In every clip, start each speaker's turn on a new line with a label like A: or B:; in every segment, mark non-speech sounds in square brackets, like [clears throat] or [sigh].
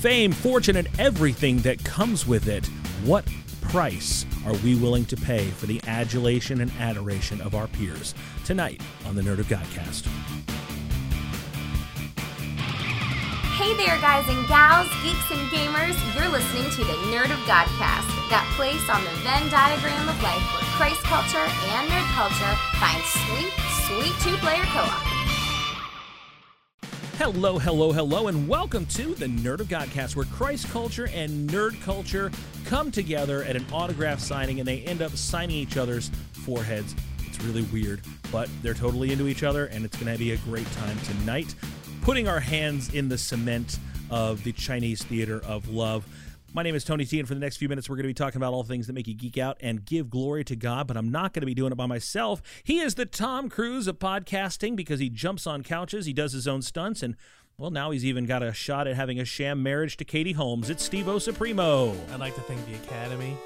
A: fame, fortune, and everything that comes with it, what price are we willing to pay for the adulation and adoration of our peers? Tonight on the Nerd of Godcast.
B: Hey there, guys and gals, geeks and gamers. You're listening to the Nerd of Godcast, that place on the Venn diagram of life where Christ culture and nerd culture find sweet, sweet two player co op.
A: Hello, hello, hello, and welcome to the Nerd of Godcast, where Christ culture and nerd culture come together at an autograph signing and they end up signing each other's foreheads. It's really weird, but they're totally into each other, and it's going to be a great time tonight. Putting our hands in the cement of the Chinese theater of love. My name is Tony T, and for the next few minutes, we're going to be talking about all things that make you geek out and give glory to God. But I'm not going to be doing it by myself. He is the Tom Cruise of podcasting because he jumps on couches, he does his own stunts, and well, now he's even got a shot at having a sham marriage to Katie Holmes. It's Steve O Supremo.
C: I'd like to thank the Academy.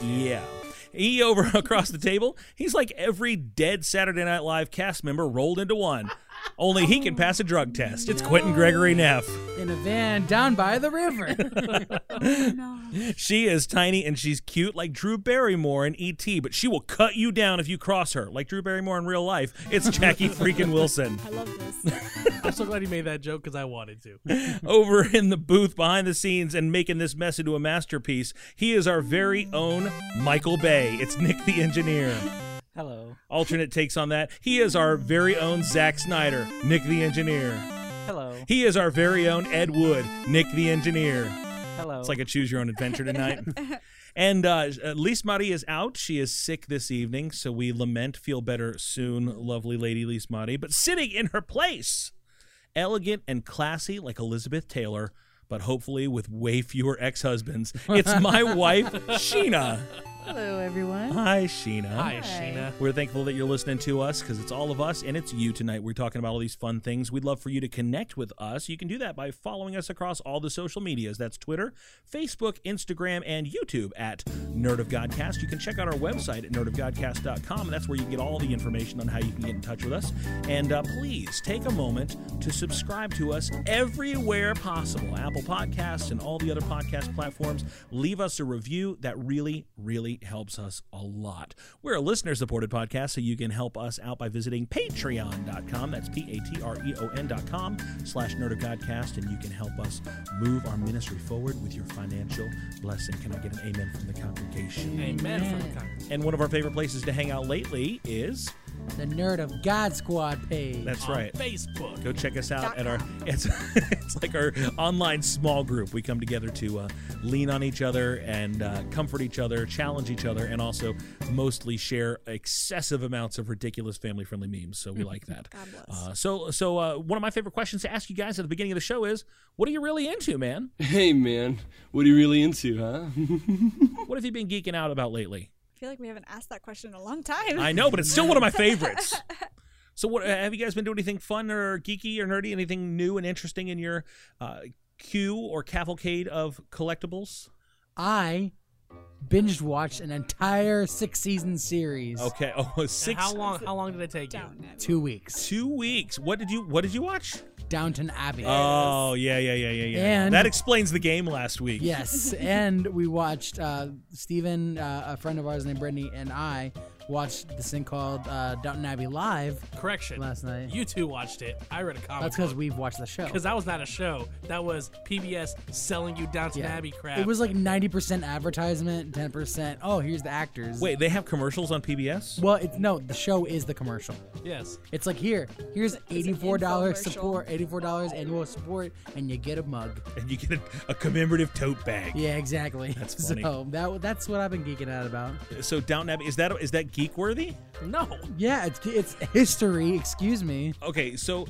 A: Yeah. He over [laughs] across the table, he's like every dead Saturday Night Live cast member rolled into one. Only he can pass a drug test. It's Quentin Gregory Neff.
D: in a van down by the river.
A: She is tiny and she's cute like Drew Barrymore in E.T., but she will cut you down if you cross her. Like Drew Barrymore in real life, it's Jackie freaking Wilson.
E: I love this.
C: I'm so glad you made that joke because I wanted to.
A: Over in the booth behind the scenes and making this mess into a masterpiece, he is our very own Michael Bay. It's Nick the Engineer.
D: Hello.
A: Alternate takes on that. He is our very own Zack Snyder, Nick the Engineer.
D: Hello.
A: He is our very own Ed Wood, Nick the Engineer.
D: Hello.
A: It's like a choose your own adventure
E: [laughs]
A: tonight. and uh, Lise Marie is out. She is sick this evening, so we lament. Feel better soon, lovely lady Lise Marie. But sitting in her place, elegant and classy like Elizabeth Taylor, but hopefully with way fewer ex husbands, it's
E: [laughs]
A: my wife, Sheena.
E: Hello, everyone.
A: Hi, Sheena.
C: Hi,
E: Hi.
C: Sheena.
A: We're thankful that you're listening to us because it's all of us and it's you tonight. We're talking about all these fun things. We'd love for you to connect with us. You can do that by following us across all the social medias. That's Twitter, Facebook, Instagram, and YouTube at Nerd of Godcast. You can check out our website at nerdofgodcast.com. And that's where you get all the information on how you can get in touch with us. And uh, please take a moment to subscribe to us everywhere possible Apple Podcasts and all the other podcast platforms. Leave us a review. That really, really helps us a lot. We're a listener supported podcast, so you can help us out by visiting patreon.com. That's P A T R E O N.com slash nerd of Godcast, and you can help us move our ministry forward with your financial blessing. Can I get an amen from the congregation?
C: Amen from the Congress.
A: And one of our favorite places to hang out lately is
D: the nerd of God squad page.
A: that's right.
C: On Facebook.
A: Go check us out at our [laughs] it's it's like our online small group. We come together to uh, lean on each other and uh, comfort each other, challenge each other, and also mostly share excessive amounts of ridiculous family friendly memes. So we like that.
E: [laughs] God bless.
A: Uh, so so uh, one of my favorite questions to ask you guys at the beginning of the show is, what are you really into, man?
E: [laughs]
F: Hey man, what are you really into, huh?
A: What have you been geeking out about lately?
E: I feel like we haven't asked that question in a long time.
A: I know, but it's still one of my favorites. So, what uh, have you guys been doing? Anything fun or geeky or nerdy? Anything new and interesting in your uh, queue or cavalcade of collectibles?
D: I binged watched an entire six season series.
A: Okay, [laughs] oh,
C: Now,
A: six,
C: How long? How long did it take
E: Down. Abby.
D: Two weeks.
A: two weeks. What did you? What did you watch?
D: Downton Abbey.
A: Oh, yeah, yeah, yeah, yeah, yeah.
D: And-
A: that explains the game last week.
D: Yes, and we watched uh, Stephen, uh, a friend of ours named Brittany, and I watched this thing called uh, Downton Abbey live.
C: you? Correction.
D: Last night.
C: You two watched it. I read a comic.
D: That's because we've watched the show.
C: Because that was not a show. That was PBS selling you Downton
D: Yeah.
C: Abbey crap.
D: It was like ninety percent advertisement, ten percent. Oh, here's the actors.
A: Wait, they have commercials on PBS.
D: Well, it, no, the show is the commercial.
C: yes.
D: It's like here, here's
E: It's an
D: eighty-four dollars
E: infomercial.
D: support, eighty-four dollars annual support, and you get a mug.
A: And you get a, a commemorative tote bag.
D: Yeah, exactly.
A: That's funny.
D: [laughs] So that that's what I've been geeking out about.
A: So, Downton Abbey is that is that geek worthy?
C: No.
D: Yeah, it's it's history. Excuse me.
A: okay so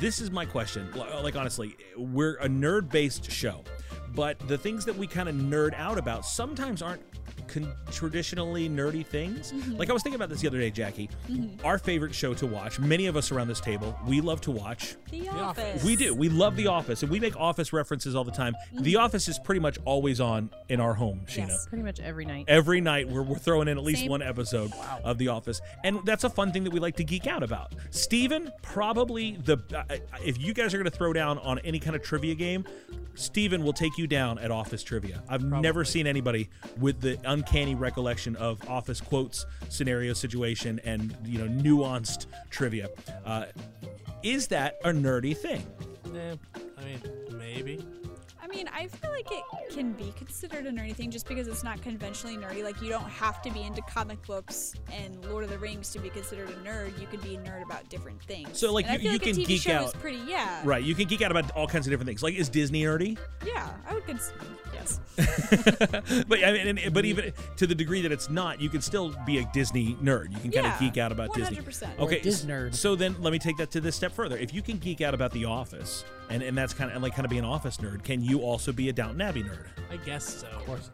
A: this is my question L- uh, like honestly we're a nerd based show but the things that we kind of nerd out about sometimes aren't con- traditionally nerdy things.
G: Mm-hmm.
A: Like I was thinking about this the other day, Jackie. Our favorite show to watch, many of us around this table, we love to watch.
G: The
D: Office.
G: Office.
A: We do. We love The Office, and we make Office references all the time. The Office is pretty much always on in our home, Sheena.
G: Mm-hmm. Yes.
H: Pretty much every night.
A: Every night, we're, we're throwing in at least
E: Same.
A: one episode of The Office. And that's a fun thing that we like to geek out about. Steven, probably the. Uh, if you guys are going to throw down on any kind of trivia game, Steven will take you down at Office Trivia. I've never seen anybody with the uncanny recollection of Office quotes, scenario, situation, and, you know, nuanced trivia. Uh, is that a nerdy thing?
C: Nah, Eh, I mean, maybe.
E: I mean, I feel like it can be considered a nerdy thing just because it's not conventionally nerdy. Like, you don't have to be into comic books and Lord of the Rings to be considered a nerd. You can be a nerd about different things.
A: So, like,
E: And I
A: you-
E: feel
A: you
E: like
A: can
E: a TV
A: geek
E: show is
A: out.
E: pretty, yeah.
A: Right, you can geek out about all kinds of different things. Like, is Disney nerdy?
E: Yeah, I would consider, yes.
A: but I mean, and, but even to the degree that it's not, you can still be a Disney nerd. You can kind of
E: Yeah,
A: geek out about Disney.
E: 100%. Or
A: Okay,
D: Dis nerd.
A: So then, let me take that to this step further. If you can geek out about The Office, and and that's kind of and like kind of be an Office nerd, can you also be a Downton Abbey nerd?
C: I guess so.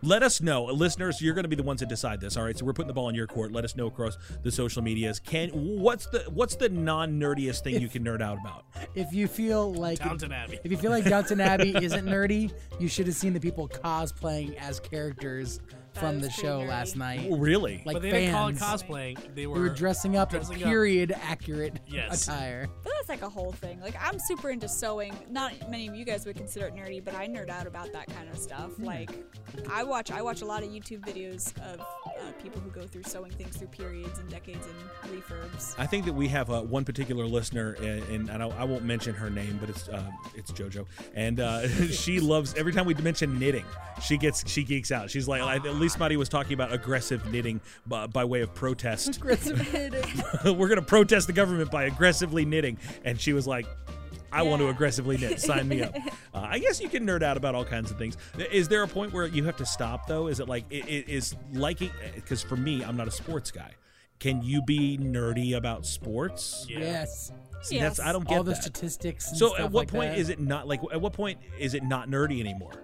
A: Let us know, listeners. You're going to be the ones that decide this. All right, so we're putting the ball in your court. Let us know across the social medias. Can what's the what's the non nerdiest thing you can nerd out about?
D: If you feel like
C: Downton Abbey.
D: if you feel like Downton Abbey isn't nerdy, you should have seen the people cosplaying as characters from
E: is
D: the
E: pretty
D: show
E: nerdy.
D: last night.
A: Really?
D: Like
C: but they didn't call it
D: fans,
C: cosplaying. They were,
D: we were dressing up
C: dressing
D: in
C: up.
D: period accurate
C: Yes.
D: attire.
E: But that's like a whole thing. Like I'm super into sewing. Not many of you guys would consider it nerdy, but I nerd out about that kind of stuff. Like I watch I watch a lot of YouTube videos of uh, people who go through sewing things through periods and decades and refurbs.
A: I think that we have uh, one particular listener, and, and I, don't, I won't mention her name, but it's uh, it's JoJo, and uh, [laughs] she loves every time we mention knitting, she gets she geeks out. She's like, at least somebody was talking about aggressive knitting by, by way of protest. [laughs] We're gonna protest the government by aggressively knitting, and she was like. I want to aggressively knit. Sign me up. Uh, I guess you can nerd out about all kinds of things. Is there a point where you have to stop though? Is it like i- i- is liking? Because for me, I'm not a sports guy. Can you be nerdy about sports?
C: Yeah.
D: Yes.
A: See, that's I don't get
D: All the
A: that.
D: statistics. And
A: so
D: stuff
A: at what
D: like
A: point
D: that.
A: is it not like at what point is it not nerdy anymore?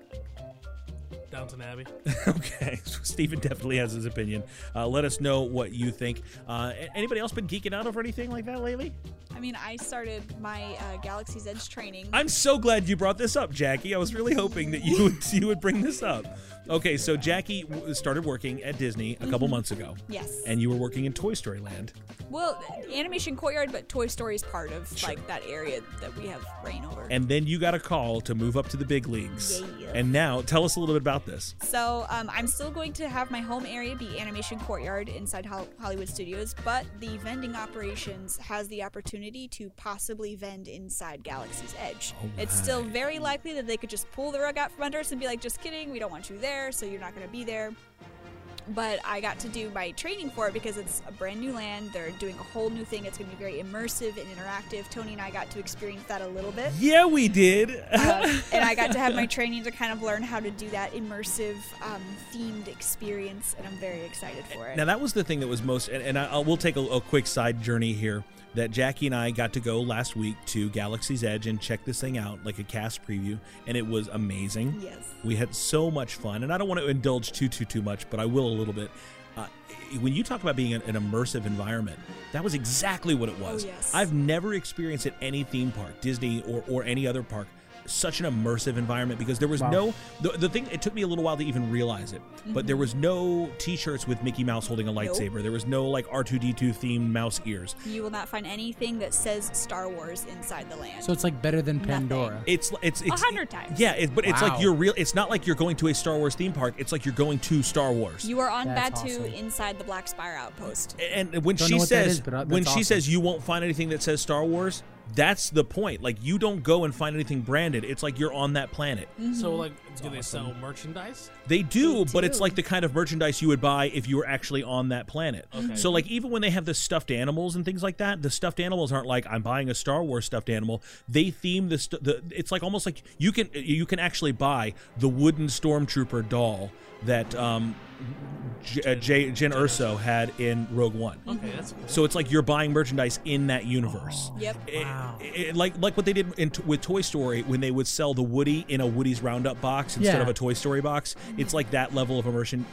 A: [laughs]
C: Downton Abbey.
A: okay, so Stephen definitely has his opinion. Uh, let us know what you think. Uh, a- anybody else been geeking out over anything like that lately?
E: I mean, I started my uh, Galaxy's Edge training.
A: I'm so glad you brought this up, Jackie. I was really hoping that you would you would bring this up. Okay, so Jackie w- started working at Disney a couple months ago,
E: Mm-hmm. yes.
A: and you were working in Toy Story Land.
E: well, Animation Courtyard, but Toy Story is part of like that area that we have reign over.
A: And then you got a call to move up to the big leagues.
E: Yeah.
A: And now, tell us a little bit about this.
E: So um, I'm still going to have my home area be Animation Courtyard inside Hol- Hollywood Studios, but the vending operations has the opportunity to possibly vend inside Galaxy's Edge. It's still very likely that they could just pull the rug out from under us and be like, "Just kidding, we don't want you there, so you're not going to be there." But I got to do my training for it because it's a brand new land. They're doing a whole new thing. It's going to be very immersive and interactive. Tony and I got to experience that a little bit.
A: Yeah, we did. [laughs]
E: Um, and I got to have my training to kind of learn how to do that immersive um, themed experience, and I'm very excited for it.
A: Now that was the thing that was most, and, and I, I'll, we'll take a, a quick side journey here. That Jackie and I got to go last week to Galaxy's Edge and check this thing out, like a cast preview, and it was amazing.
E: yes.
A: We had so much fun, and I don't want to indulge too too too much, but I will a little bit. Uh, when you talk about being an, an immersive environment, that was exactly what it was.
E: Oh, yes.
A: I've never experienced at any theme park, Disney or or any other park, such an immersive environment because there was no the, the thing. It took me a little while to even realize it,
E: Mm-hmm.
A: but there was no T-shirts with Mickey Mouse holding a lightsaber. There was no like R two D two themed mouse ears.
E: You will not find anything that says Star Wars inside the land.
D: So it's like better than
E: Nothing.
D: Pandora.
A: It's it's it's
E: hundred times.
A: Yeah, it, but it's
D: Wow.
A: like you're real. It's not like you're going to a Star Wars theme park. It's like you're going to Star Wars.
E: you are on
D: That's
E: Batu
D: awesome.
E: inside the Black Spire outpost.
A: and when
D: Don't
A: she
D: know what that
A: says
D: is, but, uh,
A: when she
D: that's awesome.
A: says you won't find anything that says Star Wars, that's the point. Like you don't go and find anything branded. It's like you're on that planet.
C: So, like, do they sell merchandise?
A: They do,
E: They
A: but it's
E: do.
A: like the kind of merchandise you would buy if you were actually on that planet.
C: Okay.
A: So like even when they have the stuffed animals and things like that, the stuffed animals aren't like I'm buying a Star Wars stuffed animal. They theme the, stu- the it's like almost like you can you can actually buy the wooden stormtrooper doll that um J- uh, J- Jin Urso had in Rogue One.
C: Okay, that's cool.
A: So it's like you're buying merchandise in that universe.
E: Yep.
A: It-
C: Wow.
A: it- Eh, like like what they did in, with Toy Story when they would sell the Woody in a Woody's Roundup box instead
D: Yeah.
A: of a Toy Story box. It's like that level of immersion.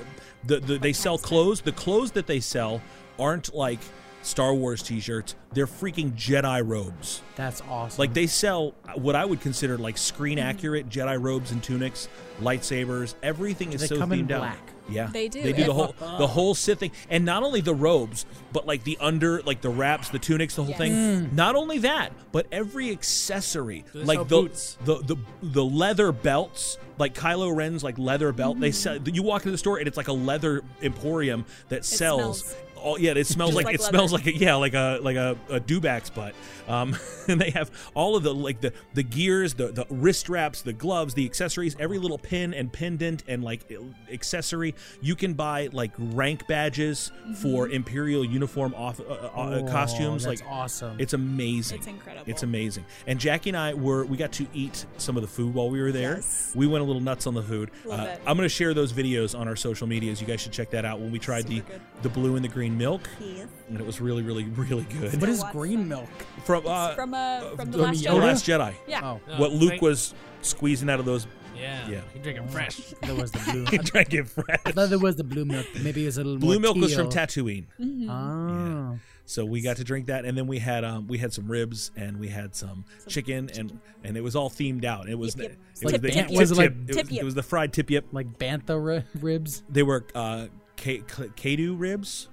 A: The, the, they sell clothes. The clothes that they sell aren't like Star Wars T-shirts. They're freaking Jedi robes.
D: That's awesome.
A: Like they sell what I would consider like screen accurate Jedi robes and tunics, lightsabers. Everything is
D: They
A: so
D: come
A: themed
D: in
A: out.
D: black.
A: Yeah,
E: They do.
A: They do the
E: And-
A: whole
D: [laughs]
A: the whole Sith thing, and not only the robes, but like the under, like the wraps, the tunics, the whole thing.
D: Mm.
A: Not only that, but every accessory,
C: They
A: like
C: sell
A: the,
C: boots.
A: the the the leather belts, like Kylo Ren's like leather belt.
E: Mm.
A: They sell. You walk into the store and it's like a leather emporium that sells.
E: smells.
A: All, yeah, it smells
E: Just
A: like,
E: like
A: it
E: leather.
A: smells like a, yeah, like a like a, a dewback's butt. Um, [laughs] and they have all of the like the the gears, the the wrist wraps, the gloves, the accessories, every little pin and pendant and like i- accessory. You can buy like rank badges for imperial uniform off uh, uh,
D: Whoa,
A: costumes.
D: that's
A: like
D: awesome.
A: it's amazing.
E: It's incredible.
A: It's amazing. And Jackie and I were we got to eat some of the food while we were there.
E: Yes.
A: We went a little nuts on the food. Uh,
E: Love it.
A: I'm going to share those videos on our social medias. You guys should check that out. When we tried the
E: Super good.
A: the blue and the green milk,
E: Yes.
A: and it was really, really, really good.
D: what is
E: Watch
D: green
E: them.
D: milk?
A: From uh,
E: from uh, from the
A: from
E: last
A: The
E: Jedi.
A: Last Jedi.
E: Yeah.
D: Oh,
C: No,
A: what Luke
C: thank-
A: was squeezing out of those, [laughs]
C: Yeah.
A: Yeah.
C: You drink them
D: Mm.
C: fresh.
D: [laughs] there was the
A: [laughs]
D: blue.
A: he
D: I
A: drank it fresh.
D: thought there was the blue milk. Maybe it was a little
A: Blue
D: more
A: milk was from
D: teal.
A: Tatooine,
E: Mm-hmm.
D: Oh.
A: so we got to drink that, and then we had um, we had some ribs and we had some chicken, and and it was all themed out. It was
E: Yip, yip.
A: it was
E: Tip,
A: the
E: yip,
A: tip,
E: yip.
D: Was it like-
A: tip. It was-
E: Tip, yip.
A: it was the fried tip yip.
D: Like bantha ri- ribs.
A: They were uh, K- K- Kadu ribs.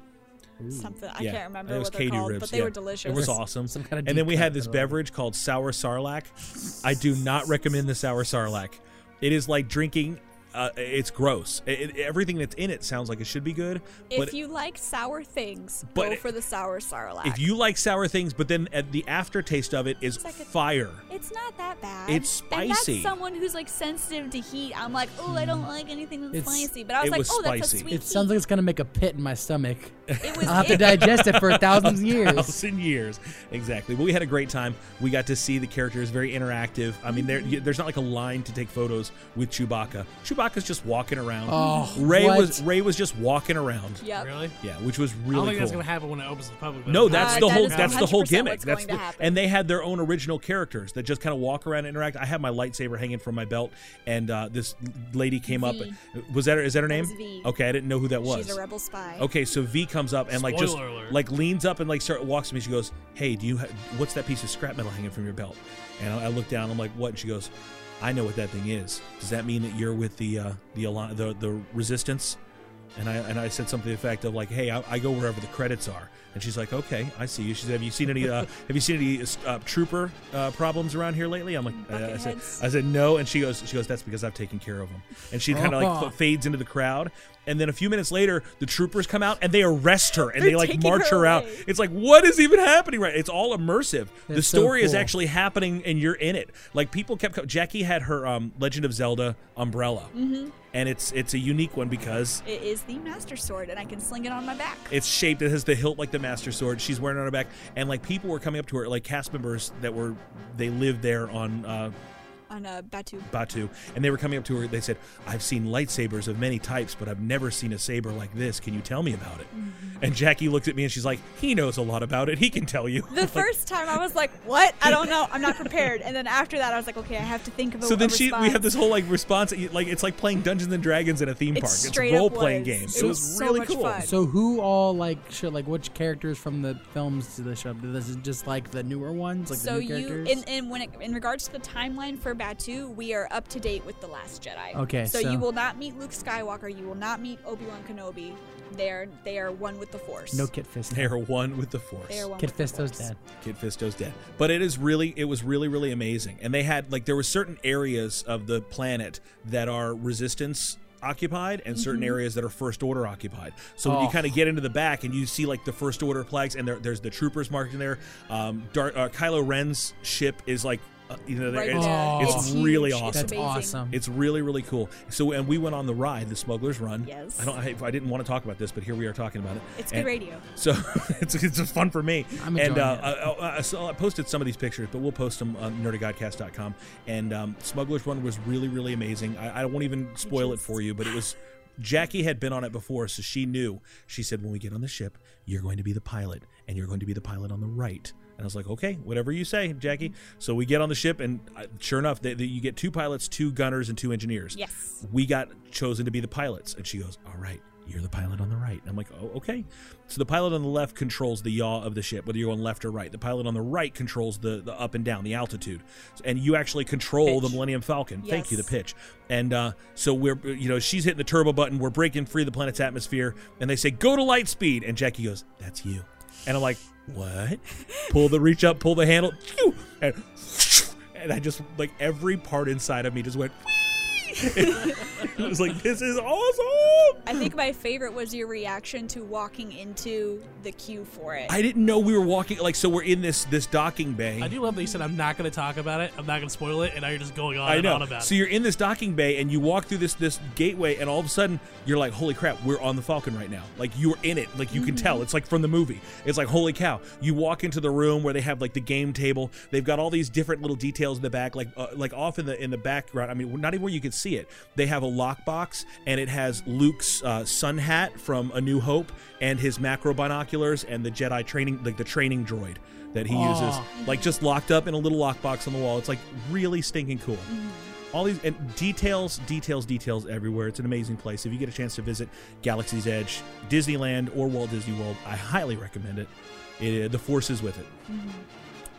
E: Something I
A: Oh, Yeah.
E: can't remember
A: It was
E: what they're
A: Kadu
E: called,
A: ribs,
E: but they
A: yeah.
E: were delicious.
A: It was awesome.
D: Some kinda
A: and then
D: deep
A: we
D: cut,
A: had this
D: I love it.
A: beverage called sour sarlacc. I do not recommend the sour sarlacc. It is like drinking. Uh, it's gross. It, it- everything that's in it sounds like it should be good, but
E: If you like sour things,
A: but
E: go
A: it-
E: for the sour sarlacc.
A: if you like sour things, but then at the aftertaste of it is
E: It's like a-
A: fire.
E: it's not that bad.
A: It's
E: And that's
A: spicy. Mm.
E: someone who's like sensitive to heat. I'm like, oh, I don't like anything that's
D: It's-
E: spicy. But I was
A: it
E: like,
A: was
E: oh, that's a
A: spicy.
E: sweet.
D: It sounds like it's gonna make a pit in my
E: [laughs]
D: stomach.
E: heat." it was.
D: I'll have to
E: it-
D: digest it for a thousand
A: [laughs]
D: years.
A: thousand years exactly but we had a great time we got to see the characters very interactive i mean there y- there's not like a line to take photos with chewbacca chewbacca's just walking around
D: Oh,
A: ray
D: what?
A: was ray was just walking around
E: Yep.
C: Really?
A: yeah which was
C: I don't
A: really
C: think that's
A: cool
C: gonna happen when it opens to the public. but
A: no,
C: I'm-
A: that's
E: Uh,
A: the
E: that
A: whole
E: is
A: that's the whole
E: 100%
A: gimmick.
E: what's
A: That's
E: going to
A: the-
E: happen.
A: and they had their own original characters that just kind of walk around and interact. I had my lightsaber hanging from my belt, and uh, this lady came up.
E: V.
A: Was that her, is that her name?
E: was V.
A: Okay, I didn't know who that was.
E: She's a rebel spy.
A: Okay, so V comes up and like just
C: Spoiler alert.
A: like leans up and like start walks to me. She goes, "Hey, do you ha- what's that piece of scrap metal hanging from your belt?" And I, I look down. I'm like, "What?" And she goes, "I know what that thing is. Does that mean that you're with the uh, the Alli- the the resistance?" And I and I said something to the effect of like, "Hey, I, I go wherever the credits are." And she's like, "Okay, I see you." She said, "Have you seen any uh, [laughs] Have you seen any uh, trooper uh, problems around here lately?" I'm like, uh, I said,
E: Bucketheads.
A: I said no, and she goes, she goes, that's because I've taken care of them. And she kind of like
D: Oh.
A: f- fades into the crowd, and then a few minutes later, the troopers come out and they arrest her and they
E: They're
A: like
E: taking
A: march her,
E: her
A: out.
E: away.
A: It's like what is even happening right? It's all immersive. the
D: That's so
A: story is
D: cool.
A: actually happening, and you're in it. Like people kept co- Jackie had her um, Legend of Zelda umbrella,
E: Mm-hmm.
A: and it's it's a unique one because.
E: It is the master sword, and I can sling it on my back.
A: It's shaped. It has the hilt like the Master Sword. She's wearing it on her back, and like people were coming up to her, like cast members that were they lived there on uh,
E: on
A: [laughs]
E: a Batu.
A: Batu, and they were coming up to her. They said, "I've seen lightsabers of many types, but I've never seen a saber like this. Can you tell me about it?"
E: Mm-hmm.
A: And Jackie looks at me and she's like, "He knows a lot about it. He can tell you." [laughs]
E: The first time I was like, "What? I don't know. I'm not prepared." And then after that, I was like, "Okay, I have to think of a
A: so then
E: a
A: she, we
E: response."
A: have this whole like response, like it's like playing Dungeons and Dragons in a theme
E: It
A: park. It's a
E: straight up
A: role playing
E: was.
A: game.
E: It
A: It, was,
E: was so
A: really
E: much
A: cool.
E: fun.
D: So who all like should like which characters from the films do they show up? This is just like the newer ones, like
E: so
D: the new
E: you
D: characters.
E: in, in when it, in regards to the timeline for Batu, we are up to date with the Last Jedi.
D: Okay,
E: So,
D: so-
E: you will not meet Luke Skywalker. You will not meet Obi Wan Kenobi. They're they are one with the Force.
D: no Kit Fisto.
A: They are one with the force.
E: They are one
D: Kit
E: with the
D: Fisto's
E: Force.
D: dead.
A: Kid Fisto's dead. But it is really, it was really, really amazing. And they had like there were certain areas of the planet that are resistance occupied and certain areas that are first order occupied so when you
D: Oh.
A: kind of get into the back and you see like the first order flags and there, there's the troopers marked in there um Dar- uh, kylo ren's ship is like uh, you know
E: Right
A: there, it's,
E: there.
A: it's
E: It's
A: really
E: huge. It's
A: awesome
D: That's
E: amazing.
D: awesome.
A: it's really really cool. So and we went on the ride, the Smuggler's Run.
E: Yes.
A: I don't. I, I didn't want to talk about this, but here we are talking about it.
E: It's
A: And-
E: good radio.
A: So [laughs] it's it's just fun for me.
D: I'm
A: and
D: enjoying
A: uh,
D: it.
A: I, I, I, saw- I posted some of these pictures, but we'll post them on nerdygodcast.com. And um, Smuggler's Run was really really amazing. I, I won't even spoil it for you, but it was Jackie had been on it before, so she knew. She said, When we get on the ship, you're going to be the pilot, and you're going to be the pilot on the right. And I was like, okay, whatever you say, Jackie. So we get on the ship, and uh, sure enough, they, they, you get two pilots, two gunners, and two engineers.
E: Yes.
A: We got chosen to be the pilots. And she goes, all right, you're the pilot on the right. And I'm like, oh, okay. So the pilot on the left controls the yaw of the ship, whether you're going left or right. The pilot on the right controls the, the up and down, the altitude. And you actually control the
E: Pitch.
A: Millennium Falcon. Thank you, the
E: Yes.
A: pitch. And uh, so we're, you know, she's hitting the turbo button. We're breaking free of the planet's atmosphere. And they say, go to light speed. And Jackie goes, that's you. And I'm like,
E: [laughs]
A: what? pull the reach up, pull the handle, phew, and, and I just, like, every part inside of me just went, I was like, this is awesome.
E: I think my favorite was your reaction to walking into the queue for it.
A: I didn't know we were walking, like, so we're in this this docking bay.
C: I do love that you said I'm not going to talk about it. I'm not going to spoil it, and now you're just going on
A: I
C: and
A: know.
C: on about
A: So
C: it.
A: you're in this docking bay and you walk through this this gateway and all of a sudden you're like, holy crap, we're on the Falcon right now. Like you're in it. Like you can tell. It's like from the movie. It's like holy cow. You walk into the room where they have like the game table. They've got all these different little details in the back, like uh, like off in the in the background. I mean, not even where you can see it. They have a lockbox and it has Luke's uh, sun hat from A New Hope and his macro binoculars and the Jedi training like the training droid that he uses like just locked up in a little lockbox on the wall. It's like really stinking cool. All these and details, details, details everywhere. It's an amazing place. If you get a chance to visit Galaxy's Edge, Disneyland, or Walt Disney World, I highly recommend it. It uh, the force is with it.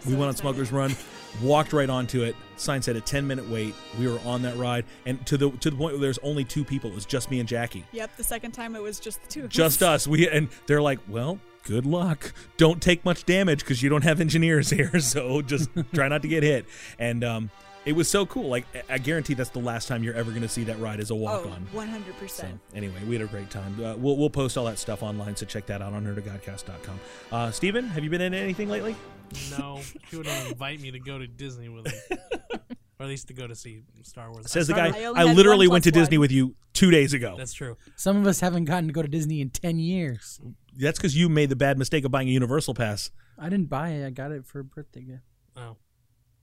A: We went on Smuggler's Run, walked right onto it. Sign said a 10 minute wait. We were on that ride, and to the to the point where there's only two people. It was just me and Jackie
E: Yep, the second time it was just the two of
A: just
E: us.
A: us. We and they're like, well, good luck. Don't take much damage because you don't have engineers [laughs] here, so just try not to get hit. And um, it was so cool. Like I- I guarantee that's the last time you're ever going to see that ride as a walk
E: Oh,
A: on.
E: 100%.
A: So anyway, we had a great time. Uh, we'll we'll post all that stuff online, so check that out on nerdogodcast.com. Uh, Steven, have you been in anything lately? [laughs]
C: no, she would not invite me to go to Disney with her, or at least to go to see Star Wars. I
A: Says the guy.
C: started-
A: I,
E: I only had
A: literally
E: one
A: went to
E: plus one.
A: Disney with you two days ago.
C: That's true.
D: Some of us haven't gotten to go to Disney in 10 years.
A: That's because you made the bad mistake of buying a Universal pass,
D: I didn't buy it. I got it for a birthday gift.
C: Oh,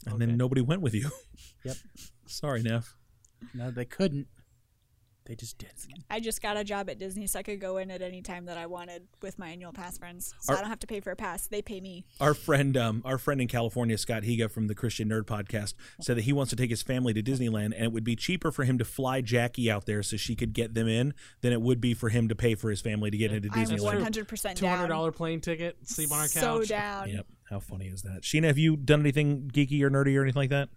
A: and
C: Okay.
A: then nobody went with you.
D: Yep.
A: [laughs] Sorry, Neff.
D: No, they couldn't. They just did.
E: I just got a job at Disney, so I could go in at any time that I wanted with my annual pass friends. So
A: Are-
E: I don't have to pay for a pass. They pay me.
A: Our friend, um, our friend in California, Scott Higa from the Christian Nerd Podcast, said that he wants to take his family to Disneyland, and it would be cheaper for him to fly Jackie out there so she could get them in than it would be for him to pay for his family to get into
E: I'm
A: Disneyland.
E: 100%
C: two hundred
E: down.
C: dollar plane ticket. Sleep on our couch.
E: So down.
A: Yep. How funny is that? Sheena, have you done anything geeky or nerdy or anything like that?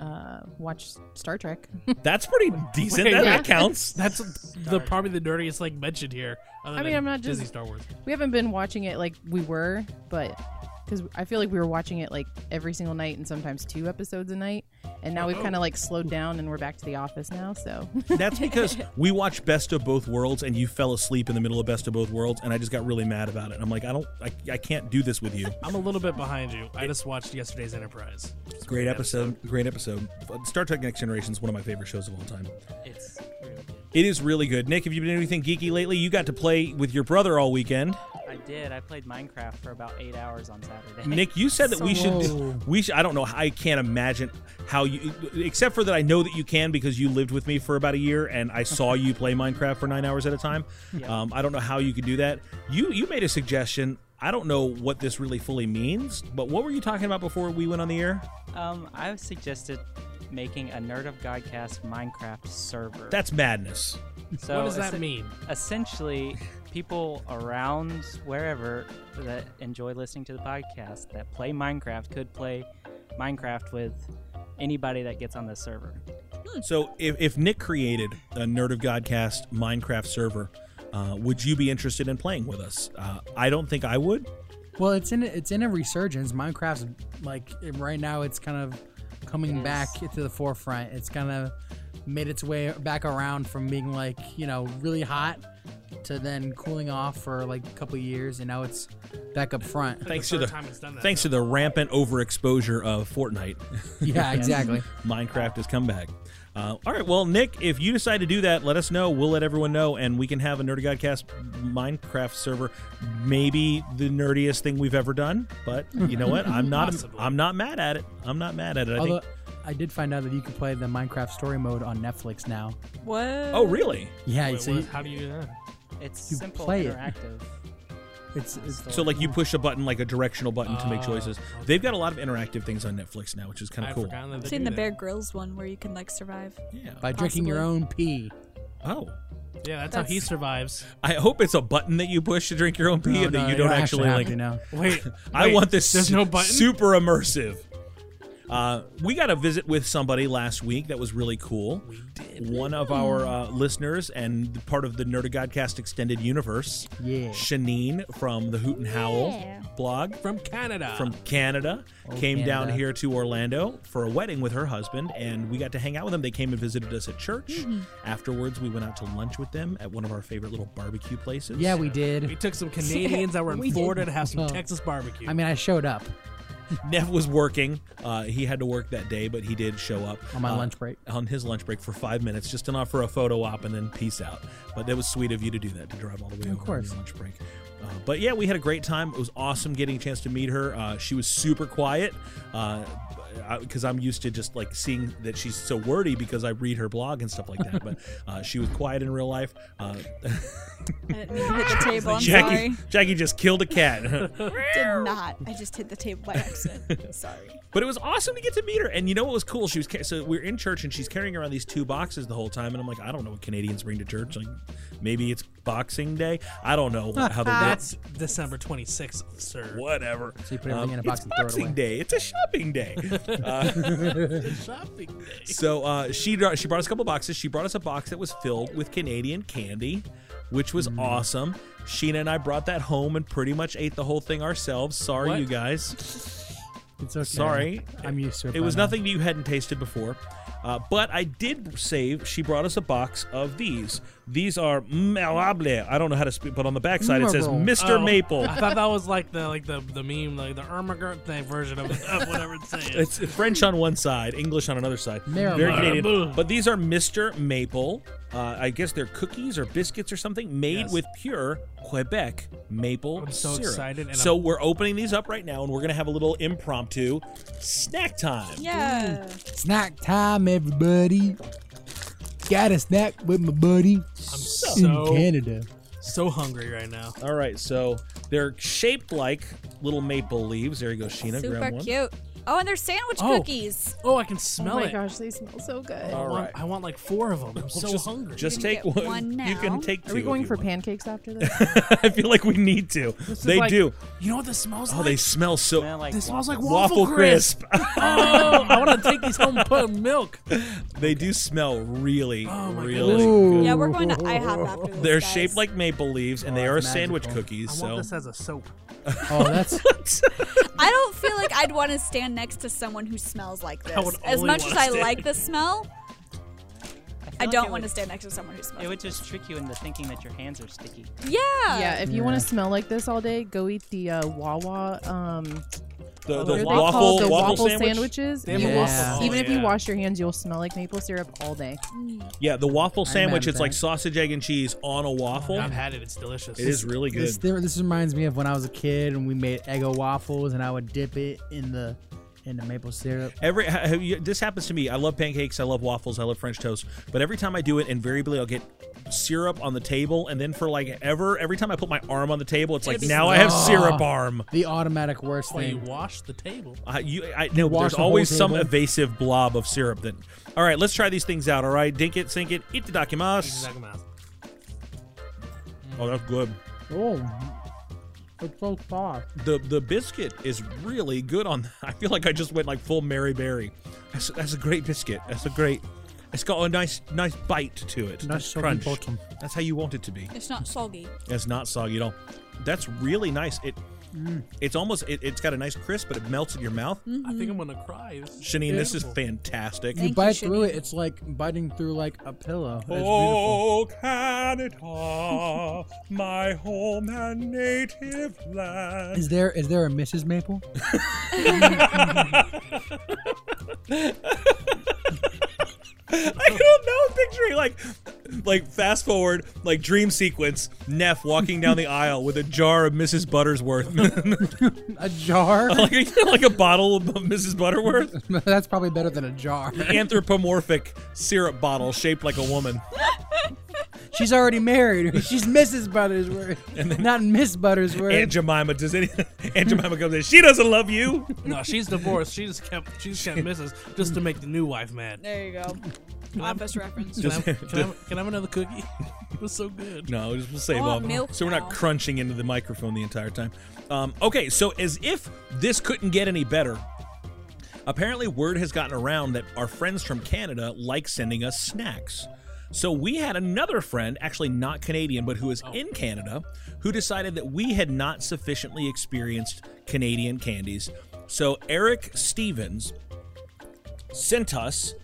G: Uh, watch Star Trek.
A: That's pretty decent. that, [laughs] that counts.
C: That's the probably the nerdiest thing mentioned here. Other
G: I mean,
C: than
G: I'm not
C: Disney
G: just-
C: Star Wars.
G: we haven't been watching it like we were, but because I feel like we were watching it like every single night and sometimes two episodes a night, and now we've kind of like slowed down and we're back to the office now. So [laughs]
A: That's because we watched Best of Both Worlds, and you fell asleep in the middle of Best of Both Worlds, and I just got really mad about it. I'm like, I don't, I, I can't do this with you.
C: I'm a little bit behind you. I just watched yesterday's Enterprise.
A: Great episode. Great episode. Star Trek Next Generation is one of my favorite shows of all time.
C: It's real good.
A: It is really good. Nick, have you been doing anything geeky lately? You got to play with your brother all weekend.
H: I did. I played Minecraft for about eight hours on Saturday.
A: Nick, you said that we should.
D: Whoa.
A: Do, we should, I don't know. I can't imagine how you. Except for that, I know that you can because you lived with me for about a year and I saw you play Minecraft for nine hours at a time. Um, I don't know how you could do that. You you made a suggestion. I don't know what this really fully means, but what were you talking about before we went on the air?
H: Um, I suggested making a Nerd of Godcast Minecraft server.
A: That's madness.
H: so
C: what does that
H: essen-
C: mean?
H: Essentially, people around wherever that enjoy listening to the podcast that play Minecraft could play Minecraft with anybody that gets on this server.
A: So if, if Nick created a Nerd of Godcast Minecraft server, uh, would you be interested in playing with us? Uh, I don't think I would.
D: Well, it's in it's in a resurgence. Minecraft's like right now it's kind of coming back to the forefront. It's kind of made its way back around from being like, you know, really hot to then cooling off for like a couple years and now it's back up front.
H: [laughs]
A: Thanks
C: the
A: to
C: third
A: the
C: time it's done that,
A: thanks to the rampant overexposure of Fortnite, [laughs]
D: yeah, [laughs] exactly.
A: Minecraft has come back. Uh, all right, well, Nick, if you decide to do that, let us know. We'll let everyone know, and we can have a Nerd of Godcast Minecraft server. Maybe the nerdiest thing we've ever done, but you know what? I'm not.
C: Possibly.
A: I'm not mad at it. I'm not mad at it. I
D: Although
A: think
D: I did find out that you can play the Minecraft story mode on Netflix now.
E: What?
A: Oh, really?
D: Yeah,
C: Wait,
D: so
C: what-
D: you-
C: how do you uh, do that?
H: It's
D: You
H: simple,
D: play it.
H: interactive.
D: it's, it's
A: So like you push a button, like a directional button, to make
C: Ah,
A: choices.
C: okay.
A: They've got a lot of interactive things on Netflix now, which is kind of
C: I've
A: cool.
C: forgotten that they
E: I've seen
C: do
E: the
C: that.
E: Bear Grylls one where you can
A: [laughs]
E: like survive.
A: Yeah.
D: by drinking your
E: possibly.
D: own pee.
A: Oh,
C: Yeah, that's, how he
A: [laughs]
C: survives.
A: I hope it's a button that you push to drink your own pee,
D: No,
A: and
D: Oh,
A: that
D: no,
A: you
D: you
A: don't
D: don't
A: actually,
D: actually have
A: like.
D: to, no.
C: Wait,
A: I
C: wait,
A: want this.
C: There's
A: su-
C: no button.
A: Super immersive. Uh, we got a visit with somebody last week that was really cool. We did. One of our uh, listeners and part of the Nerd of Godcast extended universe,
D: Yeah.
A: Shanine from the Hoot and Howl blog
C: from Canada.
A: from Canada came down
D: Oh, Canada.
A: here to Orlando for a wedding with her husband, and we got to hang out with them. They came and visited us at church.
D: Mm-hmm.
A: Afterwards, we went out to lunch with them at one of our favorite little barbecue places.
D: Yeah, we
C: we
D: did.
C: took
D: [laughs]
C: some Canadians that were in
D: We did.
C: Florida to have some
D: Oh.
C: Texas barbecue.
D: I mean, I showed up
A: Nev was working. Uh, he had to work that day, but he did show up
D: on my
A: uh,
D: lunch break.
A: on his lunch break for five minutes just enough for a photo op and then peace out. But that was sweet of you to do that to drive all the way over
D: course.
A: on your lunch break. Uh, but yeah, we had a great time. It was awesome getting a chance to meet her. Uh, she was super quiet because I'm used to just like seeing that she's so wordy because I read her blog and stuff like that. but uh, she was quiet in real life. Uh,
E: I didn't mean to hit the table. I'm sorry.
A: Jackie, Jackie just killed a cat. [laughs]
E: Did not. I just hit the table by accident. sorry.
A: But it was awesome to get to meet her. And you know what was cool? She was ca- so we are in church and she's carrying around these two boxes the whole time. And I'm like, I don't know what Canadians bring to church. Like, maybe it's Boxing Day. I don't know what- how they
C: that's December 26th, sir.
A: whatever. Um,
D: So you put everything in a box
A: it's
D: and throw it
A: Boxing
D: away.
A: Day. It's a shopping day.
D: [laughs]
C: Shopping day.
A: so uh, she dr- she brought us a couple boxes. She brought us a box that was filled with Canadian candy, which was
D: Mm.
A: awesome. Sheena and I brought that home and pretty much ate the whole thing ourselves. Sorry,
C: What?
A: you guys.
D: It's okay.
A: Sorry.
D: I'm used to it. uh,
A: It
D: by
A: was
D: now.
A: nothing that you hadn't tasted before. Uh, but I did save. She brought us a box of these. These are malable. I don't know how to speak, but on the backside it says
D: Marble.
A: Mr.
C: Oh, [laughs]
A: Maple.
C: I thought that was like the like the, the meme, like the Ermagert thing version of, of whatever it's saying.
A: It's French on one side, English on another side.
D: Marble.
A: Very Canadian.
C: Marble.
A: But these are Mr. Maple. Uh, I guess they're cookies or biscuits or something made
C: Yes.
A: with pure Quebec maple
C: I'm so
A: syrup.
C: excited and
A: so
C: I'm-
A: we're opening these up right now, and we're gonna have a little impromptu snack time.
E: Yeah.
D: Snack time, everybody. Got a snack with my buddy
C: I'm
D: in
C: so
D: Canada.
C: so hungry right now.
A: All right, so they're shaped like little maple leaves. There you go, Sheena.
E: Super
A: grab one.
E: cute. Oh, and they're sandwich
C: Oh.
E: cookies.
C: Oh, I can
G: Oh
C: smell
G: my
C: it.
G: gosh, they smell so good.
C: I,
A: All
C: want,
A: right.
C: I want like four of them. I'm so
A: just,
C: hungry.
A: Just
E: You're
A: take
E: gonna
A: one.
E: get one
A: You
E: now.
A: can take two.
G: Are we going
A: if
G: for
A: you want.
G: pancakes after this?
A: [laughs] I feel like we need to.
C: This is
A: They
C: like-
A: do.
C: You know what this smells
A: Oh,
C: like?
A: they smell so.
H: Smell like
C: this smells like
A: waffle, crisp.
C: oh, I want to take these home and put in milk.
A: [laughs] they do smell really,
C: Oh my
A: really
D: goodness.
A: good.
E: Yeah, we're going to IHOP after this.
A: They're
E: guys.
A: shaped like maple leaves, and they are
D: that's
A: sandwich
D: magical.
A: cookies.
C: I
A: so
C: want this as a soap.
A: [laughs]
D: Oh, that's
E: I don't feel like I'd want to stand next to someone who smells like this.
C: would
E: As
C: only
E: much as
C: wanna
E: I
C: stand-
E: like
C: [laughs]
E: the smell,
H: feel
E: I
H: like
E: don't
H: it
E: want to
H: would-
E: stand next to someone who smells.
H: It would just trick you into thinking that your hands are sticky.
E: yeah.
G: yeah, if you want
D: Yeah.
G: to smell like this all day, go eat the uh, Wawa. Um,
A: the,
G: what are
A: the
G: they
A: waffle,
G: called? The
A: waffle,
G: waffle
A: sandwich?
G: sandwiches.
C: They have a
D: Yeah.
C: waffle.
G: Even
C: oh,
G: if you
C: yeah.
G: wash your hands, you'll smell like maple syrup all day.
A: Yeah, the waffle
D: mad
A: sandwich.
D: at
A: It's like
D: that.
A: sausage, egg, and cheese on a waffle.
C: I've had it. It's delicious.
A: it is really good.
D: this. there- This reminds me of when I was a kid and we made Eggo waffles, and I would dip it in the in the maple syrup.
A: Every ha- have you- this happens to me. I love pancakes. I love waffles. I love French toast. But every time I do it, invariably I'll get syrup on the table, and then for like ever, every time I put my arm on the table, it's like
C: It's-
A: now I have
D: Ah.
A: syrup arm.
D: The automatic worst
C: Why you
D: thing.
C: wash the table?
A: Uh, you, I no.
D: wash
A: There's
D: the whole
A: always some
D: table?
A: evasive blob of syrup. That all right. Let's try these things out. All right, dink it, sink it, eat the dakimas. Oh, that's good.
D: Oh, it's so soft.
A: The the biscuit is really good on. [laughs] I feel like I just went like full Mary Berry. That's, that's a great biscuit. That's a great. It's got a nice nice bite to it.
D: Nice soggy
A: crunch.
D: bottom.
A: That's how you want it to be.
E: It's not soggy.
A: It's not soggy at all. That's really nice. It
D: Mm.
A: it's almost it, it's got a nice crisp, but it melts in your mouth.
C: I think I'm gonna cry. [laughs] This is
A: Shanine, this is
C: Mm-hmm. beautiful.
A: fantastic.
E: Thank
D: You
E: you,
D: bite through
E: Shanine.
D: it, it's like biting through like a pillow. It's beautiful.
A: Oh Canada, my home and native land.
D: Is there is there a
A: [laughs]
D: Mrs. Maple?
A: [laughs] I don't know. I'm picturing like like fast forward, like dream sequence, Neff walking down the aisle with a jar of Mrs. Butterworth,
D: A [laughs] jar?
A: [laughs] like, like a bottle of Mrs. Butterworth,
D: That's probably better than a jar.
A: anthropomorphic syrup bottle shaped like a woman.
D: [laughs] She's already
A: [laughs]
D: married. She's Mrs. Buttersworth, [laughs] not Miss Buttersworth.
A: Aunt Jemima does any? [laughs] Aunt Jemima comes in. She doesn't love you.
C: No, she's divorced. She just kept she just [laughs] kept misses just to make the new wife mad.
E: There you
C: [laughs]
E: go. Office reference.
C: Can I, [laughs] can, I, can I have another cookie? [laughs] It was so good.
A: No, we'll just- we'll save
E: I
A: all
E: want
A: of them.
E: milk
A: So we're
E: now.
A: not crunching into the microphone the entire time. Um, okay, so as if this couldn't get any better, apparently word has gotten around that our friends from Canada like sending us snacks. So we had another friend, actually not Canadian, but who is in Canada, who decided that we had not sufficiently experienced Canadian candies. So Eric Stevens sent us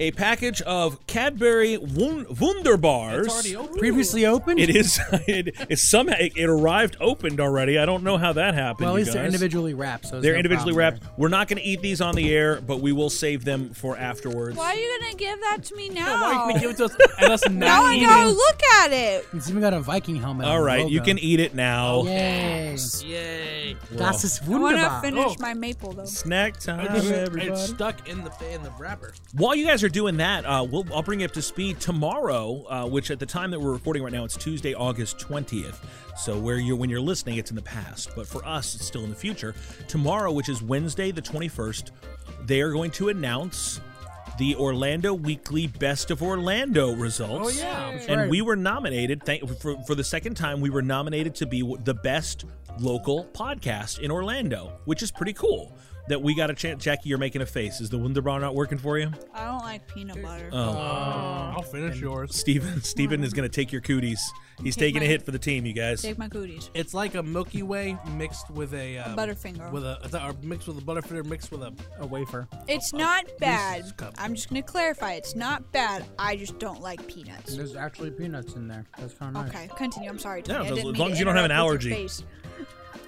A: a package of Cadbury Wun- Wunderbars.
C: It's already open.
D: Previously opened?
A: It is. [laughs] It, it's somehow it, it arrived opened already. I don't know how that happened.
D: well, at
A: you
D: least they're
A: guys.
D: individually wrapped. So there's
A: They're
D: no
A: individually
D: problem
A: wrapped. We're not going to eat these on the air, but we will save them for afterwards.
E: Why are you gonna give that to me
C: Why
E: now?
C: can you give it
E: [laughs]
C: to us? And us
E: now
C: not
E: I
C: eating.
E: gotta look at it.
D: there. It's even got a Viking helmet.
A: All
D: on the
A: right, you
D: logo.
A: can eat it now.
D: Yay!
C: Yay!
D: Das ist
E: I
D: wunderbar.
E: wanna finish
C: Oh.
E: my maple though.
A: Snack time,
C: It's
A: everybody.
C: stuck in the in the wrapper.
A: While you guys are doing that, uh, we'll, I'll bring you up to speed tomorrow, uh, which at the time that we're recording right now, it's Tuesday, August 20th. So where you're when you're listening, it's in the past, but for us, it's still in the future. Tomorrow, which is Wednesday, the 21st, they are going to announce the Orlando Weekly Best of Orlando results.
C: Oh, yeah, that's
A: and
D: right.
A: we were nominated. Thank for, for the second time, we were nominated to be the best local podcast in Orlando, which is pretty cool. That we got a chance. Jackie, you're making a face. Is the Wunderbar not working for you?
E: I don't like peanut butter.
A: Oh.
C: Oh, I'll finish yours.
A: Steven, Steven is going to take your cooties. He's
E: Take
A: taking a
E: my-
A: hit for the team, you guys.
E: Take my cooties.
C: It's like a Milky Way mixed with a, um,
E: Butterfinger.
C: with a it's a- or mixed with a Butterfinger mixed with a
D: A wafer.
A: uh,
E: It's not bad.
C: Cup.
E: I'm just gonna clarify. It's not bad. I just don't like peanuts.
D: There's actually peanuts in there. That's kind of nice.
E: Okay, continue. I'm sorry.
A: No,
E: Tony. I
A: as-
E: didn't
A: as
E: mean
A: long
E: to
A: as you don't have an
E: interrupt with your
A: allergy.
E: face.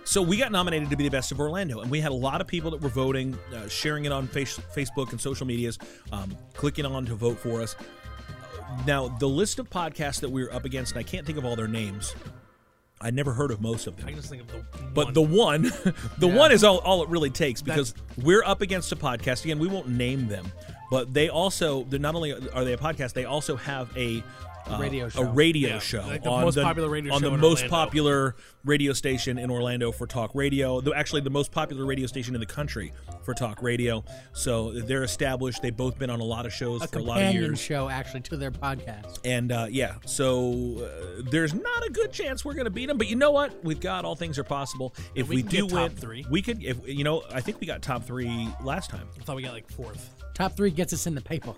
A: So we got nominated to be the best of Orlando, and we had a lot of people that were voting, uh, sharing it on face- Facebook and social medias, um, clicking on to vote for us. Now, the list of podcasts that we were up against, and I can't think of all their names. I never heard of most of them.
C: I can just think of the
A: But
C: one.
A: the one, [laughs] the one is all, all it really takes because we're up against a podcast. Again, we won't name them, but they also they're not only are they a podcast, they also have a uh,
D: Radio show.
A: a radio
C: Yeah,
A: show
C: like the
A: on
C: most
A: the
C: popular radio
A: on
C: show
A: the
C: in
A: most
C: Orlando.
A: popular radio station in Orlando for talk radio. The, actually, the most popular radio station in the country for talk radio. So they're established. They've both been on a lot of shows
D: A
A: for a lot of
D: companion
A: years.
D: show actually to their podcast.
A: And uh, yeah, so uh, there's not a good chance we're going to beat them. But you know what? With God, all things are possible. If
C: we
A: we,
C: can
A: do
C: get top
A: win,
C: three.
A: we could. If you know, I think we got top three last time.
C: I thought we got like fourth.
D: Top three gets us in the paper.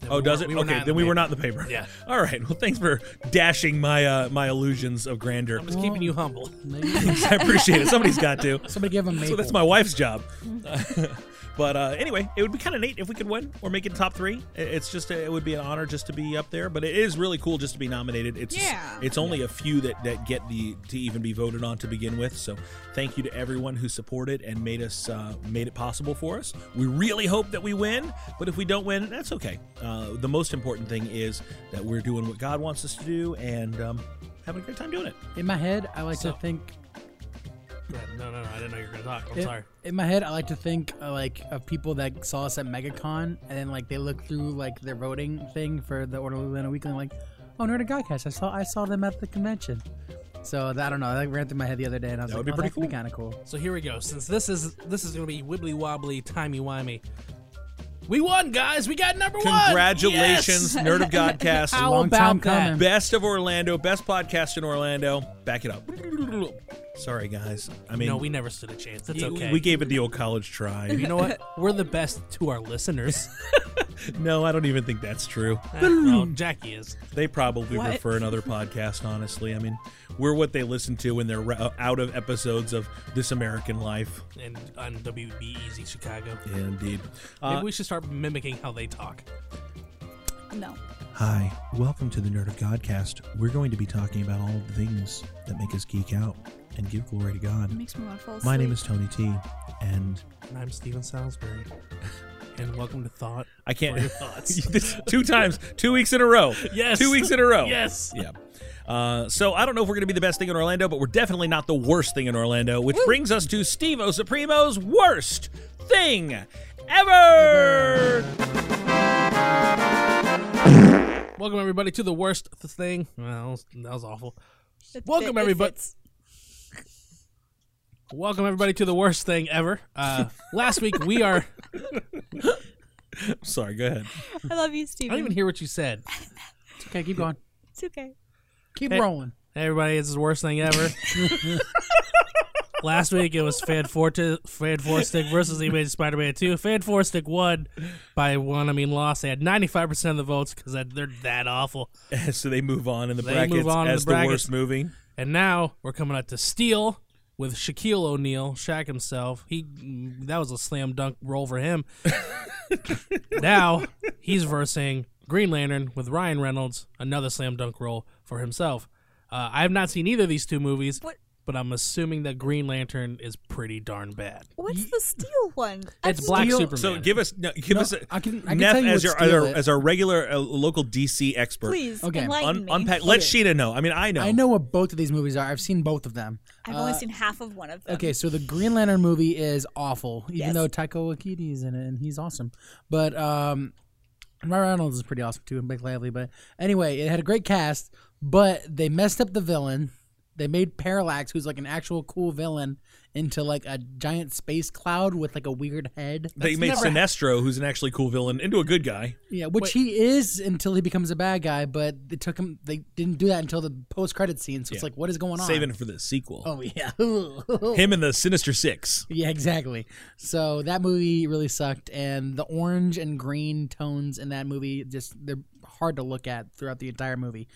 C: Then
A: Oh,
C: we
A: does
C: were-
A: it?
C: we were
A: okay,
C: not
A: then
C: in
A: we
C: the
A: were
C: paper.
A: not in the paper.
C: Yeah.
A: [laughs] All right. Well, thanks for dashing my uh, my illusions of grandeur.
C: I'm just keeping you humble.
D: Maybe-
A: [laughs] I appreciate it. Somebody's got
C: [laughs]
A: to.
D: Somebody give them maple.
A: [laughs] So that's my wife's job. [laughs] but uh, anyway, it would be kind of neat if we could win or make it top three. I- It's just uh, it would be an honor just to be up there. But it is really cool just to be nominated. It's
E: Yeah.
A: it's only a few that that get the to even be voted on to begin with. So thank you to everyone who supported and made us uh, made it possible for us. We really hope that we win, but if we don't win, that's okay. Uh, the most important thing is that we're doing what God wants us to do and um, having a great time doing it.
D: in my head, I like
C: So-
D: to think.
C: Yeah, no, no, no. I didn't know you were gonna talk. I'm
D: in-
C: sorry.
D: In my head, I like to think uh, like of people that saw us at MegaCon, and then like they look through like their voting thing for the Orderly Lana Weekly, and like, oh, Nerd and Godcast, I saw I saw them at the convention. So that, I don't know. That ran through my head the other day, and I was
A: That
D: like,
A: would be
D: oh,
A: pretty
D: that could be
A: cool.
D: kind of cool.
C: So here we go. Since this is this is gonna be wibbly wobbly, timey wimey. We won, guys. We got number one.
A: Congratulations, [laughs]
C: Yes!
A: Nerd
C: [laughs]
A: of Godcast.
C: How
D: Long
C: about
D: time
C: that?
D: coming.
A: Best of Orlando, best podcast in Orlando. Back it up. Sorry, guys. I mean,
C: no, we never stood a chance. It's
A: y-
C: okay.
A: we gave it the old college try.
C: you know what? We're the best to our listeners.
A: [laughs]
C: [laughs]
A: no, I don't even think that's true.
C: Eh, well, Jackie is.
A: They probably
E: What?
A: prefer another podcast, honestly. I mean, we're what they listen to when they're ra- out of episodes of This American Life.
C: and on WBEZ Chicago.
A: Yeah, indeed.
C: Maybe
A: Uh,
C: we should start mimicking how they talk.
E: No.
A: Hi, welcome to the Nerd of Godcast. We're going to be talking about all the things that make us geek out and give glory to God.
E: It makes me want to fall asleep.
A: Tony T, and
C: And I'm Steven Salisbury. And and welcome to Thought.
A: I can't.
C: For your thoughts.
A: [laughs] This- two times, two weeks in a row.
C: Yes.
A: Two weeks in a row.
C: Yes.
A: Yeah. Uh, so I don't know if we're going to be the best thing in Orlando, but we're definitely not the worst thing in Orlando, which brings us to Steve O Supremo's worst thing ever.
C: Welcome everybody to the worst th- thing. Well, that was, that was awful.
E: It-
C: Welcome,
E: it- it
C: everybody.
E: fits.
C: Welcome everybody to the worst thing ever. Uh, last week we are.
A: Sorry, go ahead.
E: I love you,
C: I
E: Steven.
C: don't even hear what you said.
D: It's okay, keep going.
E: It's okay.
D: Keep
C: Hey.
D: rolling.
C: Hey everybody, this is the worst thing ever. [laughs] Last week it was Fan Four to Fan Four Stick versus Amazing Spider-Man Two. Fan Four Stick won by one. I mean, lost. They had ninety-five percent of the votes because they're that awful.
A: [laughs] so they move on in the
C: They
A: brackets
C: move on in the
A: as the,
C: brackets.
A: worst movie.
C: And now we're coming up to Steel with Shaquille O'Neal, Shaq himself. He that was a slam dunk roll for
D: [laughs]
C: him. now he's versing Green Lantern with Ryan Reynolds, another slam dunk roll for himself. Uh, I have not seen either of these two movies,
E: What-
C: but I'm assuming that Green Lantern is pretty darn bad.
E: What's the steel one?
C: It's
E: I've-
C: Black
D: Steel-
C: Superman.
A: So give us no, give
D: No,
A: us a,
D: I can- I can
A: Neff
D: tell you
A: as
D: what
A: your
D: steal
A: our,
D: it-
A: as our regular uh, local DC expert.
E: Please
D: Okay.
E: enlighten
A: Un-
E: me.
A: unpack. Let Sheeta know. I mean, I know.
D: I know what both of these movies are. I've seen both of them.
E: I've only seen half of one of them.
D: Okay, so the Green Lantern movie is awful, even
E: Yes.
D: though Taika Waititi is in it and he's awesome. But um, Ryan Reynolds is pretty awesome too, and Blake Lively. But anyway, it had a great cast, but they messed up the villain. They made Parallax, who's like an actual cool villain, into like a giant space cloud with like a weird head.
A: they made Sinestro, who's an actually cool villain, into a good guy.
D: Yeah, which
C: Wait.
D: he is until he becomes a bad guy. But it took him. They didn't do that until the post-credit scene. So it's
A: Yeah.
D: like, what is going on?
A: Saving it for the sequel.
D: [laughs] Oh yeah. [laughs]
A: Him and the Sinister Six.
D: Yeah, exactly. So that movie really sucked, and the orange and green tones in that movie just they're hard to look at throughout the entire movie.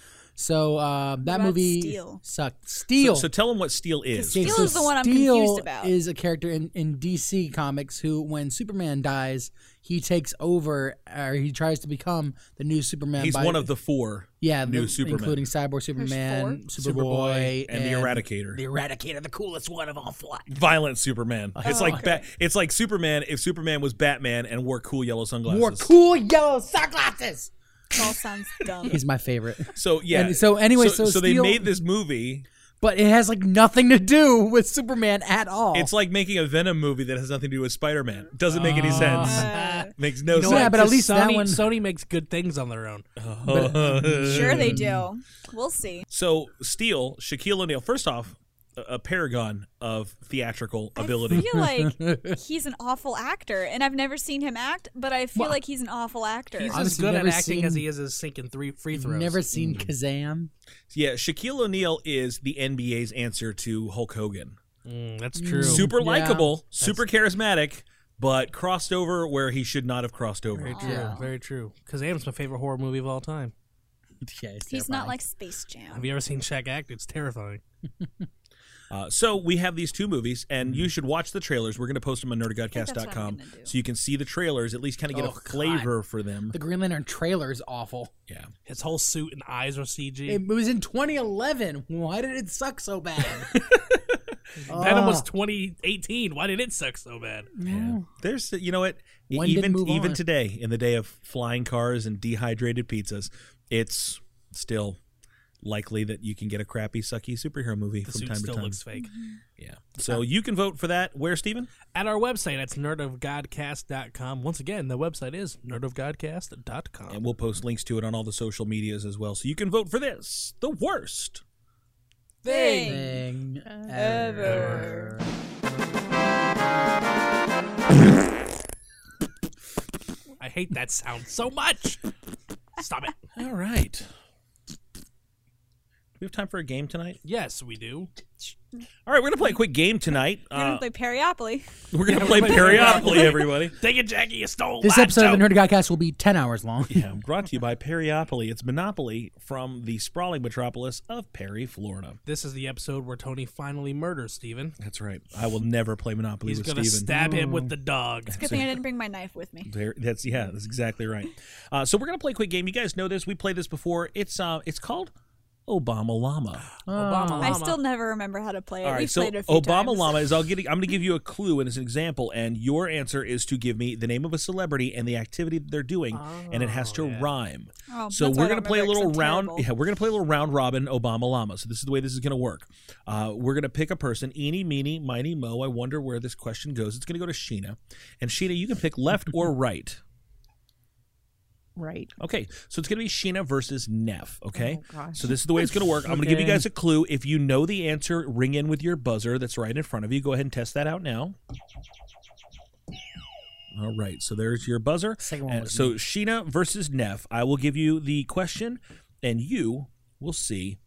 D: So uh, that
E: about
D: movie
E: Steel?
D: sucked. Steel.
A: So tell him what Steel is.
E: Steel is the one I'm
D: Steel
E: confused about.
D: Is a character in, in DC comics who, when Superman dies, he takes over or he tries to become the new Superman.
A: He's
D: by-
A: one of the four.
D: yeah,
A: new
D: the-
A: Superman.
D: including Cyborg Superman, Superboy,
A: and, the Eradicator,
D: The Oh. Eradicator, the coolest one of all. Fly.
A: violent Superman. It's like Bat- it's like Superman if Superman was Batman and wore cool yellow sunglasses.
D: Wore cool yellow sunglasses.
E: It all
A: [laughs]
E: sounds dumb.
D: He's my favorite.
A: So yeah.
D: And so anyway, so
A: they
D: Steel-
A: made this movie.
D: but it has like nothing to do with Superman at all.
A: It's like making a Venom movie that has nothing to do with Spider-Man. Doesn't make any sense. [laughs]
E: Uh,
A: Makes no
D: Ah. know Yeah,
A: sense.
D: but at
C: Because
D: least that
C: Sony-
D: one-
C: Sony makes good things on their own.
A: [laughs]
E: sure they do. We'll see.
A: So Steel, Shaquille O'Neal. First off, a, a paragon of theatrical
E: I
A: ability.
E: feel [laughs] like he's an awful actor, and I've never seen him act, but I feel like he's an awful actor.
C: He's as
D: Honestly,
C: good at
D: never
C: acting as
D: seen-
C: he is as sinking three free
D: I've
C: throws.
A: Mm.
D: never seen Kazam.
A: Yeah, Shaquille O'Neal is the NBA's answer to Hulk Hogan.
C: Mm, that's true.
A: super
D: Yeah.
A: likable, super charismatic, but crossed over where he should not have crossed over.
C: Very
E: Oh.
C: true. Very true. Kazam's my favorite horror movie of all time.
D: Yeah, it's
E: he's not
D: terrifying.
E: like Space Jam.
C: Have you ever seen Shaq act? It's terrifying.
A: Uh, so we have these two movies, and
D: Mm-hmm.
A: you should watch the trailers. We're going to post them on
E: that's what I'm
A: nerdgodcast.com
E: gonna do.
A: so you can see the trailers, at least kind of get
D: Oh,
A: a
D: God.
A: flavor for them.
D: the Green Lantern trailer is awful.
A: Yeah.
C: His whole suit and eyes are CG.
D: It was in 2011. Why did it suck so bad?
A: [laughs]
C: Venom
E: Ah.
C: was 2018. Why did it suck so bad?
A: yeah. There's, uh, you know what? E-
D: One did
A: even
D: move
A: even
D: on.
A: today, in the day of flying cars and dehydrated pizzas, it's still likely that you can get a crappy, sucky superhero movie
C: The
A: from
C: suit
A: time to
C: still
A: time.
C: looks fake.
E: Mm-hmm.
A: yeah. So you can vote for that. Where, Steven?
C: At our website, that's nerdofgodcast.com. Once again, the website is
A: and
C: nerdofgodcast.com.
A: we'll post links to it on all the social medias as well. So you can vote for this, the worst.
E: Thing.
D: Thing
E: Ever.
D: ever.
C: I hate that sound so much. Stop
E: [laughs]
C: it.
A: All right. Do we have time for a game tonight?
C: Yes, we do.
A: All right, we're gonna play a quick game tonight.
E: We're gonna
A: Uh,
E: play Periopoly.
A: [laughs] we're gonna play Periopoly, everybody.
C: Take it, Jackie. You stole
D: This
C: my
D: episode of
C: joke.
D: the Nerd Godcast will be 10 hours long.
A: [laughs] Yeah, brought to you by Periopoly. It's Monopoly from the sprawling metropolis of Perry, Florida.
C: This is the episode where Tony finally murders Steven.
A: That's right. I will never play Monopoly
C: He's
A: with
C: gonna
A: Steven.
C: stab him
E: Oh.
C: with the dog.
E: Good thing I didn't bring my knife with me.
A: There, that's yeah,
E: Mm-hmm.
A: that's exactly right. Uh, so we're gonna play a quick game. You guys know this. We played this before. It's uh, it's called Obama Llama.
C: Obama
E: I
C: Llama.
E: still never remember how to play it.
A: All right,
E: We've
A: so
E: played it a few
A: Obama
E: times.
A: Llama is I'll get I'm going to give
E: [laughs]
A: you a clue and as an example, and your answer is to give me the name of a celebrity and the activity that they're doing, and it has to rhyme.
E: Oh,
A: so
E: that's
A: we're
E: why I
A: gonna
E: don't
A: play a
E: remember it,
A: little
E: 'cause I'm
A: round.
E: terrible.
A: Yeah, we're gonna play a little round robin Obama Llama. So this is the way this is gonna work. Uh, we're gonna pick a person. Eeny, meeny, miny, mo. I wonder where this question goes. It's gonna go to Sheena, and Sheena, you can pick left
E: [laughs]
A: or right.
G: Right.
A: Okay, so it's gonna be Sheena versus Neff. Okay,
G: Oh, gosh.
A: so this is the way it's gonna work. I'm gonna give you
C: Okay.
A: guys a clue. If you know the answer, ring in with your buzzer that's right in front of you. Go ahead and test that out now. All right, so there's your buzzer.
D: Second one
A: Uh,
D: was
A: so Sheena versus Neff. I will give you the question, and you will see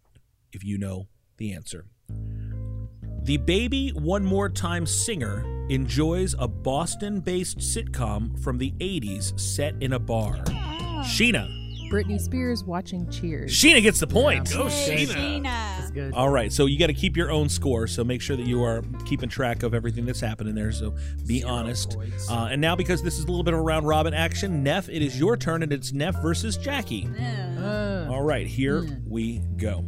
A: if you know the answer. The baby one more time singer enjoys a Boston-based sitcom from the '80s set in a bar. Sheena.
G: Britney Spears watching Cheers.
A: Sheena gets the point.
E: Yay,
A: Go, Sheena.
E: Sheena.
D: That's good.
A: All right, so you got to keep your own score, so make sure that you are keeping track of everything that's happening there. So be honest. Uh, and now, because this is a little bit of a round robin action, Neff, it is your turn, and it's Neff versus Jackie.
E: Oh,
D: Uh,
A: All right, here we go.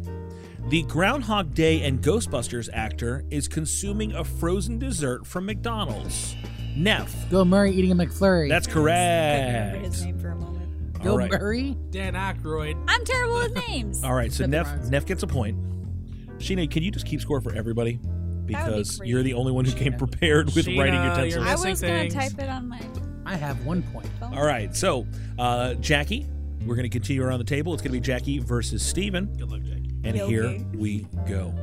A: The Groundhog Day and Ghostbusters actor is consuming a frozen dessert from McDonald's. Neff,
D: Bill Murray eating a McFlurry.
A: that's
E: I remember his
A: correct.
E: name for a moment.
D: Bill
A: All right,
D: Murray.
C: Dan Aykroyd.
E: I'm terrible with names.
A: all right. So
D: Nothing
A: Neff,
D: wrong.
A: Neff gets a point. Sheena, can you just keep score for everybody?
E: That would be
A: Because
E: great.
A: you're the only one who came prepared with
C: Sheena,
A: writing
C: you're
A: utensils.
E: I was
C: missing
E: gonna
C: things.
E: type it on my phone.
D: I have one point.
A: All right, so uh, Jackie, we're going to continue around the table. It's going to be Jackie versus Steven. Good luck, Jackie. And
E: Okay.
A: here we go.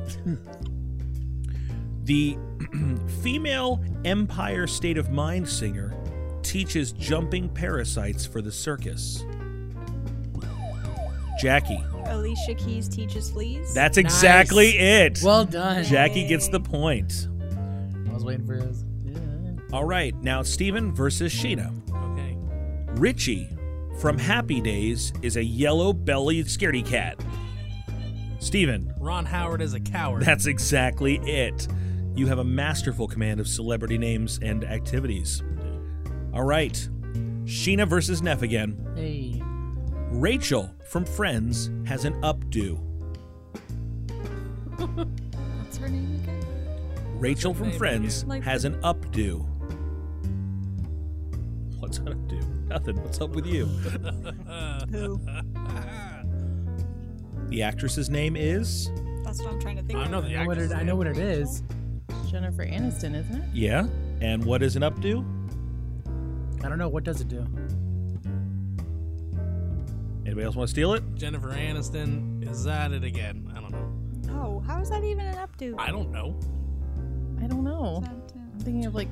A: the [clears throat] female Empire State of Mind singer teaches jumping parasites for the circus. Jackie,
E: Alicia Keys teaches fleas.
A: that's
D: Nice.
A: exactly it.
D: Well done.
A: Jackie gets the point.
D: I was waiting for his. Yeah.
A: All right, now Steven versus Sheena.
C: Okay.
A: Richie from Happy Days is a yellow bellied scaredy cat. Steven,
C: Ron Howard is a coward.
A: that's exactly it. You have a masterful command of celebrity names and activities. All right, Sheena versus Neff again.
D: Hey.
A: Rachel from Friends has an updo.
E: What's her name again?
A: Rachel
C: her
A: from
C: name
A: Friends
E: again? Like
A: has an updo. What's an updo? Nothing. What's up with you?
E: Who?
A: The actress's name is.
E: That's what I'm trying to think.
C: I
E: of.
C: know the
D: I know what
C: actress.
D: it, I know what it is.
G: Jennifer Aniston, isn't it?
A: Yeah. And what is an updo?
D: I don't know. What does it do?
A: Anybody else want to steal it?
C: Jennifer Aniston is at it again. I don't know.
E: Oh, how is that even an updo?
C: I don't know.
G: I don't know. I'm
E: That,
G: thinking of like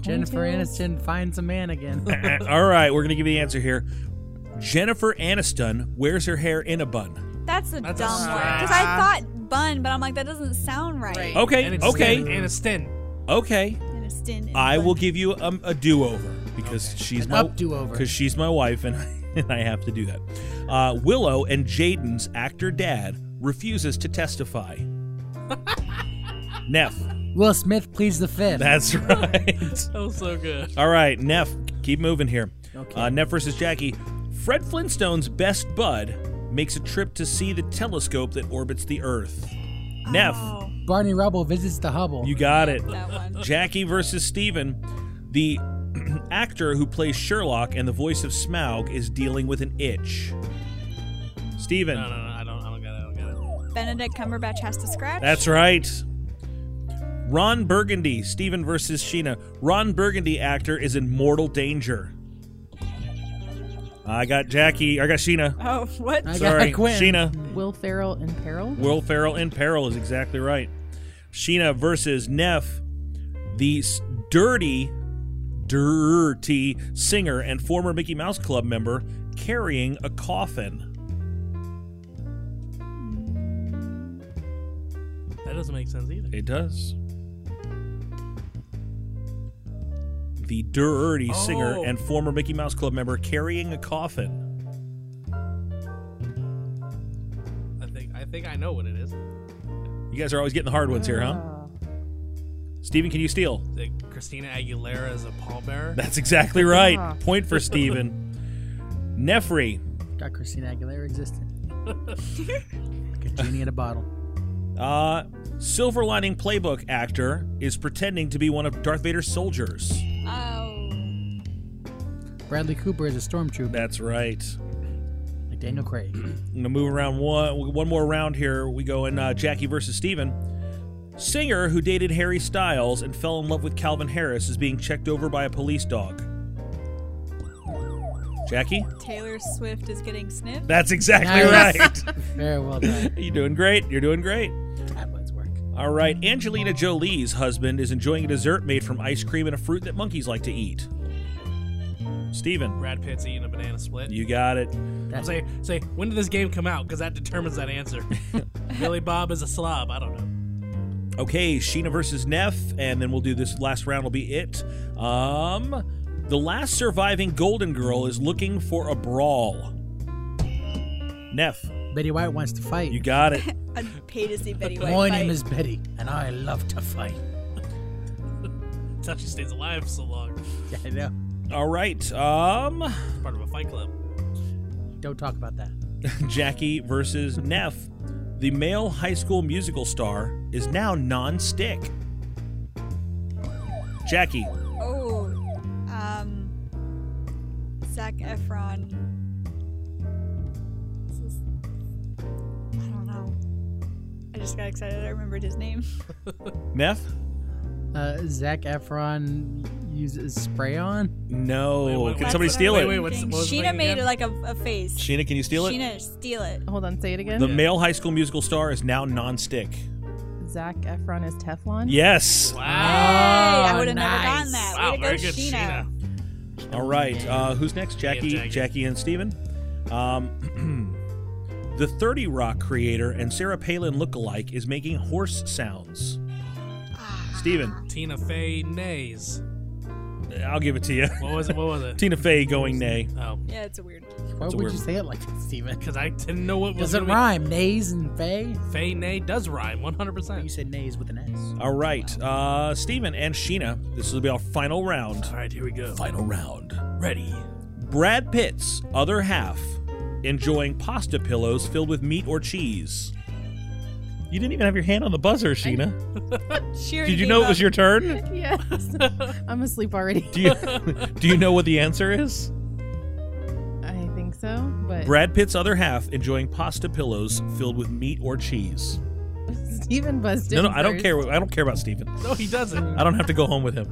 D: Jennifer
G: Ponytails?
D: Aniston finds a man again.
A: [laughs] All right, we're going to give you the answer here. Jennifer Aniston wears her hair in a bun.
E: uh, that's a
C: That's a
E: dumb one.
C: stretch.
E: Because I thought bun, but I'm like that doesn't sound right.
G: Right.
A: Okay,
C: Aniston,
A: okay,
C: Aniston.
A: okay.
E: And a stin and
A: I
E: bun.
A: will give you um, a, a do over because she's
D: An
A: my
D: up do over.
A: because she's my wife and [laughs] I, and I have to do that. Uh, Willow and Jaden's actor dad refuses to
D: [laughs]
A: testify. Neff,
D: Will Smith pleads the fifth. [laughs]
A: that's right.
C: That was so good.
A: All right, Neff, keep moving here.
D: Okay.
A: Uh, Neff versus Jackie. Fred Flintstone's best bud makes a trip to see the telescope that orbits the Earth. Neff,
E: Oh,
D: Barney Rubble visits the Hubble.
A: you got it.
E: that one.
A: Jackie versus Steven. The [clears throat] actor who plays Sherlock and the voice of Smaug is dealing with an itch. Steven,
C: No, no, no. I don't. I don't get it. I don't get it.
E: Benedict Cumberbatch has to scratch.
A: that's right. Ron Burgundy, Steven versus Sheena. Ron Burgundy actor is in mortal danger. I got Jackie. I got Sheena.
E: Oh, what?
D: I
A: Sorry,
D: got Quinn.
A: Sheena.
G: Will Ferrell in Peril.
A: Will Ferrell in peril is exactly right. Sheena versus Neff, the s- dirty, dirty singer and former Mickey Mouse Club member carrying a coffin.
C: That doesn't make sense either.
A: It does. The dirty singer
C: Oh.
A: and former Mickey Mouse Club member carrying a coffin.
C: I think. I think I know what it is.
A: You guys are always getting the hard ones here, huh? Steven, can you steal?
C: That Christina Aguilera is a pallbearer.
A: That's exactly [laughs] right.
G: Ah.
A: Point for Steven. Nefri,
D: [laughs] Got Christina Aguilera existed. Like a genie in a bottle.
A: Uh, Silver Lining Playbook actor is pretending to be one of Darth Vader's soldiers.
E: Oh.
D: Bradley Cooper is a stormtrooper,
A: That's right.
D: like Daniel Craig.
A: I'm gonna move around one one more round here. We go in uh, Jackie versus Steven. Singer who dated Harry Styles and fell in love with Calvin Harris is being checked over by a police dog. Jackie,
E: Taylor Swift is getting sniffed.
A: that's exactly
D: Nice.
A: right.
D: Very well [laughs] done.
A: You're doing great. You're doing great.
D: Tabloids work.
A: All right. Angelina Jolie's husband is enjoying a dessert made from ice cream and a fruit that monkeys like to eat. Steven,
C: Brad Pitt's eating a banana split.
A: you got it.
D: That's
C: Say, say, when did this game come out? Because that determines that
D: [laughs]
C: answer. Billy Bob is a slob. I don't know.
A: Okay, Sheena versus Neff, and then we'll do this last round. Will be it. Um, the last surviving Golden Girl is looking for a brawl. Neff,
D: Betty White wants to fight.
A: you got it.
E: I'd pay to see Betty White.
D: My
E: fight.
D: name is Betty, and I love to fight.
C: That's how she stays alive for so long.
D: Yeah, I know.
A: All right. Um,
C: It's part of a fight club.
D: Don't talk about that.
A: Jackie versus Neff. The male high school musical star is now non-stick. Jackie,
E: Oh. Um. Zach Efron. This is. I don't know. I just got excited. I remembered his name.
A: Neff.
D: Uh, Zach Efron uses spray on.
A: No.
C: Wait, wait,
A: Can
C: wait.
A: somebody
E: That's what
A: steal
E: I
A: it?
C: Wait, wait, what's-
E: thinking.
C: what was the
E: Sheena
C: thing
E: made
C: again?
E: like a, a face.
A: Sheena, can you steal it?
E: Sheena, steal it.
G: Hold on, say it again.
A: The male high school musical star is now non-stick.
G: Zach Efron is Teflon.
A: Yes.
E: Hey,
C: Wow.
A: Oh,
E: I would have never
D: nice.
E: gotten that. Way
C: Wow,
E: to go,
C: very good,
E: Sheena.
C: Sheena.
A: All right. Uh, who's next? Jackie,
C: Jackie.
A: Jackie, and Steven. Um, [clears throat] the 30 Rock creator and Sarah Palin lookalike is making horse sounds. Steven,
C: Tina Fey Nays.
A: I'll give it to you. [laughs]
C: What was it? What was it?
A: Tina Fey going nay.
C: oh,
E: Yeah, it's a weird.
D: Why
A: It's a
D: would
A: weird-
D: you say it like that, Steven?
C: because I didn't know what was
D: Does it
C: gonna be-
D: rhyme? Nays and Faye?
C: Fey Nay does rhyme 100.
D: You
C: percent
D: said nays with an S.
A: All right. Uh, Steven and Sheena, this will be our final round.
C: All right, here we go.
A: Final round.
C: Ready.
A: Brad Pitt's other half enjoying pasta pillows filled with meat or cheese. You didn't even have your hand on the buzzer, Sheena.
E: She already
A: Did you
E: gave
A: know it
E: up.
A: was your turn? [laughs]
G: [laughs] Yes. I'm asleep already.
A: Do you do you know what the answer is?
G: I think so, but
A: Brad Pitt's other half enjoying pasta pillows filled with meat or cheese.
G: Steven buzzed
A: No,
G: in
A: no, I don't
G: first.
A: care. I don't care about Steven.
C: No, he doesn't.
A: I don't have to go home with him.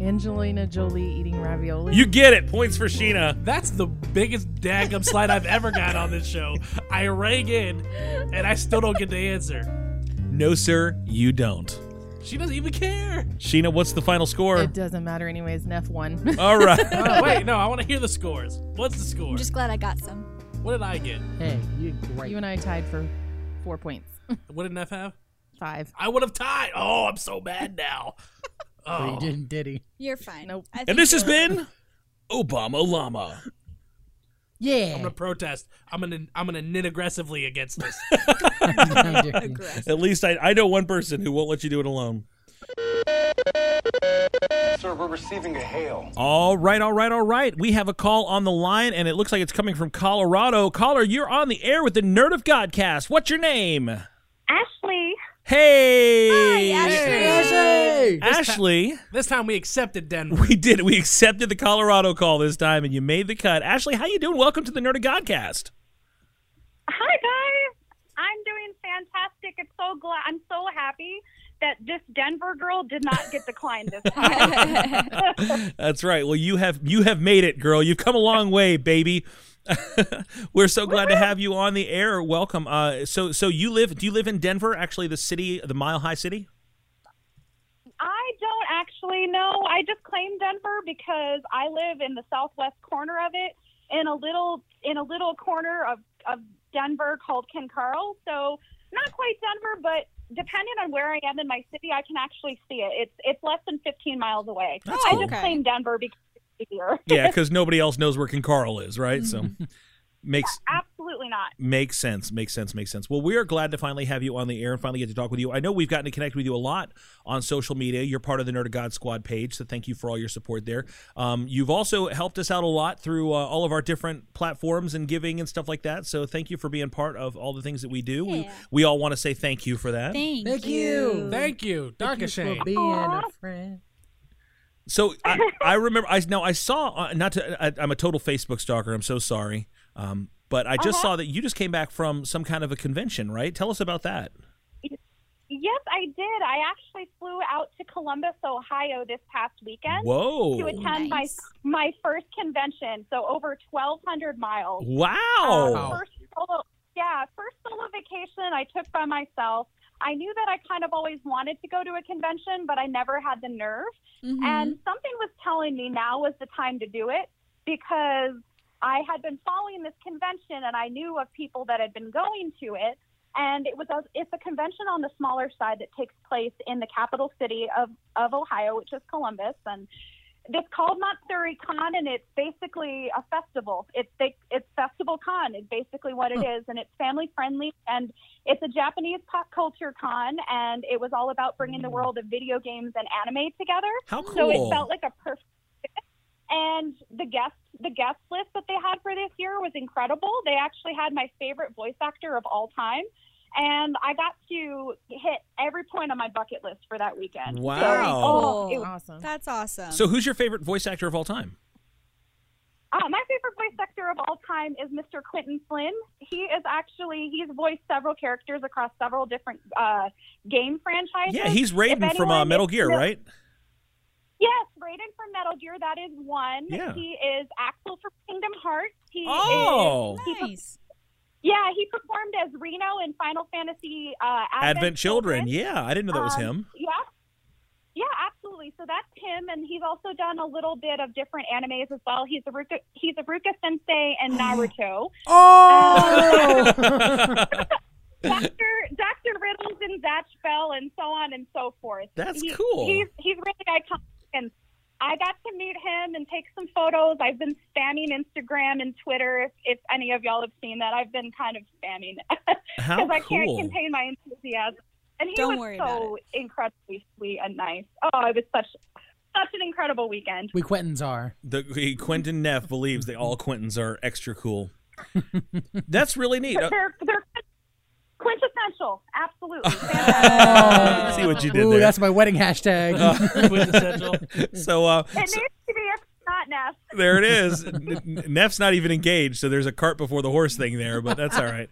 G: Angelina Jolie eating ravioli.
A: You get it. Points for Sheena.
C: That's the biggest daggum slide I've ever got on this show. I rang in, and I still don't get the answer.
A: No, sir, you don't.
C: She doesn't even care.
A: Sheena, what's the final score?
G: It doesn't matter anyways.
A: [laughs]
G: Neff won.
A: All right.
C: Oh, wait, no, I want to hear the scores. What's the score?
E: I'm just glad I got some.
C: What did I get?
D: Hey, you're great.
G: you and I tied for four points.
C: What did Neff have?
G: Five.
C: I would have tied. Oh, I'm so mad now.
D: But
C: Oh,
D: he didn't, did he?
E: You're fine.
G: Nope.
E: I think
A: And this has
E: you'll-
A: been Obama Llama.
D: Yeah.
C: I'm gonna protest. I'm gonna I'm gonna knit aggressively against this.
D: [laughs]
C: [laughs]
E: Aggressive.
A: At least I, I know one person who won't let you do it alone.
I: Sir, we're receiving a hail.
A: All right, all right, all right. We have a call on the line, and it looks like it's coming from Colorado. Caller, you're on the air with the Nerd of Godcast. What's your name?
J: Ashley,
A: Hey,
D: Hey!
A: Ashley.
C: this time we accepted [laughs] Denver.
A: We did. it. We accepted the Colorado call this time, and you made the cut. Ashley, how you doing? Welcome to the Nerd of Godcast.
J: hi guys. I'm doing fantastic. It's so glad. I'm so happy that this Denver girl did not get declined this
E: [laughs]
J: time.
A: That's right. Well, you have you have made it, girl. You've come a long way, baby. [laughs] We're so glad to have you on the air. Welcome. Uh, so so you live? Do you live in Denver? Actually, the city, the Mile High City.
J: I don't actually know. I just claim Denver because I live in the southwest corner of it, in a little in a little corner of of Denver called Ken Carl. So not quite Denver, but depending on where I am in my city, I can actually see it. It's it's less than 15 miles away.
A: That's
J: I
A: cool.
J: just claim Denver because it's easier.
G: [laughs]
A: Yeah, because nobody else knows where King Carl is, right? So makes
J: Absolutely not.
E: not.
A: Makes sense. Makes sense. Makes sense. Well, we are glad to finally have you on the air and finally get to talk with you. I know we've gotten to connect with you a lot on social media. You're part of the Nerd of God Squad page, so thank you for all your support there. Um, you've also helped us out a lot through uh, all of our different platforms and giving and stuff like that. So thank you for being part of all the things that we do. We,
G: Yeah.
A: we all want to say thank you for that.
G: Thank,
D: Thank
G: you.
D: you.
C: Thank you,
D: Thank you
C: Darkashane.
D: for being a friend.
A: So
E: [laughs]
A: I, I remember. I now I saw. Uh, not to. I, I'm a total Facebook stalker. I'm so sorry. Um, but I
E: Uh-huh.
A: just saw that you just came back from some kind of a convention, right? Tell us about that.
E: Yes, I did. I actually flew out to Columbus, Ohio this past weekend
A: Whoa!
E: to attend
G: Nice.
E: my my first convention. So over 1,200 miles.
A: Wow!
E: Uh, first solo, yeah, uh, first solo vacation I took by myself. I knew that I kind of always wanted to go to a convention, but I never had the nerve.
G: Mhm.
E: And something was telling me now was the time to do it because I had been following this convention and I knew of people that had been going to it. And it was a, it's a convention on the smaller side that takes place in the capital city of, of Ohio, which is Columbus. And it's called Matsuri Con, and it's basically a festival. It's they, it's Festival Con is basically what it is, and it's family friendly, and it's a Japanese pop culture con, and it was all about bringing the world of video games and anime together.
A: How
E: So
A: cool.
E: it felt like a perfect. fit. And the guest the guest list that they had for this year was incredible. They actually had my favorite voice actor of all time. And I got to hit every point on my bucket list for that weekend. So,
A: Wow.
E: oh, it was
K: Awesome.
G: That's awesome.
A: So who's your favorite voice actor of all time?
E: Uh, my favorite voice actor of all time is Mr. Quentin Flynn. He is actually he's voiced several characters across several different uh, game franchises.
A: Yeah, he's
E: If
A: Raiden from uh,
E: anyone-
A: Metal Gear,
E: no-
A: right?
E: Yes, Raiden from Metal Gear. That is one.
A: Yeah.
E: He is Axel from Kingdom Hearts. He
A: Oh.
E: is, he per-
G: nice.
E: yeah, he performed as Reno in Final Fantasy uh, Advent,
A: Advent Children. Yeah, I didn't know that was
E: Um, [laughs]
A: him.
E: Yeah. Yeah, absolutely. So that's him, and he's also done a little bit of different animes as well. He's a Ruka, he's a Ruka Sensei
A: [gasps]
E: and Naruto. Um,
D: Oh,
E: Doctor Doctor Riddles and Zatch Bell and so on and so forth.
A: That's cool.
E: He's he's really iconic, and I got to meet him and take some photos. I've been spamming Instagram and Twitter. If, if any of y'all have seen that, I've been kind of spamming [laughs]
A: How
E: because I can't
A: cool!
E: contain my enthusiasm. And he
G: Don't
E: was
G: worry about
E: so incredibly sweet and nice. Oh, it was such such an incredible weekend.
D: we Quentins are.
A: The Quentin Neff believes that all Quentins are extra cool. That's really neat. Uh,
E: They're they're quintessential,
A: [laughs]
E: absolutely.
A: see what you did
D: Ooh,
A: there. Uh,
D: that's my wedding hashtag.
C: Quintessential.
A: [laughs] so uh,
E: it needs to be if it's not Neff.
A: there it is. N- N- Neff's not even engaged, so there's a cart before the horse thing there, but that's all right.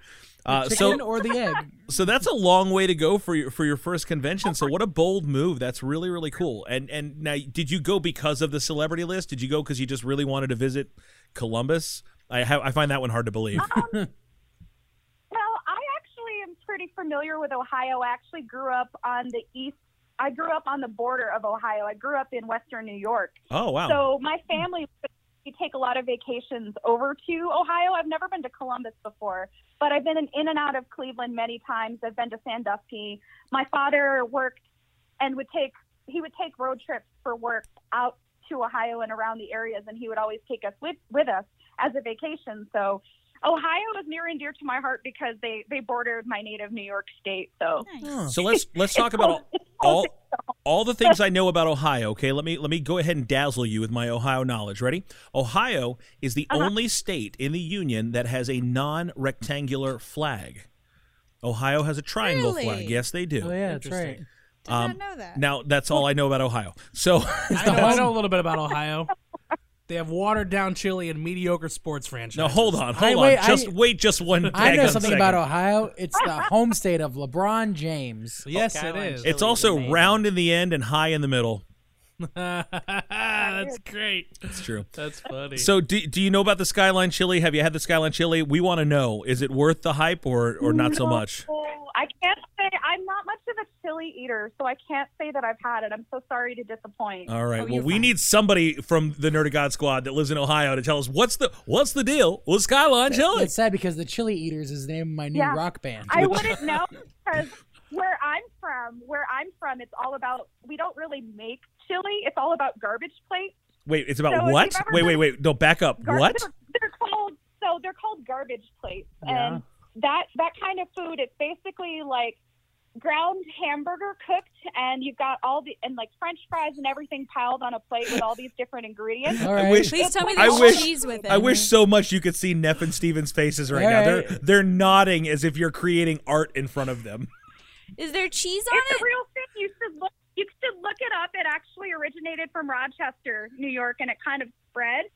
A: Uh,
D: Chicken
A: so,
D: or the
A: [laughs]
D: egg?
A: so that's a long way to go for your for your first convention. So, what a bold move! That's really really cool. And and now, did you go because of the celebrity list? Did you go because you just really wanted to visit Columbus? I ha- I find that one hard to believe.
E: Well, I actually am pretty familiar with Ohio. I actually grew up on the east. I grew up on the border of Ohio. I grew up in Western New York.
A: Oh wow!
E: So my family we take a lot of vacations over to Ohio. I've never been to Columbus before, but I've been in, in and out of Cleveland many times. I've been to Sandusky. My father worked and would take he would take road trips for work out to Ohio and around the areas, and he would always take us with with us as a vacation. So. Ohio is near and dear to my heart because they they bordered my native New York state. So
G: Nice.
A: So let's let's talk about
G: [laughs]
A: all, all all the things I know about Ohio. Okay, let me let me go ahead and dazzle you with my Ohio knowledge. Ready? Ohio is the
G: Uh-huh.
A: only state in the union that has a non-rectangular flag. Ohio has a triangle
G: Really?
A: flag. Yes, they do. Um,
D: Oh yeah, that's right.
C: Interesting.
G: Did not know that.
A: Now that's all I know about Ohio. So [laughs]
C: I know, I know a little bit about Ohio. They have watered down chili and mediocre sports franchises.
A: now hold on,
D: I-
A: hold on.
D: wait, I-
A: just wait, just one.
D: I know
A: daggone
D: something
A: second.
D: about Ohio. It's the home state of
A: [laughs]
D: LeBron James.
C: Yes, it
H: Island
C: is.
H: chili
A: It's also
H: amazing.
A: round in the end and high in the middle.
C: That's great.
A: It's true.
C: That's funny.
A: So do, do you know about the Skyline Chili? Have you had the Skyline Chili? We want to know. Is it worth the hype or or not so much?
E: Oh, I can't say I'm not much of a chili eater, so I can't say that I've had it. I'm so sorry to disappoint.
A: All right.
G: Oh,
A: well,
G: you're
A: we
G: fine.
A: need somebody from the Nerd of God squad that lives in Ohio to tell us what's the what's the deal with Skyline Chili.
D: It's sad because the Chili Eaters is the name of my new
E: Yeah.
D: rock band.
A: [laughs]
E: I wouldn't know because where I'm from, where I'm from, it's all about we don't really make chili. It's all about garbage plates.
A: Wait, it's about
E: So if
A: what?
E: you've ever
A: Wait, wait,
E: been-
A: wait. No, back up.
E: Gar-
A: what?
E: They're, they're called so they're called garbage plates,
L: Yeah.
E: and that that kind of food. It's basically like ground hamburger cooked, and you've got all the and like French fries and everything piled on a plate with all these different ingredients.
A: I wish, I wish, I wish so much you could see Neff and Steven's faces right now.
E: Alright.
A: They're they're nodding as if you're creating art in front of them.
G: Is there cheese
E: on it's it? It's a real thing. You should look. You should look it up. It actually originated from Rochester, New York, and it kind of spread.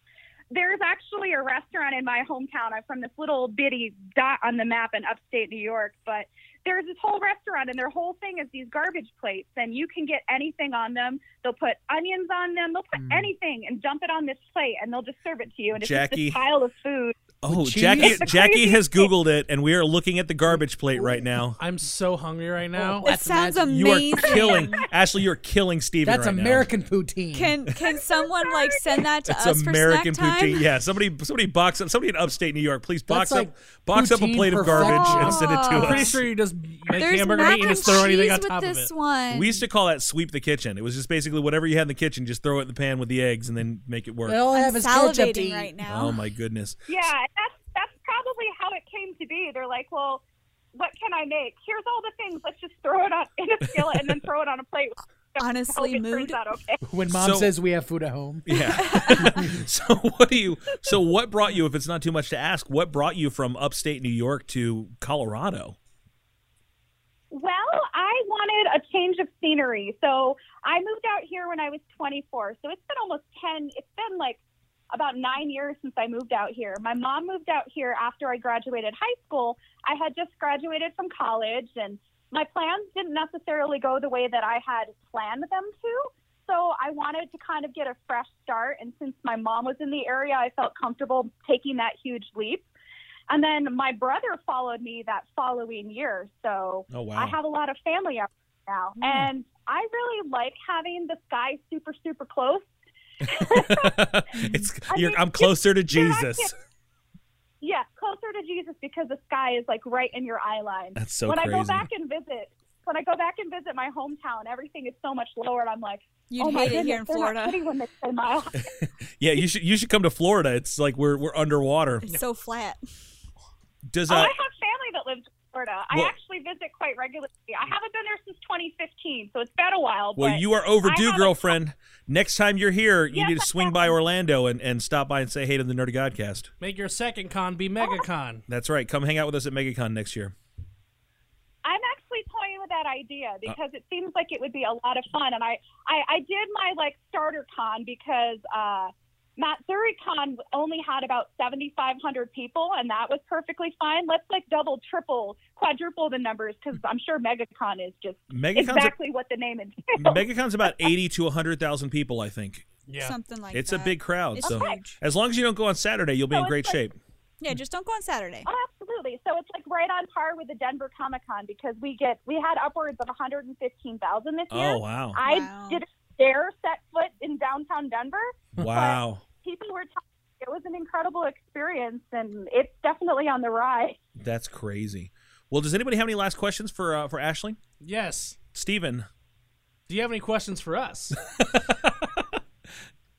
E: There's actually a restaurant in my hometown. I'm from this little bitty dot on the map in upstate New York, but there's this whole restaurant, and their whole thing is these garbage plates, and you can get anything on them. They'll put onions on them. They'll put anything and dump it on this plate, and they'll just serve it to you. And it's
A: Jackie.
E: just this pile of food.
A: Oh,
C: cheese?
A: Jackie!
C: It's the
A: Jackie
E: craziest
A: has Googled it, and we are looking at the garbage plate right now.
C: I'm so hungry right now.
G: That sounds
A: You
G: amazing.
A: are killing Ashley. You're killing Steven right
D: poutine.
G: Can can someone like send that
A: now.
G: to
A: It's
G: us
A: American
G: for snack time?
A: poutine. [laughs] Yeah, somebody, somebody box up. Somebody in upstate New York, please box
C: That's
A: up,
C: like
A: box up a
C: poutine
A: plate of garbage and send it to
C: perfection.
A: us.
C: I'm pretty sure you just make
G: There's
C: hamburger
G: mac
C: meat and just
G: and
C: throw anything on
G: cheese with
C: top of
G: this
C: it.
G: one.
A: We used to call that sweep the kitchen. It was just basically whatever you had in the kitchen, just throw it in the pan with the eggs and then make it work.
D: They all
G: I'm
D: have is ketchup to
G: salivating
D: eat.
G: right now.
A: Oh my goodness.
E: Yeah, and that's that's probably how it came to be. They're like, well, what can I make? Here's all the things. Let's just throw it on in a skillet and then throw it on a plate. Honestly, it turns out okay.
D: When mom
A: So-
D: says we have food
A: [laughs]
D: at home,
A: Yeah. so what do you so what brought you if it's not too much to ask, what brought you from upstate New York to Colorado?
E: Well, I wanted a change of scenery, so I moved out here when I was 24. So it's been almost 10. It's been like about nine years since I moved out here. My mom moved out here after I graduated high school. I had just graduated from college, and my plans didn't necessarily go the way that I had planned them to. So I wanted to kind of get a fresh start. And since my mom was in the area, I felt comfortable taking that huge leap. And then my brother followed me that following year. So
A: Oh, wow.
E: I have a lot of family out there now.
G: Hmm.
E: And I really like having the sky super, super close.
A: [laughs] It's
E: I
A: you're,
E: mean,
A: I'm
E: it's
A: closer to
E: where I
A: Jesus.
E: can- Yeah, closer to Jesus because the sky is like right in your eye line.
A: That's so
E: When I go
A: crazy.
E: back and visit, when I go back and visit my hometown, everything is so much lower, and I'm like,
G: You'd
E: oh my
G: hate it here
E: goodness,
G: in
E: they're not
G: Florida.
E: kidding when they say
A: [laughs]
E: mile high.
A: Yeah, you should you should come to Florida. It's like we're we're underwater.
G: It's so flat.
A: Does
E: Oh,
A: uh
E: I have family that lives in Florida. I
A: Well-
E: actually visit quite regularly. I haven't been there since 2015, so it's been a while.
A: well,
E: but
A: you are
E: I
A: overdue,
E: have a-
A: girlfriend. Next time you're here, you
E: Yes,
A: need to
E: I
A: swing by Orlando and, and stop by and say hey to the Nerdy Godcast.
C: Make your second con be
G: Oh,
C: MegaCon.
A: That's right. Come hang out with us at MegaCon next year.
E: I'm actually toying with that
A: Uh,
E: idea because it seems like it would be a lot of fun. And I, I, I did my like starter con because uh, Matsuri Con only had about 7,500 people, and that was perfectly fine. Let's like double, triple, quadruple the numbers because I'm sure MegaCon is just
A: Megacon's a-
E: exactly what the name entails.
A: MegaCon's about eighty to hundred thousand people, I think.
C: Yeah.
G: Something like
A: it's
G: that.
A: a big crowd.
G: It's
A: so
G: huge.
A: as long as you don't go on Saturday, you'll be
E: So
A: in
E: Oh, it's
A: great
E: like-
A: shape.
G: Yeah, just don't go on Saturday.
E: Oh, [laughs] absolutely. So it's like right on par with the Denver Comic Con because we get we had upwards of 115,000 this
A: Oh,
E: year.
A: wow.
E: I
G: Wow.
E: didn't dare set foot in downtown Denver.
A: Wow.
E: People were telling me it was an incredible experience, and it's definitely on the rise.
A: That's crazy. Well, does anybody have any last questions for uh, for Ashley?
C: Yes.
A: Steven.
C: Do you have any questions
A: [laughs]
C: for us?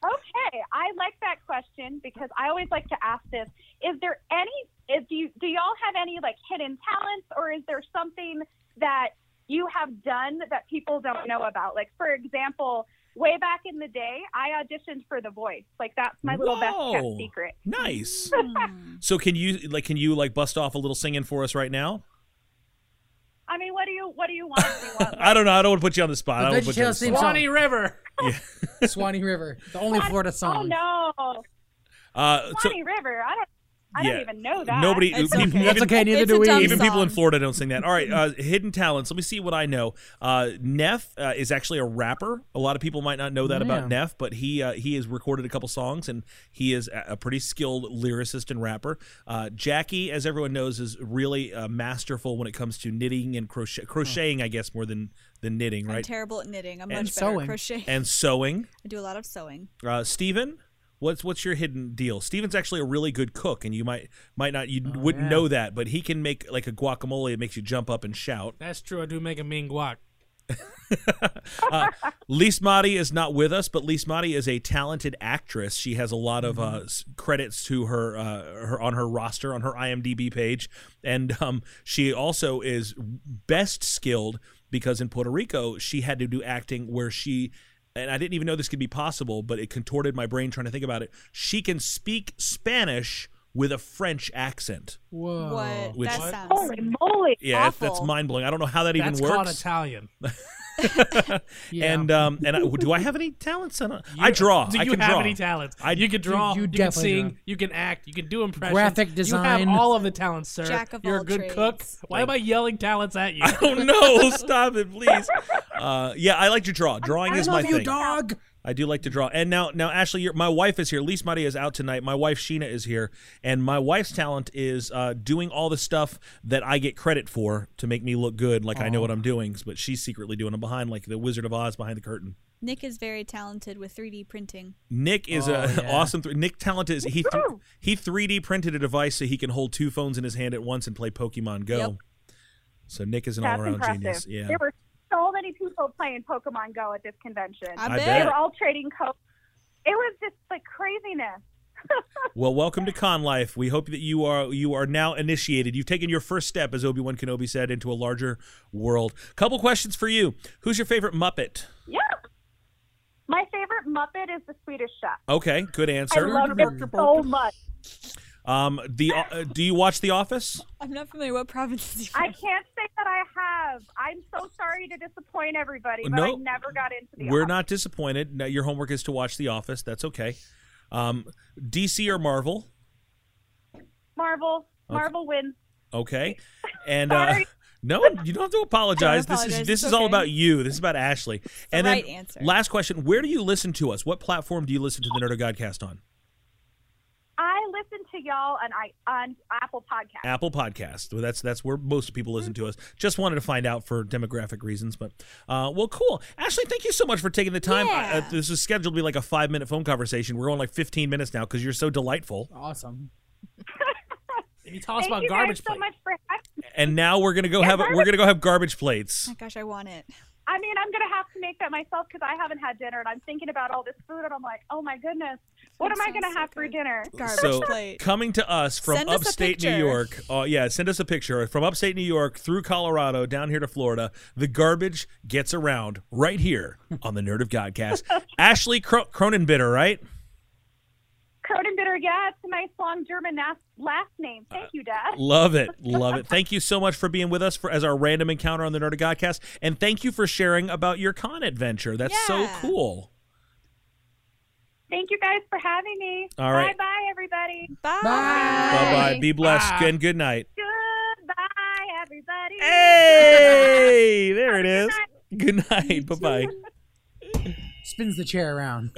E: Okay, I like that question because I always like to ask this: Is there any? Is do you do y'all have any like hidden talents, or is there something that you have done that people don't know about? Like, for example, way back in the day, I auditioned for The Voice. Like, that's my little best
A: Whoa.
E: kept secret. [laughs]
A: Nice.
D: Hmm.
A: so can you like can you like bust off a little singing for us right now?
E: I mean, what do you what do you want? Do you
A: [laughs]
E: want
A: I don't know. I don't want to put you on the spot. I
D: The
A: don't want to put you on the
D: VeggieTales theme
A: spot.
C: Swanee River.
A: [laughs]
D: Swanee River, the only Florida
E: oh
D: song.
E: no,
A: Uh, so-
E: Swanee River. I don't. I
A: Yeah.
E: don't even know that.
A: Nobody.
G: It's
A: even-
G: okay.
D: That's okay. Neither
G: It's a
D: do we.
G: dumb
A: Even people in
G: song.
A: Florida don't sing that. All right, uh, hidden talents. Let me see what I know. Uh, Neff uh, is actually a rapper. A lot of people might not know that about
D: Yeah.
A: Neff, but he uh, he has recorded a couple songs and he is a a pretty skilled lyricist and rapper. Uh, Jackie, as everyone knows, is really uh, masterful when it comes to knitting and crochet, crocheting, I guess, more than than knitting,
G: I'm
A: right?
G: terrible at knitting. I'm much
A: And
G: better
D: sewing.
G: at crochet.
A: And sewing.
G: I do a lot of sewing.
A: Uh, Steven, what's what's your hidden deal? Steven's actually a really good cook, and you might might not you wouldn't
D: yeah.
A: know that, but he can make like a guacamole. It makes you jump up and shout.
C: That's true. I do make a mean guac.
A: uh, Lise Motti is not with us, but Lise Motti is a talented actress. She has a lot of uh, s- credits to her, uh, her on her roster on her IMDb page, and um, she also is best skilled because in Puerto Rico she had to do acting where she. And I didn't even know this could be possible, but it contorted my brain trying to think about it. She can speak Spanish with a French accent.
D: Whoa.
E: What?
A: Which-
E: that
A: What?
E: sounds.
J: Holy moly!
A: Yeah, it's-
E: uh, awful.
A: that's mind blowing. I don't know how that
C: That's
A: even works.
C: called Italian.
D: Yeah.
A: And um and I, do I have any talents? I, don't- I draw.
C: Do
A: I
C: [laughs] you
A: can
C: have
A: draw.
C: any talents?
A: I-
C: you can draw.
D: You- you
C: You, can
D: definitely
C: sing.
D: draw.
C: You can act. You can do impressions.
D: Graphic
C: You
D: design.
C: have all of the talents, sir.
E: Jack of
C: You're
E: all
C: a good
E: trades.
C: cook. Why am I yelling talents at [laughs] you?
A: I don't know. [laughs] Stop it, please. Uh, yeah, I like to draw. Drawing is my
D: Love you,
A: thing.
D: dog.
A: I do like to draw. And now, now Ashley, you my wife is here. Lise Maria is out tonight. My wife Sheena is here, and my wife's talent is uh, doing all the stuff that I get credit for to make me look good, like I know what I'm doing. But she's secretly doing it behind, like the Wizard of Oz behind the curtain.
E: [laughs] Nick is very talented with 3D printing.
A: Nick is [laughs]
D: Oh,
A: a
D: yeah.
A: awesome. Th- Nick talented. Is, he th- he 3D printed a device so he can hold two phones in his hand at once and play Pokemon Go.
E: Yep.
A: So Nick is an
J: That's
A: all around
J: impressive.
A: genius. Yeah.
J: There were so many people playing Pokemon Go at this convention.
E: I,
A: I
E: bet.
J: They
A: bet.
J: were all trading codes. It was just like craziness.
A: Well, welcome to Con Life. We hope that you are you are now initiated. You've taken your first step, as Obi Wan Kenobi said, into a larger world. Couple questions for you. Who's your favorite Muppet?
J: Yeah. My favorite Muppet is the Swedish Chef.
A: Okay, good
J: I
A: answer.
J: love him so much.
A: Um, the uh, do you watch The Office?
E: I'm not familiar what province is he
J: I
E: from.
J: can't say that I have. I'm so sorry to disappoint everybody, but
A: No.
J: I never got into the.
A: We're
J: office.
A: not disappointed. Now, your homework is to watch The Office. That's okay. Um, DC or Marvel?
J: Marvel. Marvel wins.
A: Okay. And uh,
J: Sorry.
A: [laughs] no, you don't have to apologize. This is
E: apologize.
A: this
E: It's
A: is all
E: okay.
A: about you. This is about Ashley. and
E: right
A: then
E: answer.
A: last question, where do you listen to us? What platform do you listen to the Nerdo Godcast on?
J: I listen to y'all on I on Apple Podcasts.
A: Apple Podcast. Well, that's that's where most people listen to us. Just wanted to find out for demographic reasons, but uh, well, cool. Ashley, thank you so much for taking the time.
E: Yeah.
A: Uh, this was scheduled to be like a five minute phone conversation. We're on like fifteen minutes now because you're so delightful.
D: Awesome.
C: You tell us
J: Thank
C: about
J: you
C: garbage
J: guys so
C: plate.
J: much for having me.
A: And now we're gonna go have a, we're gonna go have garbage plates.
E: Oh, gosh, I want it.
J: I mean, I'm gonna have to make that myself because I haven't had dinner, and I'm thinking about all this food, and I'm like, oh my goodness, what
E: That
J: am I gonna
E: sounds so
J: have for
E: good.
J: dinner?
E: Garbage
A: so
E: plate.
A: coming to us from
E: Send us a
A: upstate New
E: picture.
A: York, uh, yeah, send us a picture from upstate New York through Colorado down here to Florida. The garbage gets around right here on the Nerd of Godcast.
E: [laughs]
A: Ashley Cro- Cronenbitter, right?
J: Cronenbitter, yeah, it's a nice long German nas- last name. Thank you, Dad.
A: Love it. Love it. Thank you so much for being with us for as our random encounter on the Nerd of Godcast. And thank you for sharing about your con adventure. That's so
E: Yeah.
A: cool.
J: Thank you guys for having me.
A: All right.
J: Bye bye, everybody.
E: Bye.
A: Bye bye. Be blessed and good night.
J: Goodbye, everybody.
A: Hey, [laughs] there it is. Good night. Bye bye.
D: Spins the chair around.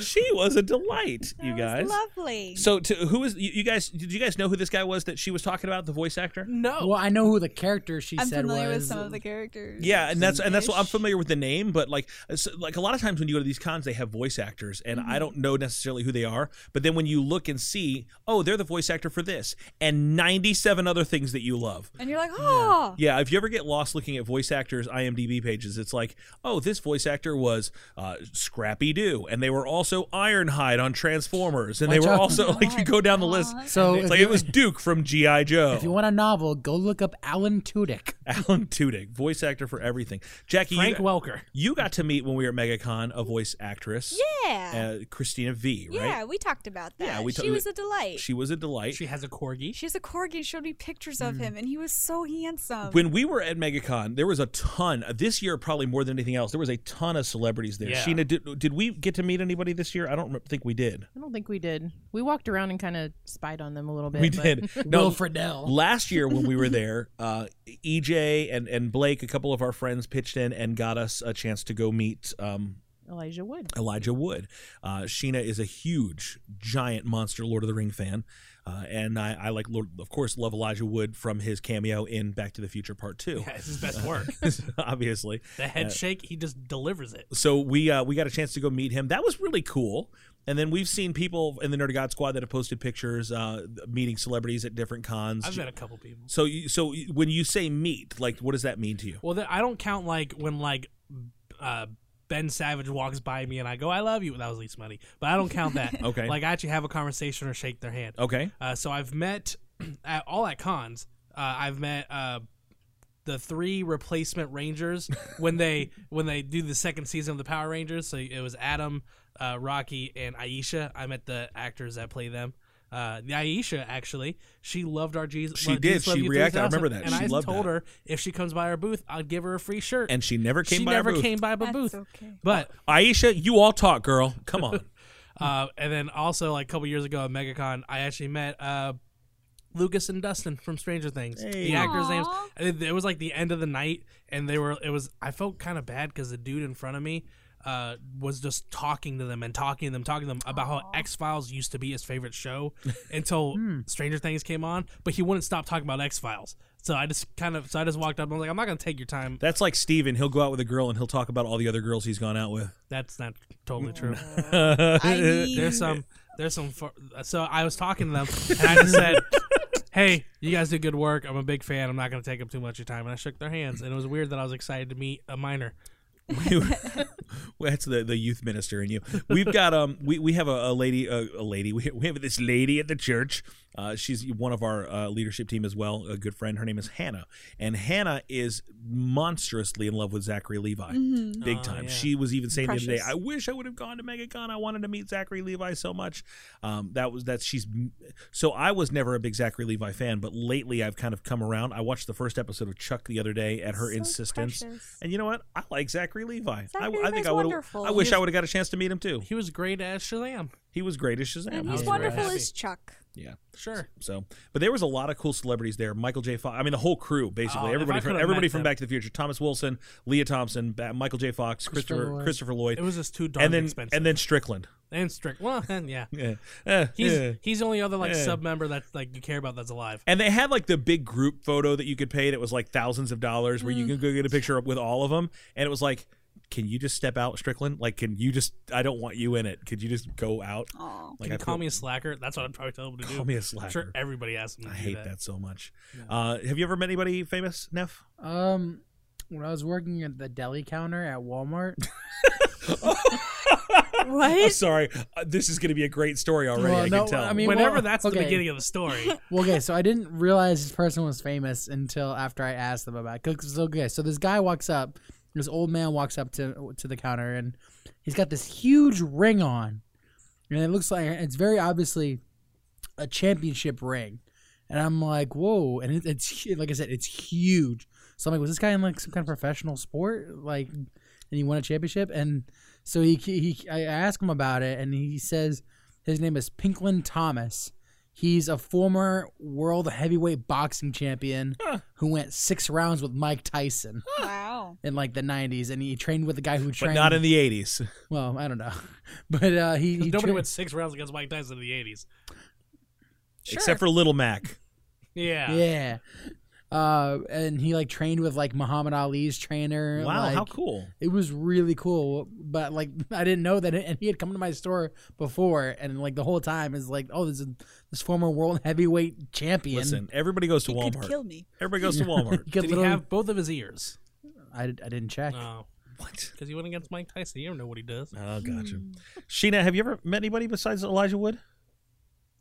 A: She was a delight, you
E: That
A: guys.
E: was lovely.
A: So, to, who is you, you guys? Did you guys know who this guy was that she was talking about? The voice actor.
C: No.
D: Well, I know who the character she
E: I'm
D: said
E: familiar
D: was.
E: with some of the characters.
A: Yeah, and that's and that's what I'm
E: Ish.
A: familiar with the name, but like it's- like a lot of times when you go to these cons, they have voice actors, and
E: Mm-hmm.
A: I don't know necessarily who they are. But then when you look and see, oh, they're the voice actor for this and 97 other things that you love.
E: And you're like, oh.
A: Yeah, if you ever get lost looking at voice actors' IMDb pages, it's like, oh, this voice actor was uh, Scrappy Doo, and they were also Ironhide on Transformers, and they
D: Watch
A: were
D: out.
A: also [laughs] like you go down the list.
D: So
A: It's
D: if,
A: like
D: you,
A: it was Duke from GI Joe.
D: if you want a novel, go look up Alan Tudyk.
A: Alan Tudyk, voice actor for everything. Jackie,
C: Frank
A: you,
C: Welker.
A: you got to meet when we were at MegaCon a voice actress,
E: Yeah.
A: uh, Christina V. Right?
E: Yeah, we talked about that.
A: Yeah, we ta-
E: she was a delight.
A: She was a delight.
C: She has a corgi.
E: She has a corgi and showed me pictures of him, and he was so handsome.
A: when Mm. we were at MegaCon, there was a ton. This year, probably more than anything else, there was a ton of celebrities there.
C: Yeah.
A: Sheena, did, did we get to meet anybody this year? I don't remem- think we did.
G: I don't think we did. We walked around and kind of spied on them a little bit.
A: we
G: but-
A: did.
C: [laughs]
D: Will Friedle.
A: Last year when we were there, uh, EJ and and Blake, a couple of our friends, pitched in and got us a chance to go meet um,
G: Elijah Wood.
A: Elijah Wood. Uh, Sheena is a huge, giant monster Lord of the Ring fan, uh, and I, I like, Lord, of course, love Elijah Wood from his cameo in Back to the Future Part Two.
C: [laughs] Yeah, [laughs] it's his best work.
A: [laughs] obviously.
C: The
A: Uh,
C: head shake, he just delivers it.
A: so we uh, we got a chance to go meet him. That was really cool. And then we've seen people in the Nerd of God squad that have posted pictures uh, meeting celebrities at different cons.
C: I've met a couple people.
A: so you, so when you say meet, like what does that mean to you?
C: Well, th- I don't count like when like uh, Ben Savage walks by me and I go, "I love you." That was least money, but I don't count [laughs] that.
A: Okay.
C: like I actually have a conversation or shake their hand.
A: Okay.
C: Uh, so I've met [clears throat] at all at cons. Uh, I've met uh, the three
A: [laughs]
C: replacement Rangers when they when they do the second season of the Power Rangers. So it was Adam, uh, Rocky, and Aisha. I met the actors that play them. Uh, the Aisha actually, she loved our Jesus.
A: She did.
C: Jesus Love
A: She
C: You
A: reacted. I
C: 3000,
A: remember that.
C: And
A: She
C: I
A: loved
C: told
A: that.
C: her if she comes by our booth, I'd give her a free shirt.
A: And she never came
C: she
A: by
C: never
A: our booth.
C: came by my booth.
E: okay.
C: But
A: Aisha, you all talk, girl. Come
C: [laughs]
A: on.
C: uh, and then also like a couple years ago at MegaCon, I actually met uh, Lucas and Dustin from Stranger Things.
A: Hey.
C: The actors'
E: Aw.
C: names. It, it was like the end of the night, and they were. It was. I felt kind of bad because the dude in front of me. Uh, was just talking to them and talking to them, talking to them about how X Files used to be his favorite show until Stranger Things came on, but he wouldn't stop talking about X Files. So I just kind of, so I just walked up and I was like, I'm not gonna take your time.
A: That's like Steven. He'll go out with a girl and he'll talk about all the other girls he's gone out with.
C: That's not totally true.
E: I mean,
C: there's some there's some fu- so i was talking to them and i just
D: [laughs]
C: said hey you guys do good work i'm a big fan i'm not going to take up too much of your time and i shook their hands and it was weird that i was excited to meet a minor
A: [laughs] Well, That's the, the youth minister in you. We've got um we, we have a, a lady a, a lady we, we have this lady at the church. Uh, she's one of our uh, leadership team as well. A good friend. Her name is Hannah, and Hannah is monstrously in love with Zachary Levi, big
C: Oh,
A: time.
C: yeah.
A: She was even saying the other day,
E: Precious.
A: "I wish I would have gone to MegaCon. I wanted to meet Zachary Levi so much." Um, that was that she's so I was never a big Zachary Levi fan, but lately I've kind of come around. I watched the first episode of Chuck the other day at her
E: So
A: insistence.
E: precious.
A: And you know what? I like Zachary Levi. I,
E: Zachary
A: I think
E: Levi's
A: I would.
E: wonderful.
A: I wish
E: He
A: I would have got a chance to meet him too.
C: he was great as shalam
A: He was great as Shazam.
E: and
A: I was
E: he's
A: Uh,
C: very
E: wonderful
A: impressed.
C: happy.
E: as Chuck.
A: Yeah.
C: sure
A: So, but there was a lot of cool celebrities there. Michael J. Fox. I mean, the whole crew basically.
C: Oh, if
A: everybody
C: I
A: from
C: could've
A: everybody
C: met
A: from
C: them.
A: Back to the Future. Thomas Wilson, Leah Thompson, ba- Michael J. Fox,
D: Christopher
A: Christopher
D: Lloyd.
A: Christopher Lloyd,
C: it was just too darn
A: and then
C: expensive
A: and then Strickland. [laughs]
C: and strict well [laughs] yeah
A: Yeah. Eh,
C: he's
A: yeah.
C: he's the only other like
A: Yeah.
C: sub member that like you care about that's alive
A: And they had like the big group photo that you could pay that was like thousands of dollars where
D: Mm.
A: you can go get a picture with all of them. And it was like, can you just step out, Strickland? Like, can you just, I don't want you in it. Could you just go out?
E: Aw.
A: Like,
C: can
A: I
C: you call
A: feel-
C: me a slacker that's what i'd probably tell him to do
A: Call me a
C: I'm sure
A: slacker.
C: everybody asks him to
A: I
C: do
A: hate that. so much. Uh, have you ever met anybody famous, Neff?
D: Um, when I was working at the deli counter at Walmart,
A: I'm sorry. Uh, this is going to be a great story already.
D: Well,
A: I
D: no,
A: can tell.
D: I mean-
C: whenever
D: well,
C: that's the
D: okay.
C: beginning of the
D: [laughs]
C: story
D: Well, okay, so I didn't realize this person was famous until after I asked them about. It. 'Cause- So, okay, so this guy walks up, this old man walks up to to the counter, and he's got this huge ring on, and it looks like it's very obviously a championship ring, and I'm like, whoa, and it, it's hu- like I said, it's huge. So I'm like, was this guy in like some kind of professional sport, like, and he won a championship? And so he he, I asked him about it, and he says his name is Pinklin Thomas. He's a former world heavyweight boxing champion who went six rounds with Mike Tyson
E: Wow.
D: in like the '90s, and he trained with the guy who
A: but
D: trained.
A: not in the 80s.
D: well, I don't know, [laughs] but uh, he, he
C: nobody
D: tra-
C: went six rounds against mike tyson in the 80s
A: Except for Little Mac.
C: yeah
D: yeah. Uh, and he like trained with like Muhammad Ali's trainer.
A: Wow, how
D: like,
A: cool.
D: It was really cool, but like [laughs] I didn't know that, it, and he had come to my store before, and like the whole time is like, oh, this is this former world heavyweight champion.
A: Listen, everybody goes to
E: He could
A: Walmart.
E: kill me.
A: Everybody goes to
D: [laughs]
A: Walmart.
D: Good
C: Did
D: little-
C: he have both of his ears?
D: I, I
A: [laughs]
D: didn't check.
C: No,
A: what?
C: because he went against Mike Tyson. You don't know what he does.
A: Oh, gotcha.
D: Hmm.
A: Sheena, have you ever met anybody besides Elijah Wood?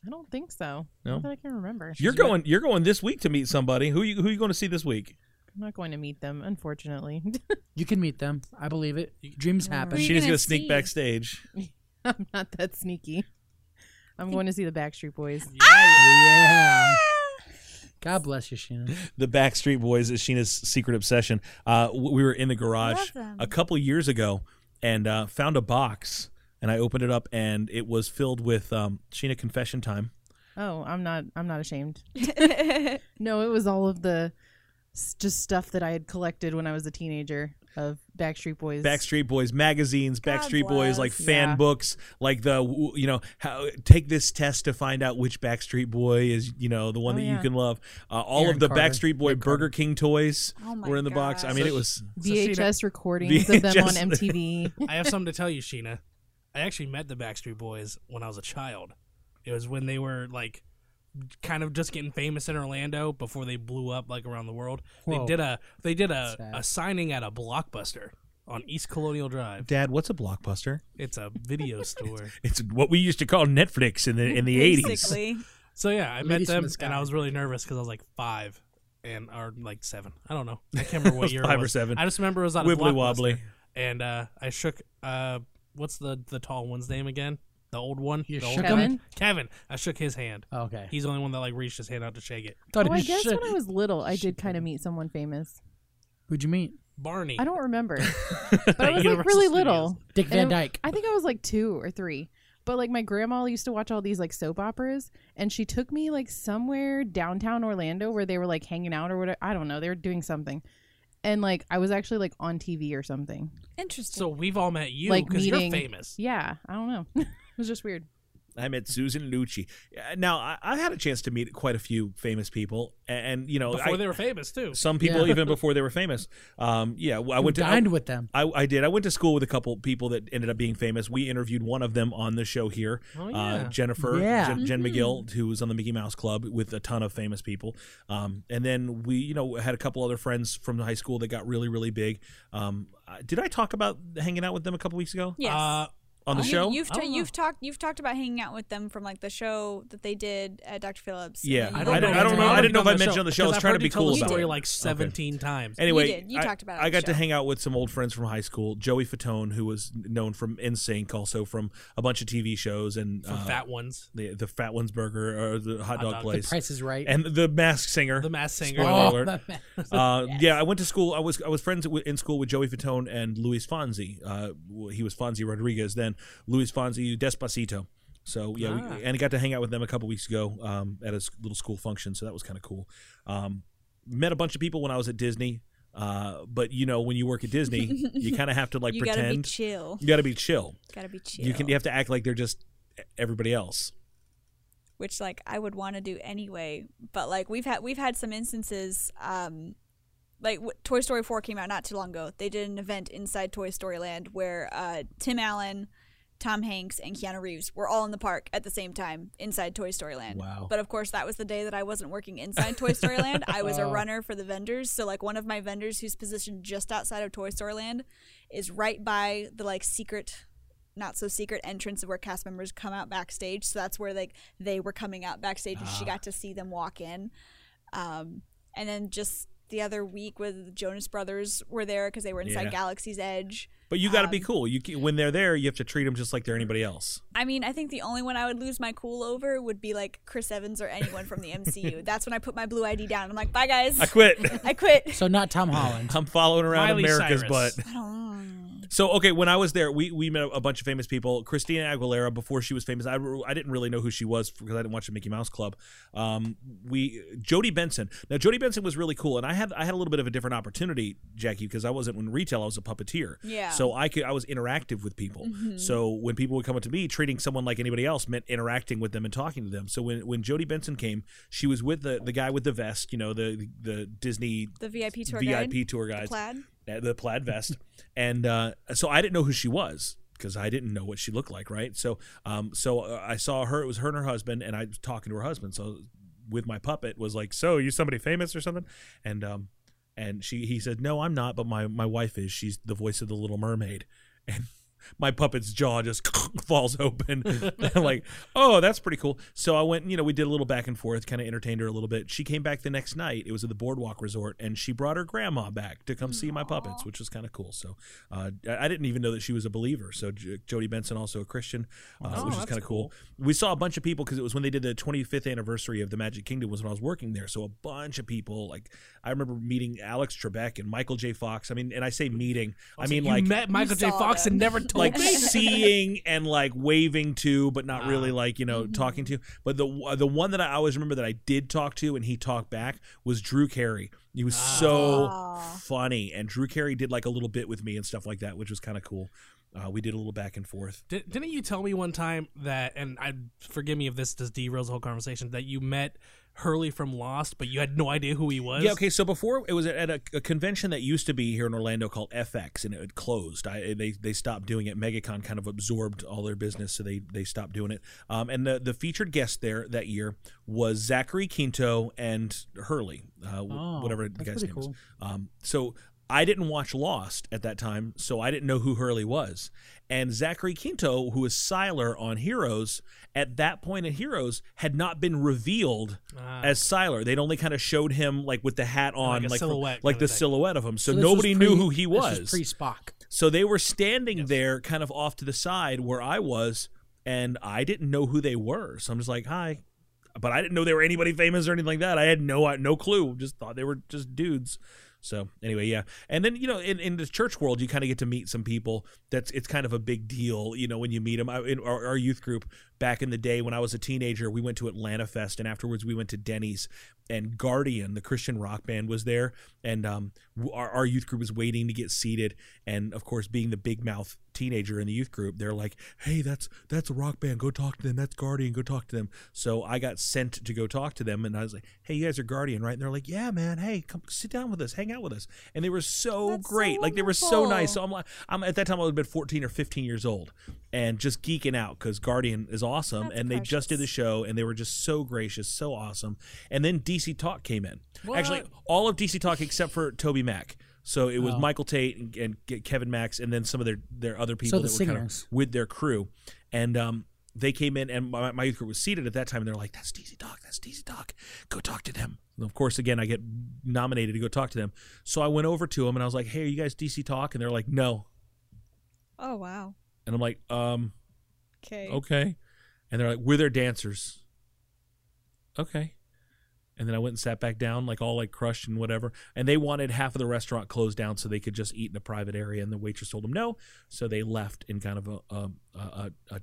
G: I don't think so.
A: No?
G: Not that I can remember.
A: You're going. You're going this week to meet somebody. Who you who you going to see this week?
G: I'm not going to meet them, unfortunately. [laughs]
D: You can meet them. I believe it. Dreams happen.
E: Who you
A: She's
E: gonna
A: going to sneak
E: see?
A: backstage.
G: I'm not that sneaky. I'm going to see the Backstreet Boys.
D: yeah. God bless you, Sheena.
A: The Backstreet Boys is Sheena's secret obsession. Uh, w- we were in the garage
E: Love them.
A: a couple years ago and uh, found a box, and I opened it up, and it was filled with um, Sheena confession time.
G: Oh, I'm not. I'm not ashamed. no, it was all of the s- just stuff that I had collected when I was a teenager. of Backstreet Boys.
A: Backstreet Boys magazines, Backstreet Boys like
G: bless.
A: fan
G: Yeah.
A: books, like the you know how take this test to find out which Backstreet Boy is you know the one
G: Oh,
A: that you
G: yeah.
A: can love. Uh, all
D: Aaron
A: of the
D: Carter,
A: Backstreet Boy Burger King toys
E: Oh my
A: were in the box. I
E: gosh.
A: mean, it
C: So
A: was
G: VHS recordings of them on
A: VHS.
G: MTV.
C: I have something to tell you, Sheena. I actually met the Backstreet Boys when I was a child. It was when they were like kind of just getting famous in Orlando before they blew up like around the world. They
D: Whoa.
C: did a they did a,
D: Sad.
C: a signing at a blockbuster on East Colonial Drive.
A: Dad. What's a blockbuster?
C: It's a
A: [laughs]
C: video store.
A: It's what we used to call Netflix in the in the eighties.
E: Basically,
C: So yeah, I
D: Ladies
C: met
D: from
C: them
D: the sky.
C: and I was really nervous because I was like five and or like seven. I don't know. I can't remember
A: It was [laughs]
C: what year
A: five or
C: it was.
A: seven.
C: I just remember it was on
A: [laughs]
C: a
A: Wibbly
C: Blockbuster.
A: wobbly.
C: And uh, I shook uh, what's the the tall one's name again? The old one.
D: You
C: the old
D: shook
C: one?
G: him?
C: Kevin. I shook his hand.
D: Oh, Okay.
C: He's the only one that like reached his hand out to shake it.
D: Thought
G: Oh,
D: he
G: I
D: was
G: guess
D: shit.
G: when I was little, I did kind of meet someone famous.
D: Who'd you meet?
C: Barney.
G: I don't remember, but I
C: At [laughs]
G: was like
C: Universal
G: really
C: Studios.
G: little.
D: Dick Van
G: And it-
D: Dyke.
G: I think I was like two or three. But like my grandma used to watch all these like soap operas, and she took me like somewhere downtown Orlando where they were like hanging out or whatever. I don't know. They were doing something, and like I was actually like on TV or something.
E: interesting.
C: So we've all met you
G: like
C: because
G: meeting.
C: you're famous.
G: Yeah, I don't know. [laughs] it was just weird.
A: I met Susan Lucci. Uh, Now I, I had a chance to meet quite a few famous people, and, and, you know,
C: Before
A: I-
C: they were famous too.
A: some people
D: Yeah.
A: even before they were famous. Um, yeah, I went to I-
D: dined with them.
A: I, I did. I went to school with a couple people that ended up being famous. We interviewed one of them on the show here,
C: Oh,
A: uh,
C: yeah.
A: Jennifer
D: Yeah.
A: Jen, Jen McGill, who was on the Mickey Mouse Club with a ton of famous people. Um, and then we, you know, had a couple other friends from the high school that got really, really big. Um, uh, did I talk about hanging out with them a couple weeks ago
E: yes.
C: Uh,
A: on the
E: You-
A: show?
E: You've
C: I
E: ta-
C: don't know.
E: you've talked you've talked about hanging out with them from like the show that they did at Dr. Phillips.
A: Yeah.
E: And
A: I
E: you
A: don't
E: went
A: know.
E: on
A: I don't
E: a
A: know.
E: date.
A: I didn't know if I mentioned on the show. I was
C: because I've
A: trying to
C: heard
A: be
C: you tell
A: cool
C: the
A: about
C: story
A: it.
C: like 17 times.
A: Anyway,
E: did. You
A: I,
E: talked about it
A: I
E: on
A: got
E: the
A: to
E: show.
A: hang out with some old friends from high school. Joey Fatone, who was known from NSYNC, also from a bunch of TV shows and
C: From
A: uh,
C: fat ones.
A: the the Fat Ones Burger or the hot dog,
C: dog. The
A: place.
D: Price is right.
A: and the mask singer
C: The mass singer.
A: Spoiler
D: Oh,
A: alert.
D: man.
A: uh, yeah i went to school i was i was friends with, in school with joey fatone and luis fonzi uh, w- he was fonzie rodriguez then luis fonzi despacito so yeah
C: Ah.
A: we, and i got to hang out with them a couple weeks ago um, at a s- little school function so that was kind of cool um, met a bunch of people when i was at disney uh, but you know when you work at disney you kind of have to like
E: you gotta be
A: pretend
E: chill.
A: you got to be chill
E: Gotta be chill.
A: you can you have to act like they're just e, everybody else
E: which like I would want to do anyway. But like we've had we've had some instances. Um, like w- Toy Story Four came out not too long ago. They did an event inside Toy Story Land where uh, Tim Allen, Tom Hanks, and Keanu Reeves were all in the park at the same time inside Toy Story Land.
A: Wow.
E: But of course, that was the day that I wasn't working inside Toy Story Land. I
A: [laughs]
E: was
A: Oh.
E: a runner for the vendors. So like one of my vendors who's positioned just outside of Toy Story Land is right by the like secret not so secret entrance of where cast members come out backstage. So that's where like they were coming out backstage, and she
A: Ah.
E: got to see them walk in. Um, and then just the other week, with Jonas Brothers were there because they were inside
A: Yeah.
E: Galaxy's Edge.
A: but you got
C: Um,
A: to be cool you ca- when they're there you have to treat them just like they're anybody else
E: I mean, I think the only one I would lose my cool over would be like Chris Evans or anyone from
A: [laughs]
E: the MCU. That's when I put my blue ID down. I'm like, bye guys,
A: i quit
E: I quit.
D: So not Tom Holland.
A: [laughs] i'm following around
C: Miley
A: america's
C: Cyrus.
A: butt
E: I don't know.
A: So okay, when I was there, we we met a bunch of famous people. Christina Aguilera before she was famous, I, re- I didn't really know who she was because I didn't watch the Mickey Mouse Club. Um, we Jody Benson. Now Jody Benson was really cool, and I had I had a little bit of a different opportunity, Jackie, because I wasn't in retail; I was a puppeteer.
E: Yeah. Mm-hmm.
A: So I could I was interactive with people. So when people would come up to me, treating someone like anybody else meant interacting with them and talking to them. So when when Jody Benson came, she was with the the guy with the vest, you know, the the Disney
E: The VIP tour guide,
A: VIP tour
E: the
A: guide
E: plaid.
A: uh, the plaid vest, and uh, so I didn't know who she was because I didn't know what she looked like, right? So, um, so uh, I saw her. It was her and her husband, and I was talking to her husband. So, with my puppet, was like, "So, are you somebody famous or something?" And um, and she he said, "No, I'm not, but my my wife is. She's the voice of the Little Mermaid." And [laughs] my puppet's jaw just [laughs] falls open. [laughs] like, oh, that's pretty cool. So I went, and, you know, we did a little back and forth, kind of entertained her a little bit. She came back the next night. It was at the Boardwalk Resort, and she brought her grandma back to come see my puppets, which was kind of cool. So uh, I I didn't even know that she was a believer. So J- Jody Benson, also a Christian, uh,
C: Oh,
A: which is
C: that's
A: kind of cool. We saw a bunch of people because it was when they did the 25th anniversary of the Magic Kingdom was when I was working there. So a bunch of people, like I remember meeting Alex Trebek and Michael J. Fox. I mean, and I say meeting, I mean
C: you
A: like
C: met Michael J.
E: saw
C: Fox and
E: them.
C: never
A: [laughs] like seeing and like waving to, but not really like you know talking to. But the uh, the one that I always remember that I did talk to and he talked back was Drew Carey. He was so funny, and Drew Carey did like a little bit with me and stuff like that, which was kind of cool. Uh, we did a little back and forth.
C: Did, didn't you tell me one time that, and I forgive me if this just derails the whole conversation, that you met Hurley from Lost, but you had no idea who he was?
A: Yeah. Okay. So before it was at a, a convention that used to be here in Orlando called FX, and it had closed. I, they they stopped doing it. MegaCon kind of absorbed all their business, so they they stopped doing it. Um, and the the featured guest there that year was Zachary Quinto and Hurley, uh, wh-
D: Oh,
A: whatever the
D: that's
A: guy's name
D: pretty
A: is.
D: cool.
A: Um, so I didn't watch Lost at that time, so I didn't know who Hurley was. And Zachary Quinto, who was Siler on Heroes, at that point in Heroes, had not been revealed
C: Ah.
A: as Siler. They'd only kind of showed him like with the hat on,
C: a
A: like, from-
C: silhouette
A: like
C: kinda
A: the
C: thing.
A: silhouette of him. So,
D: So this was
A: nobody knew
D: pre-
A: who he
D: this
A: was.
D: Pre Spock.
A: So they were standing there, kind of off to the side where I was, and I didn't know who they were. So I'm just like, "Hi," but I didn't know they were anybody famous or anything like that. I had no no clue. Just thought they were just dudes. So anyway, yeah. And then you know, in, in the church world, you kind of get to meet some people. That's it's kind of a big deal, you know, when you meet them. I, in our, our youth group back in the day when I was a teenager, we went to Atlanta Fest, and afterwards we went to Denny's. And Guardian, the Christian rock band, was there, and um, w- our, our youth group was waiting to get seated. And of course, being the big mouth teenager in the youth group, they're like, "Hey, that's that's a rock band. Go talk to them. That's Guardian. Go talk to them." So I got sent to go talk to them, and I was like, "Hey, you guys are Guardian, right?" And they're like, "Yeah, man. Hey, come sit down with us, hang out with us." And they were so
E: That's so
A: great, like they were so nice.
E: wonderful.
A: So I'm like, I'm at that time I would have been 14 or 15 years old, and just geeking out because Guardian is awesome,
E: That's
A: and they just did the
E: precious.
A: show, and they were just so gracious, so awesome. And then DC Talk came in.
C: What?
A: Actually, all of DC Talk except for Toby Mack. So it was
D: Oh.
A: Michael Tate and, and Ke- Kevin Max, and then some of their their other people
D: So the
A: that were kind of
D: singers.
A: with their crew, and um, they came in, and my, my youth group was seated at that time, and they're like, "That's DC Talk, that's DC Talk, go talk to them." And of course, again, I get nominated to go talk to them, so I went over to them and I was like, "Hey, are you guys DC Talk?" And they're like, "No,"
E: Oh wow.
A: and I'm like, "Um,
E: Okay.
C: Oh.
A: okay," and they're like, "We're their dancers." Okay. And then I went and sat back down, like all like crushed and whatever. And they wanted half of the restaurant closed down so they could just eat in a private area. And the waitress told them no, so they left in kind of a um, a, a, a, a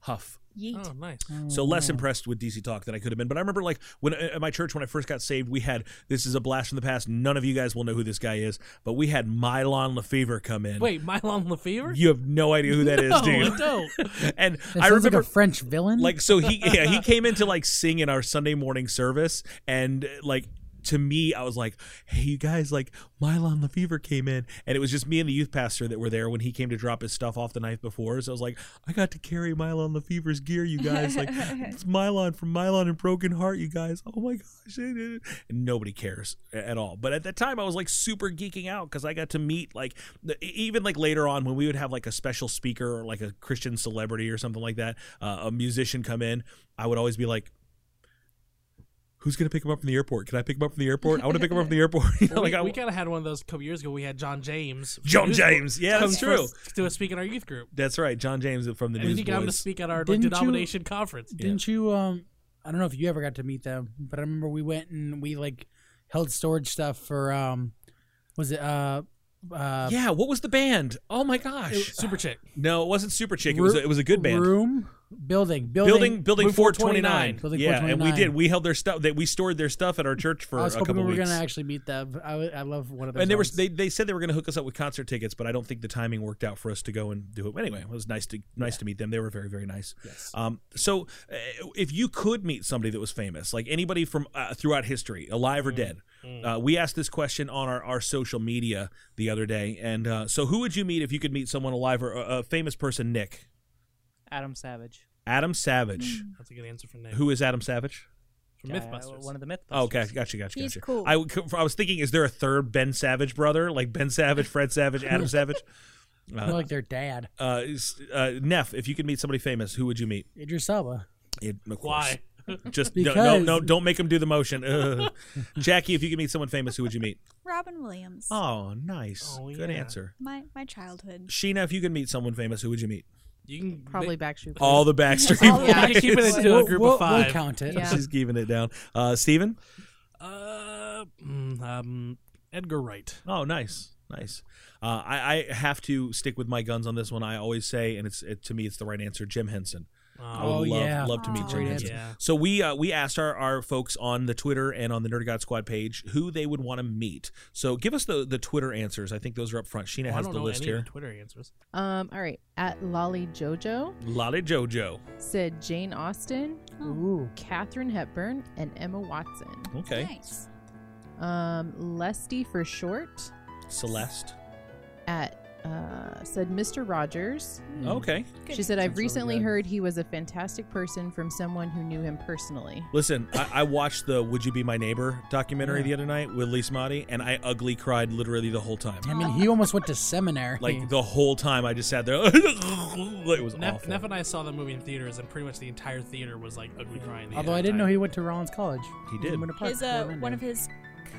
A: huff.
E: Yeet.
C: Oh, nice.
A: So less impressed with DC Talk than I could have been. But I remember like when uh, at my church when I first got saved, we had this is a blast from the past. None of you guys will know who this guy is, but we had Mylon Lefevre come in.
C: Wait, Mylon Lefevre?
A: you have no idea who that is,
C: no,
A: do you?
C: I don't.
A: [laughs] and I
D: That sounds
A: remember
D: like a French villain.
A: [laughs] like so he yeah he came in to like sing in our Sunday morning service and like to me I was like hey you guys like Mylon Lefevre came in and it was just me and the youth pastor that were there when he came to drop his stuff off the night before so I was like I got to carry Mylon Lefevre's gear you guys like it's Mylon from Mylon and Broken Heart you guys oh my gosh and nobody cares a- at all but at that time I was like super geeking out because I got to meet like the, e, even like later on when we would have like a special speaker or like a Christian celebrity or something like that uh, a musician come in, I would always be like, "Who's gonna pick him up from the airport? Can I pick him up from the airport? I want to pick him
C: [laughs]
A: up from the airport." [laughs] You know,
C: we,
A: like I,
C: we kind of had one of those a couple years ago. We had John James. from
A: John
C: News Boys
A: James. Yeah,
C: come
A: that's
C: for
A: true.
C: us To speak at our youth group.
A: that's right, John James from the
C: And
A: News
C: then you got him to
A: Boys.
C: speak at our like,
D: Didn't you-
C: denomination conference.
D: Didn't you? Um, I don't know if you ever got to meet them, but I remember we went and we like held storage stuff for um, was it uh, uh,
A: yeah, what was the band? Oh my gosh!
C: Super chick.
A: no, it wasn't Super Chick. It
D: Ru-
A: was a, it was a good band.
D: Room building building
A: Building Building
D: Room
A: Four Twenty Nine.
D: 429. Building
A: Yeah, and we
D: 429.
A: did. We held their stuff. That we stored their stuff at our church for
D: I was
A: a
D: hoping
A: couple
D: we were
A: weeks.
D: gonna actually meet them. I, would- I love one of their
A: and they were
D: songs.
A: they, they said they were going to hook us up with concert tickets, but I don't think the timing worked out for us to go and do it. Anyway, it was nice to nice to meet them. They were very very nice. Yes. Um. So, uh, if you could meet somebody that was famous, like anybody from uh, throughout history, alive or
D: Mm.
A: dead, uh, we asked this question on our our social media the other day, and uh, so who would you meet if you could meet someone alive or uh, a, a famous person? Nick,
H: Adam Savage.
A: Adam Savage.
D: Mm.
C: That's a good answer for Nate.
A: Who is Adam Savage?
C: From
H: Guy-
C: Mythbusters.
H: One of the Mythbusters.
A: Oh, okay, gotcha, gotcha,
E: He's
A: gotcha.
E: cool.
A: I, would- I was thinking, is there a third Ben Savage brother, like Ben Savage, Fred Savage, [laughs] Adam Savage?
D: I like their dad
A: uh, s- uh, Neff, if you could meet somebody famous, who would you meet?
D: Idris Elba.
A: It, of course.
C: Why?
A: [laughs] Just no,
D: Because-
A: no, no, don't make him do the motion. [laughs] Ugh. Jackie, if you could meet someone famous, who would you meet?
E: Robin Williams.
A: [laughs] Oh, nice.
C: Oh,
A: Good
C: yeah.
A: answer.
E: My my childhood.
A: Sheena, if you could meet someone famous, who would you meet?
C: You can
G: Probably Backstreet Boys.
A: [laughs] All the Backstreet
G: Yeah.
A: Boys.
C: Keep it into a
D: We'll-
C: group
D: we'll,
C: of five.
D: We'll count it.
G: Yeah.
A: [laughs] She's keeping it down. Uh, Steven?
C: Uh, mm, um, Edgar Wright.
A: Oh, nice. Nice. Uh, I, I have to stick with my guns on this one. I always say, and it's it, to me, it's the right answer. Jim Henson. I
D: Oh,
A: would love,
D: yeah.
A: love to meet
D: Aw.
A: Jim
D: Great
A: Henson.
D: answer. Yeah.
A: So we uh, we asked our, our folks on the Twitter and on the Nerdy God Squad page who they would want to meet. So give us the the Twitter answers. I think those are up front. Sheena
C: Oh, I
A: has
C: don't
A: the
C: know
A: list
C: any of
A: here.
C: the Twitter answers.
G: Um, all right. At Lolly Jojo
A: Lolly Jojo.
G: said Jane Austen,
D: Ooh.
G: Katherine Hepburn, and Emma Watson.
A: Okay.
E: Nice.
G: Um, Lesty for short
A: Celeste.
G: at uh, said Mr. Rogers.
C: Hmm.
A: Okay.
G: She said, "I've recently heard he was a fantastic person from someone who knew him personally."
A: Listen, I, I watched the "Would You Be My Neighbor" documentary the other night with Lee Smotty, and I ugly cried literally the whole time.
D: I mean, he almost went to seminary.
A: Like the whole time, I just sat there. [laughs] it was
C: Neff,
A: awful.
C: Neff and I saw the movie in theaters, and pretty much the entire theater was like ugly crying. the
D: Although I
C: entire
D: didn't know
C: time.
D: he went to Rollins College.
A: He did.
D: Winter Park,
E: His uh,
D: Orlando.
E: one of his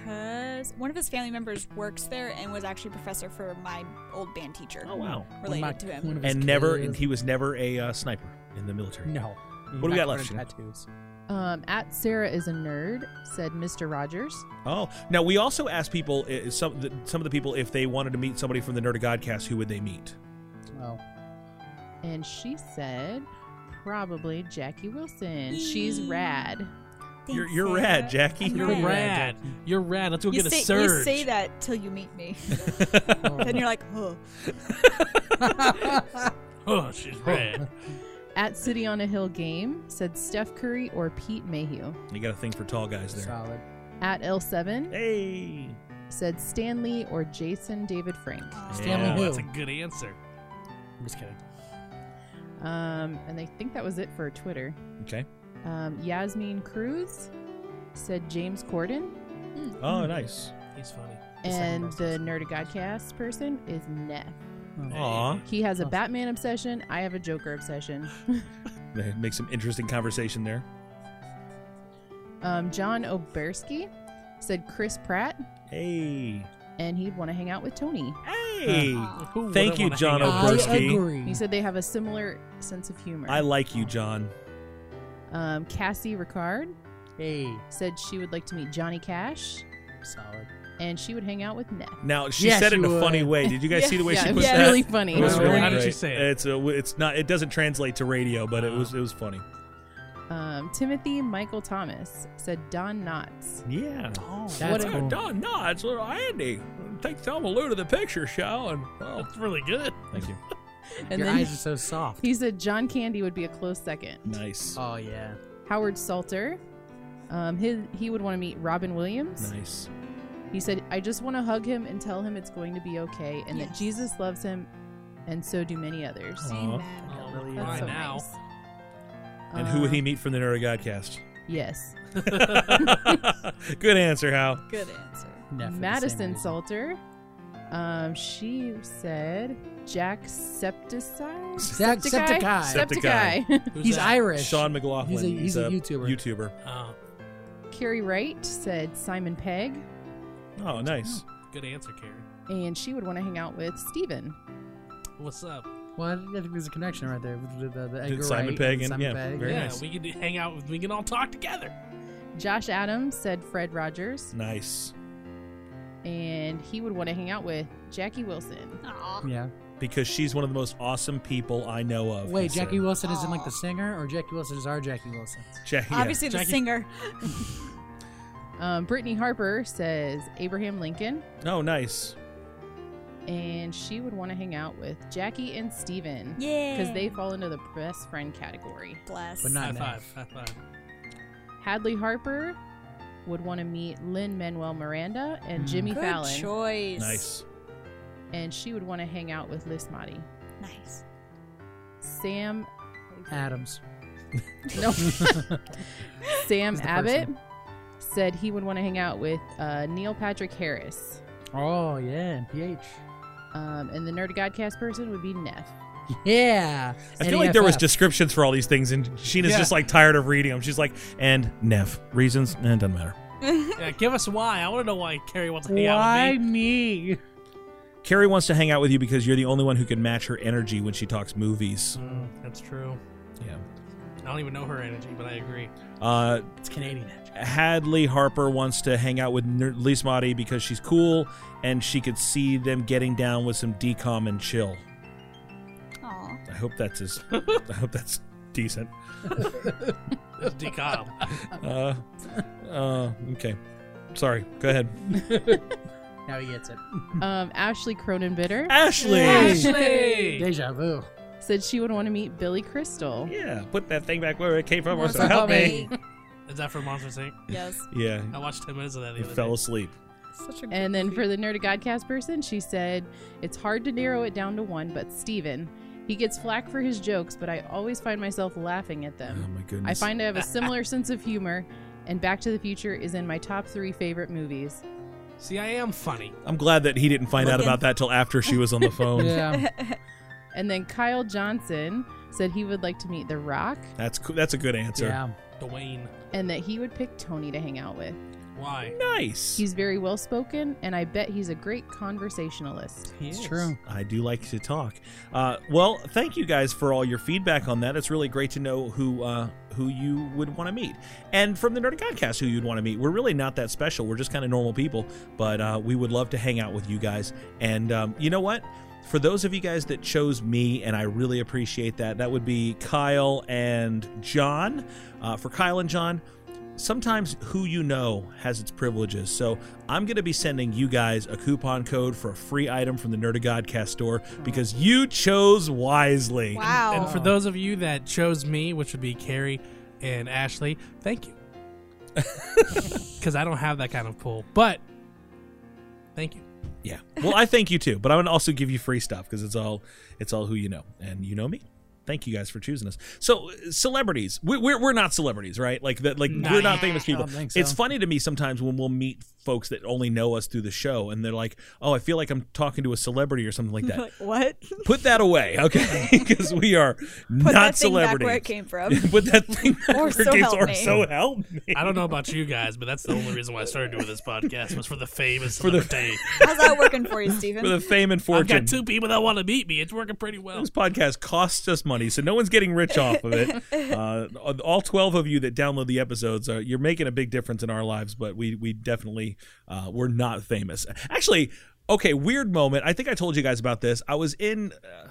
E: cuz one of his family members works there and was actually a professor for my old band teacher.
A: Oh wow!
E: Related
D: my-
E: to
D: one
E: him.
D: of his
A: And never,
D: kids.
A: and he was never a uh, sniper in the military.
D: No.
A: What do we got
D: Not
A: left,
D: for
A: Sheena?
D: Tattoos.
G: Um, at Sarah is a nerd said Mr. Rogers.
A: Oh, now we also asked people, uh, some the, some of the people, if they wanted to meet somebody from the Nerd of Godcast, who would they meet?
D: Oh.
G: And she said, probably Jackie Wilson. She's rad.
A: You're- you're rad, Jackie.
E: I'm
C: You're
E: rad.
C: rad. You're rad. Let's go
E: You
C: get
E: say,
C: a surge.
E: you say that till you meet
A: [laughs]
E: me. then you're like, oh.
C: [laughs] Oh,
A: [laughs]
C: she's rad.
G: At City on a Hill game said Steph Curry or Pete Mayhew.
A: You got a thing for tall guys there.
D: Solid.
G: At L7
A: Hey,
G: said Stanley or Jason David Frank.
D: Stanley
C: oh,
D: who?
C: that's a good answer. I'm just kidding.
G: Um, and I think that was it for Twitter.
A: Okay.
G: Um, Yasmin Cruz said James Corden.
A: Oh, nice.
C: He's funny.
G: And
D: best
G: the
D: person.
G: Nerd of Godcast person is Neff.
A: Aw,
G: He has a
D: Awesome.
G: Batman obsession. I have a
D: [laughs]
G: Joker obsession.
A: That makes some interesting conversation there.
G: Um, John Oberski said Chris Pratt,
A: Hey,
G: and he'd want to hang out with Tony.
A: hey.
C: Who wouldn't
A: Thank you,
C: wanna hang
A: John
C: out with
A: Obersky.
D: I
C: Jackie?
D: agree.
G: He said they have a similar sense of humor.
A: I like you, John.
G: um, Cassie Ricard
D: hey,
G: said she would like to meet Johnny Cash,
D: solid.
G: and she would hang out with Neff.
A: Now she
D: Yes,
A: said it in a
D: you would.
A: funny way. Did you guys
E: Yeah.
A: see the way
G: yeah,
A: she
G: it
A: put
G: was
A: that?
G: really
A: It
G: funny.
A: was really
C: How did she
A: great.
C: say it?
A: It's a, it's not. It doesn't translate to radio, but it was it was funny.
G: Um, Timothy Michael Thomas said Don Knotts.
A: Yeah.
D: Oh,
G: What
D: that's
G: a-
D: cool.
A: Don Knotts, little Andy, take Tom Lou to the picture show, and well,
C: That's really good.
A: thank you.
G: And
D: Your
G: then
D: eyes are so soft.
G: [laughs] he said John Candy would be a close second.
A: Nice,
D: Oh yeah.
G: Howard Salter, um, his, he would want to meet Robin Williams.
A: nice.
G: He said, I just want to hug him and tell him it's going to be okay and that
E: Yes.
G: Jesus loves him and so do many others.
A: Aw.
E: Amen.
C: Oh,
D: really
G: That's
C: why
G: so
C: now?
G: nice.
A: And who would he
G: Uh,
A: meet from the Nerd Godcast?
G: Yes.
A: Good answer, Hal.
E: Good answer.
D: Neff for the same
G: Madison
D: reason.
G: Salter. Um, she said Jack Septicide.
D: Zach Septicai.
A: Sep-
G: Septicai.
C: Who's
D: He's
C: that?
D: Irish.
A: Sean McLaughlin.
D: He's a- he's a YouTuber.
A: YouTuber.
C: Oh,
G: [laughs] Carrie Wright said Simon Pegg,
A: Oh, nice.
C: good answer, Carrie.
G: and she would want to hang out with Steven.
C: What's up?
D: Well, I think there's a connection right there. with The, the, the Edgar
A: Simon
D: Wright
A: Pegg and-
D: Simon
A: yeah,
D: Pegg.
A: Very
C: yeah,
A: nice.
C: we can do- hang out. with- We can all talk together.
G: Josh Adams said Fred Rogers,
A: Nice.
G: and he would want to hang out with Jackie Wilson.
E: Aw.
D: Yeah.
A: Because she's one of the most awesome people I know of.
D: Wait,
A: he said.
D: Jackie Wilson isn't like the singer, or Jackie Wilson is our Jackie Wilson.
A: Jackie. yeah.
E: Obviously, the
C: Jackie-
E: singer.
G: Um, Brittany Harper says Abraham Lincoln,
A: Oh, nice.
G: and she would want to hang out with Jackie and Steven
E: Yeah.
G: because they fall into the best friend category.
E: Bless.
D: But not
C: High
D: now.
C: five. High five.
G: Hadley Harper would want to meet Lynn Manuel Miranda and
D: Mm.
G: Jimmy
E: Good
G: Fallon,
E: choice.
A: Nice.
G: and she would want to hang out with Liz Motti.
E: Nice. [laughs]
G: Sam,
D: Adams.
G: no, Sam
D: Who's the
G: Abbott
D: person?
G: said he would want to hang out with uh, Neil Patrick Harris,
D: Oh yeah, and PH.
G: um, and the Nerd Godcast person would be Neff.
D: [laughs] Yeah.
A: I feel like there was
D: NEFF.
A: descriptions for all these things, and Sheena's
C: Yeah.
A: just like tired of reading them. She's like, and Neff reasons, and doesn't matter.
C: Yeah, give us why. I want to know why Carrie wants to hang out
D: Why
C: with me.
D: me?
A: Carrie wants to hang out with you because you're the only one who can match her energy when she talks movies.
C: Mm, that's true.
A: Yeah.
C: I don't even know her energy, but I agree.
A: Uh,
C: It's [laughs] Canadian.
A: Hadley Harper wants to hang out with Ner- Lise Motti because she's cool and she could see them getting down with some decom and chill.
E: Aw.
A: I hope that's as I hope that's decent.
C: It's Decom.
A: Uh, uh, okay. Sorry. Go ahead.
D: Now he gets it.
G: Um, Ashley Cronenbitter
E: [laughs]
A: Ashley.
C: Ashley.
D: Deja vu.
G: said she would want to meet Billy Crystal.
A: Yeah. Put that thing back where it came from, or
E: Monster
A: so help me.
E: Puppy.
C: Is that for Monsters Inc?
E: yes.
A: Yeah.
C: I watched ten minutes of that the
A: He
C: other
A: fell
C: day.
A: asleep.
E: Such a
G: And then for the Nerd Godcast person, she said, It's hard to narrow it down to one, but Steven. He gets flack for his jokes, but I always find myself laughing at
A: Oh
G: them.
A: my goodness.
G: I
A: [laughs]
G: find I have a similar sense of humor, and Back to the Future is in my top three favorite movies.
C: See, I am funny.
A: I'm glad that he didn't find out
E: Looking-
A: about that till after she was on the [laughs] phone.
D: [laughs] Yeah.
G: And then Kyle Johnson said he would like to meet The Rock
A: That's co- that's a good answer.
D: yeah.
C: Dwayne.
G: and that he would pick Tony to hang out with.
C: Why?
A: Nice.
G: He's very well spoken, and I bet he's a great conversationalist.
D: It's true.
A: I do like to talk. Uh, well, thank you guys for all your feedback on that. It's really great to know who uh, who you would want to meet, and from the Nerdy Podcast, who you'd want to meet. We're really not that special. We're just kind of normal people, but uh, we would love to hang out with you guys. And um, you know what? For those of you guys that chose me, and I really appreciate that, that would be Kyle and John. Uh, for Kyle and John, sometimes who you know has its privileges. So I'm going to be sending you guys a coupon code for a free item from the Nerd of Godcast store because you chose wisely.
E: Wow.
C: And for those of you that chose me, which would be Carrie and Ashley, thank you. Because I don't have that kind of pull, but thank you.
A: Yeah. Well, I thank you too, but I'm going to also give you free stuff because it's all it's all who you know, and you know me. Thank you guys for choosing us. So, uh, celebrities, we, we're we're not celebrities, right? Like that, like
C: Nah.
A: we're not famous people.
D: don't think so.
A: It's funny to me sometimes when we'll meet folks that only know us through the show, and they're like, "Oh, I feel like I'm talking to a celebrity or something like that."
E: Like, what?
A: [laughs]
E: Put
A: put that away, okay?
E: [laughs]
A: [laughs] Because we are not
E: that thing back
A: celebrities.
E: where
A: [laughs]
E: it came from.
A: Put that thing back
E: Or
A: where it
E: so
A: came
E: help
A: or
E: me.
A: so help me.
C: I don't know about you guys, but that's the only reason why I started doing this podcast was for the fame and
A: the-
C: celebrity.
E: How's that working for you,
A: For the
E: Steven?
A: fame and
C: I've
A: fortune.
C: got two people that want to meet me. It's working pretty well.
A: This podcast costs us money, so no one's getting rich off of it. Uh, all twelve of you that download the episodes, uh, you're making a big difference in our lives. But we we definitely uh, we're not famous. Actually, okay, weird moment. I think I told you guys about this. I was in. Uh,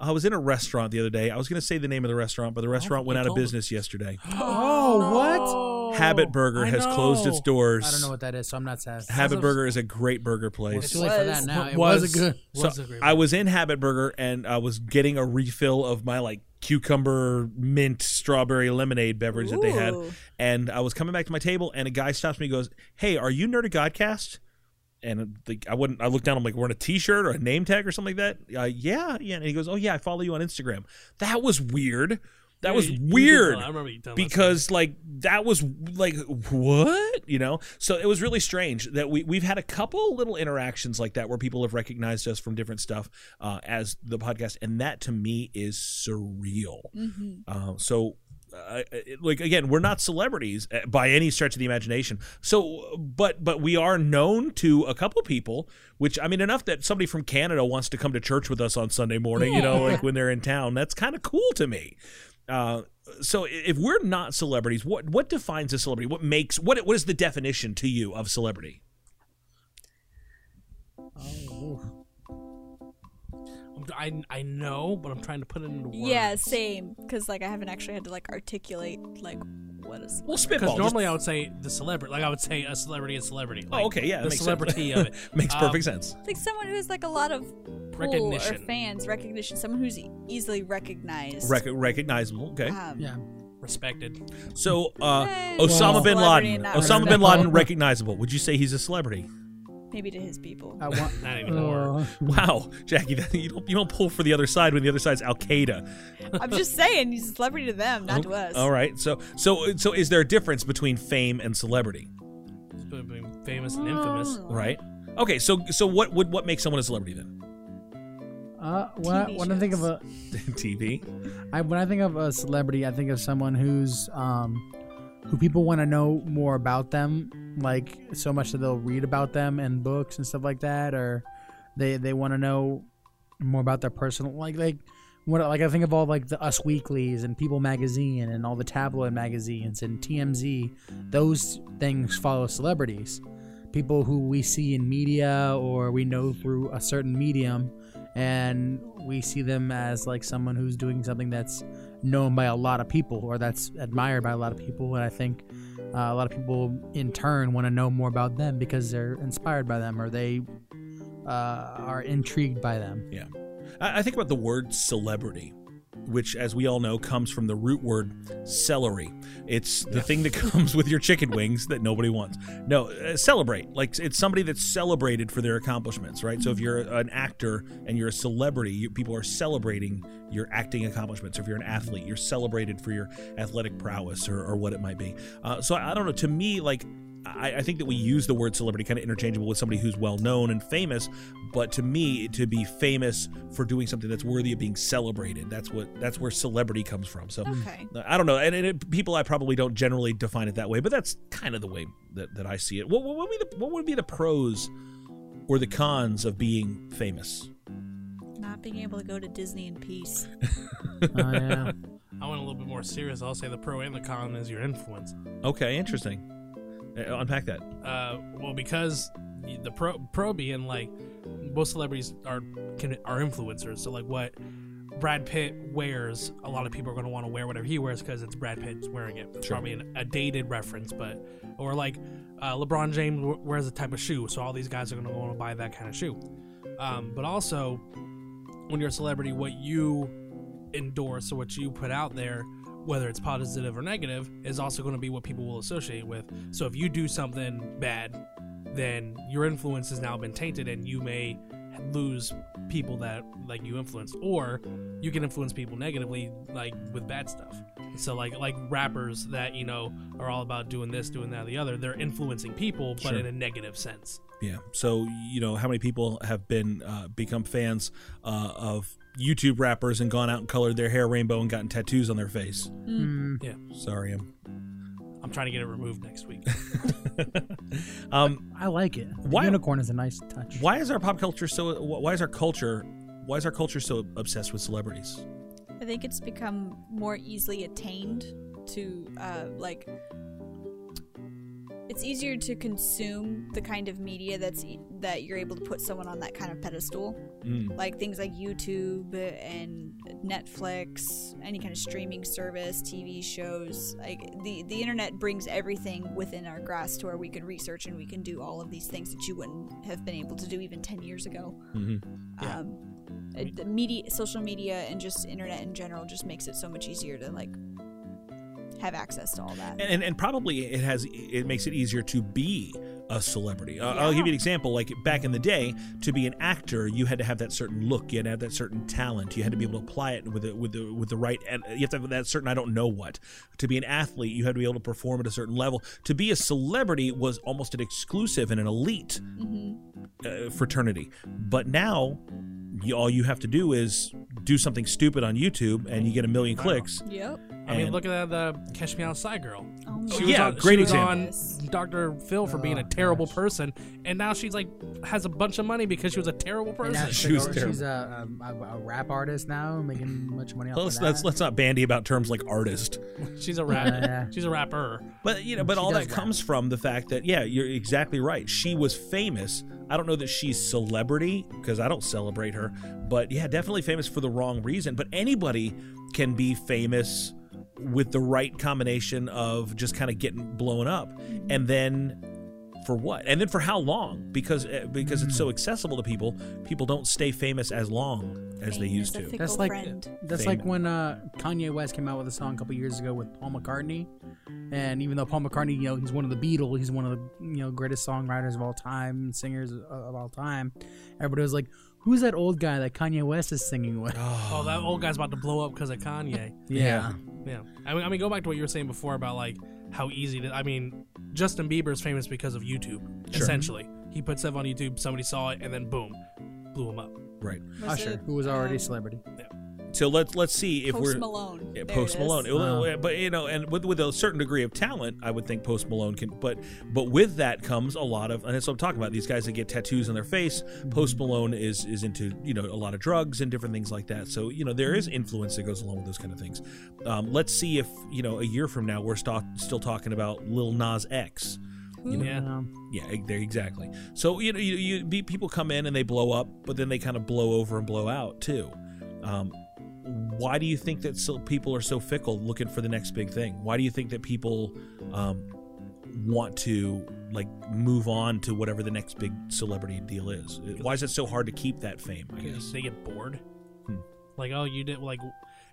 A: I was in a restaurant the other day. I was going to say the name of the restaurant, but the restaurant went
C: you
A: out of
C: told us.
A: business yesterday.
D: Oh, what?
A: Habit Burger
C: I
A: has closed its
C: know.
A: doors.
D: I don't know what that is, so I'm not sad.
A: Habit Burger is a great burger place.
D: It's too late for that
E: was-
D: now. It
C: was-
D: was, a good.
A: So
C: Was a great
A: I was in Habit Burger and I was getting a refill of my like cucumber mint strawberry lemonade beverage that they had.
E: Ooh.
A: And I was coming back to my table and a guy stops me and goes, Hey, are you Nerd of Godcast? And like I wouldn't I looked down, I'm like, wearing a t shirt or a name tag or something like that. Uh, yeah, yeah. And he goes, Oh yeah, I follow you on Instagram. That was weird. That
C: Yeah,
A: was
C: you- you did
A: weird
C: tell- I remember you telling us
A: because like that was like what you know so it was really strange that we, we've had a couple little interactions like that where people have recognized us from different stuff uh, as the podcast and that to me is surreal uh, so uh, it- like again we're not celebrities uh, by any stretch of the imagination so but but we are known to a couple people which i mean enough that somebody from canada wants to come to church with us on sunday morning you know like when they're in town that's kind of cool to me uh, so i- if we're not celebrities, what what defines a celebrity? What makes what what is the definition to you of celebrity?
C: that. I'm- I, I know, but I'm trying to put it into words.
E: Yeah, same. Because like I haven't actually had to like articulate like what is.
A: Well,
C: Because
A: spitball. just-
C: normally I would say the celebrity, like I would say a celebrity is celebrity. Like,
A: oh, okay, yeah, that
C: the
A: makes sense.
C: celebrity of it
A: [laughs] makes
C: Um,
A: perfect sense.
E: It's like someone who's like a lot of pull or
C: Recognition.
E: fans recognition. Someone who's e- easily recognized.
A: Rec- recognizable. Okay,
E: Um,
D: Yeah.
C: Respected.
A: so uh,
E: Hey,
A: Osama bin
E: celebrity,
A: Laden.
E: not
A: Osama
E: really.
A: bin Laden recognizable. Would you say he's a celebrity? [laughs]
E: Maybe to his people.
D: I want.
C: Not anymore.
D: Uh,
A: Wow, Jackie, that, you don't you don't pull for the other side when the other side's Al Qaeda.
E: [laughs] I'm just saying he's a celebrity to them, not to us.
A: All right, so so so is there a difference between fame and celebrity?
C: Being famous and
E: Oh.
C: infamous.
A: Right. Okay, so so what would what makes someone a celebrity then?
D: uh, when, I, when I think of a,
A: [laughs] TV.
D: I, when I think of a celebrity, I think of someone who's um, who people want to know more about them, like so much that they'll read about them in books and stuff like that, or they they want to know more about their personal, like like What like I think of all like the Us Weeklies and People Magazine and all the tabloid magazines and TMZ. Those things follow celebrities, people who we see in media or we know through a certain medium, and we see them as like someone who's doing something that's known by a lot of people or that's admired by a lot of people. And I think uh, a lot of people in turn want to know more about them because they're inspired by them or they uh, are intrigued by them.
A: Yeah. I, I think about the word celebrity, which, as we all know, comes from the root word celery. It's the thing that [laughs] comes with your chicken wings that nobody wants. No, uh, celebrate. Like it's somebody that's celebrated for their accomplishments, right? So if you're an actor and you're a celebrity, you, people are celebrating your acting accomplishments. Or if you're an athlete, you're celebrated for your athletic prowess or, or what it might be. Uh, so I, I don't know. To me, like I, I think that we use the word celebrity kind of interchangeable with somebody who's well known and famous, but to me, to be famous for doing something that's worthy of being celebrated, that's what that's where celebrity comes from. So uh,
E: Okay.
A: I don't know, and, and it, people I probably don't generally define it that way, but that's kind of the way that, that I see it. What, what would be the what would be the pros or the cons of being famous?
E: Not being able to go to Disney in peace.
D: Oh, yeah.
C: I went a little bit more serious. I'll say the pro and the con is your influence.
A: Okay, interesting. Uh, unpack that.
C: uh, well, because y- the pro, pro being like most celebrities are can, are influencers. So like what Brad Pitt wears, a lot of people are going to want to wear whatever he wears because it's Brad Pitt's wearing it. It's
A: Sure.
C: probably an, a dated reference, but or like uh, LeBron James w- wears a type of shoe, so all these guys are going to want to buy that kind of shoe. Um, but also, when you're a celebrity, what you endorse or what you put out there, whether it's positive or negative, is also going to be what people will associate with. So if you do something bad, then your influence has now been tainted, and you may lose people that like you influenced, or you can influence people negatively, like with bad stuff. So like like rappers that you know are all about doing this, doing that, the other. They're influencing people, but
A: Sure.
C: in a negative sense.
A: Yeah. So you know how many people have been uh, become fans uh, of YouTube rappers and gone out and colored their hair rainbow and gotten tattoos on their face.
D: Hmm. Mm,
C: Yeah,
A: Sorry, I'm. [laughs]
C: I'm trying to get it removed next week.
A: Um,
D: I like it. The
A: Why-
D: unicorn is a nice touch.
A: why is our pop culture so? wh- Why is our culture? Why is our culture so obsessed with celebrities?
E: I think it's become more easily attained to, uh, like, it's easier to consume the kind of media that's e- that you're able to put someone on that kind of pedestal,
A: Mm.
E: like things like YouTube and Netflix, any kind of streaming service, TV shows. Like the the internet brings everything within our grasp to where we can research and we can do all of these things that you wouldn't have been able to do even ten years ago
A: Mm-hmm.
E: um, uh, the media, social media, and just internet in general just makes it so much easier to like have access to all that.
A: and, and, and probably it has it makes it easier to be a celebrity. Uh, I'll give you an example. Like back in the day, to be an actor, you had to have that certain look, you had to have that certain talent, you had to be able to apply it with the, with the with the right. And you have to have that certain I don't know what. To be an athlete, you had to be able to perform at a certain level. To be a celebrity was almost an exclusive and an elite uh, fraternity. But now, you, all you have to do is do something stupid on YouTube, and you get a million clicks.
E: Yep.
C: I mean,
A: And-
C: look at that the Catch Me Outside girl.
E: Oh my
C: She
A: yeah,
C: was on,
A: great
C: she was
A: example. Oh,
E: Yes.
C: on Dr. Phil for being a terrible person, and now she's like has a bunch of money because she was a terrible
D: And
C: person.
D: that's
A: She
D: like
A: was
D: a-
A: terrible.
D: she's a, a, a- a rap artist now, making much money off
A: Let's,
D: of that.
A: let's let's not bandy about terms like artist.
C: She's a
E: [laughs]
C: rapper.
D: Yeah.
C: She's a rapper.
A: But you know, but
D: She
A: all
D: does
A: that
D: that.
A: comes from the fact that yeah, you're exactly right. She was famous. I don't know that she's celebrity because I don't celebrate her, but yeah, definitely famous for the wrong reason. But anybody can be famous with the right combination of just kind of getting blown up and then for what? And then for how long? Because uh, because it's so accessible to people, people don't stay famous as long as they
E: Fame
A: used
E: is
A: to.
E: a fickle
D: that's like
E: friend.
D: that's
A: Fame.
D: like when uh, Kanye West came out with a song a couple years ago with Paul McCartney, and even though Paul McCartney, you know, he's one of the Beatles, he's one of the you know greatest songwriters of all time, singers of- of all time. Everybody was like, "Who's that old guy that Kanye West is singing with?"
C: Oh, that old guy's about to blow up because of Kanye.
A: Yeah.
C: yeah. I mean, I mean, go back to what you were saying before about like how easy. To, I mean, Justin Bieber is famous because of YouTube. Essentially, he put stuff on YouTube, somebody saw it, and then boom, blew him up.
A: Right.
E: Was
D: Usher,
E: it,
D: who was already
E: um,
D: a celebrity.
A: so let's let's see if
E: Post
A: we're
E: Malone.
A: Yeah,
E: There
A: Post
E: it is.
A: Malone.
E: Wow.
A: Uh, But you know, and with with a certain degree of talent, I would think Post Malone can. But but with that comes a lot of, and that's what I'm talking about. These guys that get tattoos on their face. Post Malone is is into you know a lot of drugs and different things like that. So you know there is influence that goes along with those kind of things. Um, let's see if you know a year from now we're st- still talking about Lil Nas X.
E: Mm.
A: You know,
C: Yeah.
A: yeah, e- there exactly. So you know, you, you be- people come in and they blow up, but then they kind of blow over and blow out too. Um, why do you think that so, people are so fickle, looking for the next big thing? Why do you think that people um, want to like move on to whatever the next big celebrity deal is? Why is it so hard to keep that fame? I guess.
C: They get bored. Like, oh, you did like,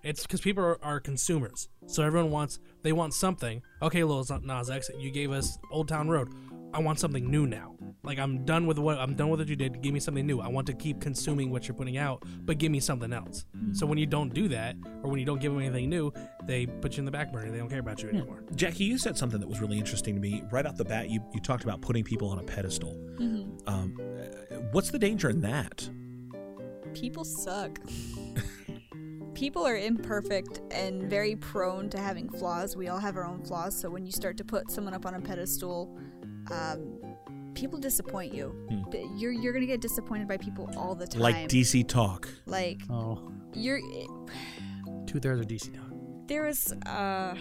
C: it's because people are, are consumers, so everyone wants they want something. Okay, Lil Nas X, you gave us Old Town Road. I want something new now. Like, I'm done with what I'm done with what you did. Give me something new. I want to keep consuming what you're putting out, but give me something else. So when you don't do that, or when you don't give them anything new, they put you in the back burner. They don't care about you anymore.
A: Jackie, you said something that was really interesting to me right off the bat. You you talked about putting people on a pedestal. Um, uh, what's the danger in that?
E: People suck. [laughs] People are imperfect and very prone to having flaws. We all have our own flaws, so when you start to put someone up on a pedestal, um, people disappoint you.
A: Hmm.
E: Th- You're you're gonna get disappointed by people all the time.
A: Like DC Talk.
E: Like
D: Oh,
E: you're.
D: two thirds are DC dog.
E: There was a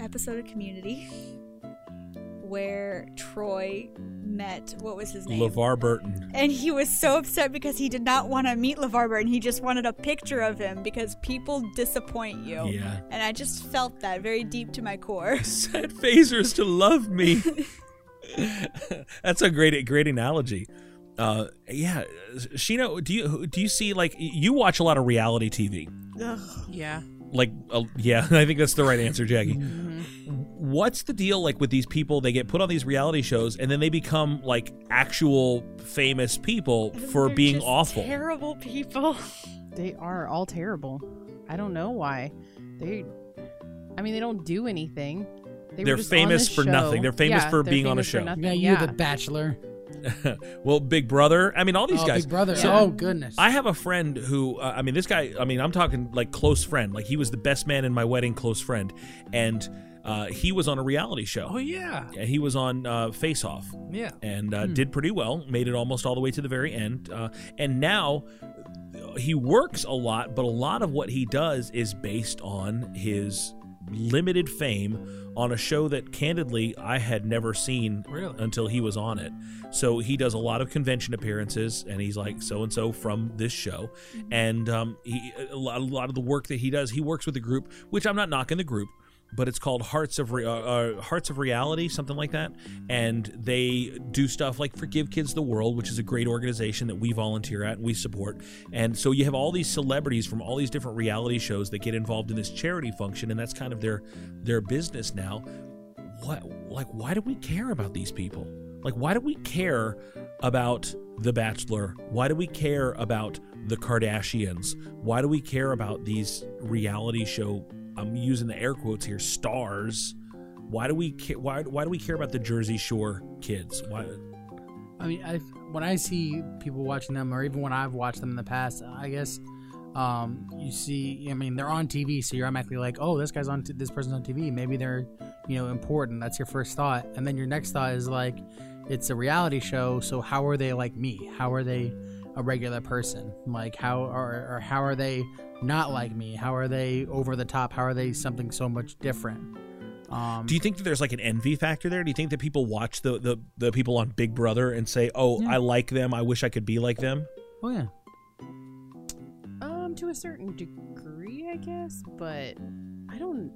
E: episode of Community where Troy met what was his name?
A: LeVar Burton.
E: And he was so upset because he did not want to meet LeVar Burton. He just wanted a picture of him because people disappoint
G: Oh,
E: you.
A: Yeah.
E: And I just felt that very deep to my core.
A: Set [laughs] phasers to love me. [laughs] That's a great great analogy. Uh, yeah, Sheena, do you do you see like you watch a lot of reality TV?
G: Yeah.
A: Like, uh, yeah, [laughs] I think that's the right answer, Jackie.
G: Mm-hmm.
A: What's the deal like with these people? They get put on these reality shows and then they become like actual famous people for
G: They're
A: being
G: just
A: awful.
G: Terrible people. They are all terrible. I don't know why. They, I mean, they don't do anything. They
A: They're
G: were just on the
A: famous for nothing.
G: show.
A: They're famous
G: Yeah,
A: for
G: they're
A: being on a
G: famous for
A: show.
G: nothing,
D: Yeah, you
G: yeah.
D: the Bachelor.
A: well, Big Brother. I mean, all these
D: oh,
A: guys.
D: Big Brother.
A: So-
D: Oh goodness.
A: I have a friend who, uh, I mean, this guy, I mean, I'm talking like close friend. Like, he was the best man in my wedding, close friend. And uh, he was on a reality show.
C: Oh yeah,
A: And he was on uh, Face Off
C: yeah.
A: and
C: Hmm.
A: uh, did pretty well, made it almost all the way to the very end. Uh, and now uh, he works a lot, but a lot of what he does is based on his limited fame on a show that candidly I had never seen
C: Really?
A: until he was on it. So he does a lot of convention appearances and he's like so and so from this show. And um, he, a, lot, a lot of the work that he does, he works with a group, which I'm not knocking the group. But it's called Hearts of Re- uh, uh, Hearts of Reality, something like that, and they do stuff like Forgive Kids the World, which is a great organization that we volunteer at and we support. And so you have all these celebrities from all these different reality shows that get involved in this charity function, and that's kind of their their business now what like why do we care about these people like why do we care about the bachelor why do we care about the kardashians why do we care about these reality show i'm using the air quotes here stars why do we care why, why do we care about the jersey shore kids why
D: I mean, I, when I see people watching them, or even when I've watched them in the past, I guess um, you see. I mean, they're on TV, so you're automatically like, "Oh, this guy's on. T- this person's on TV. Maybe they're, you know, important." That's your first thought, and then your next thought is like, "It's a reality show, so how are they like me? How are they a regular person? Like how or, or how are they not like me? How are they over the top? How are they something so much different?" Um,
A: do you think that there's like an envy factor there do you think that people watch the the, the people on big brother and say oh i like them i wish i could be like them
D: oh yeah.
G: Um, to a certain degree, I guess, but I don't.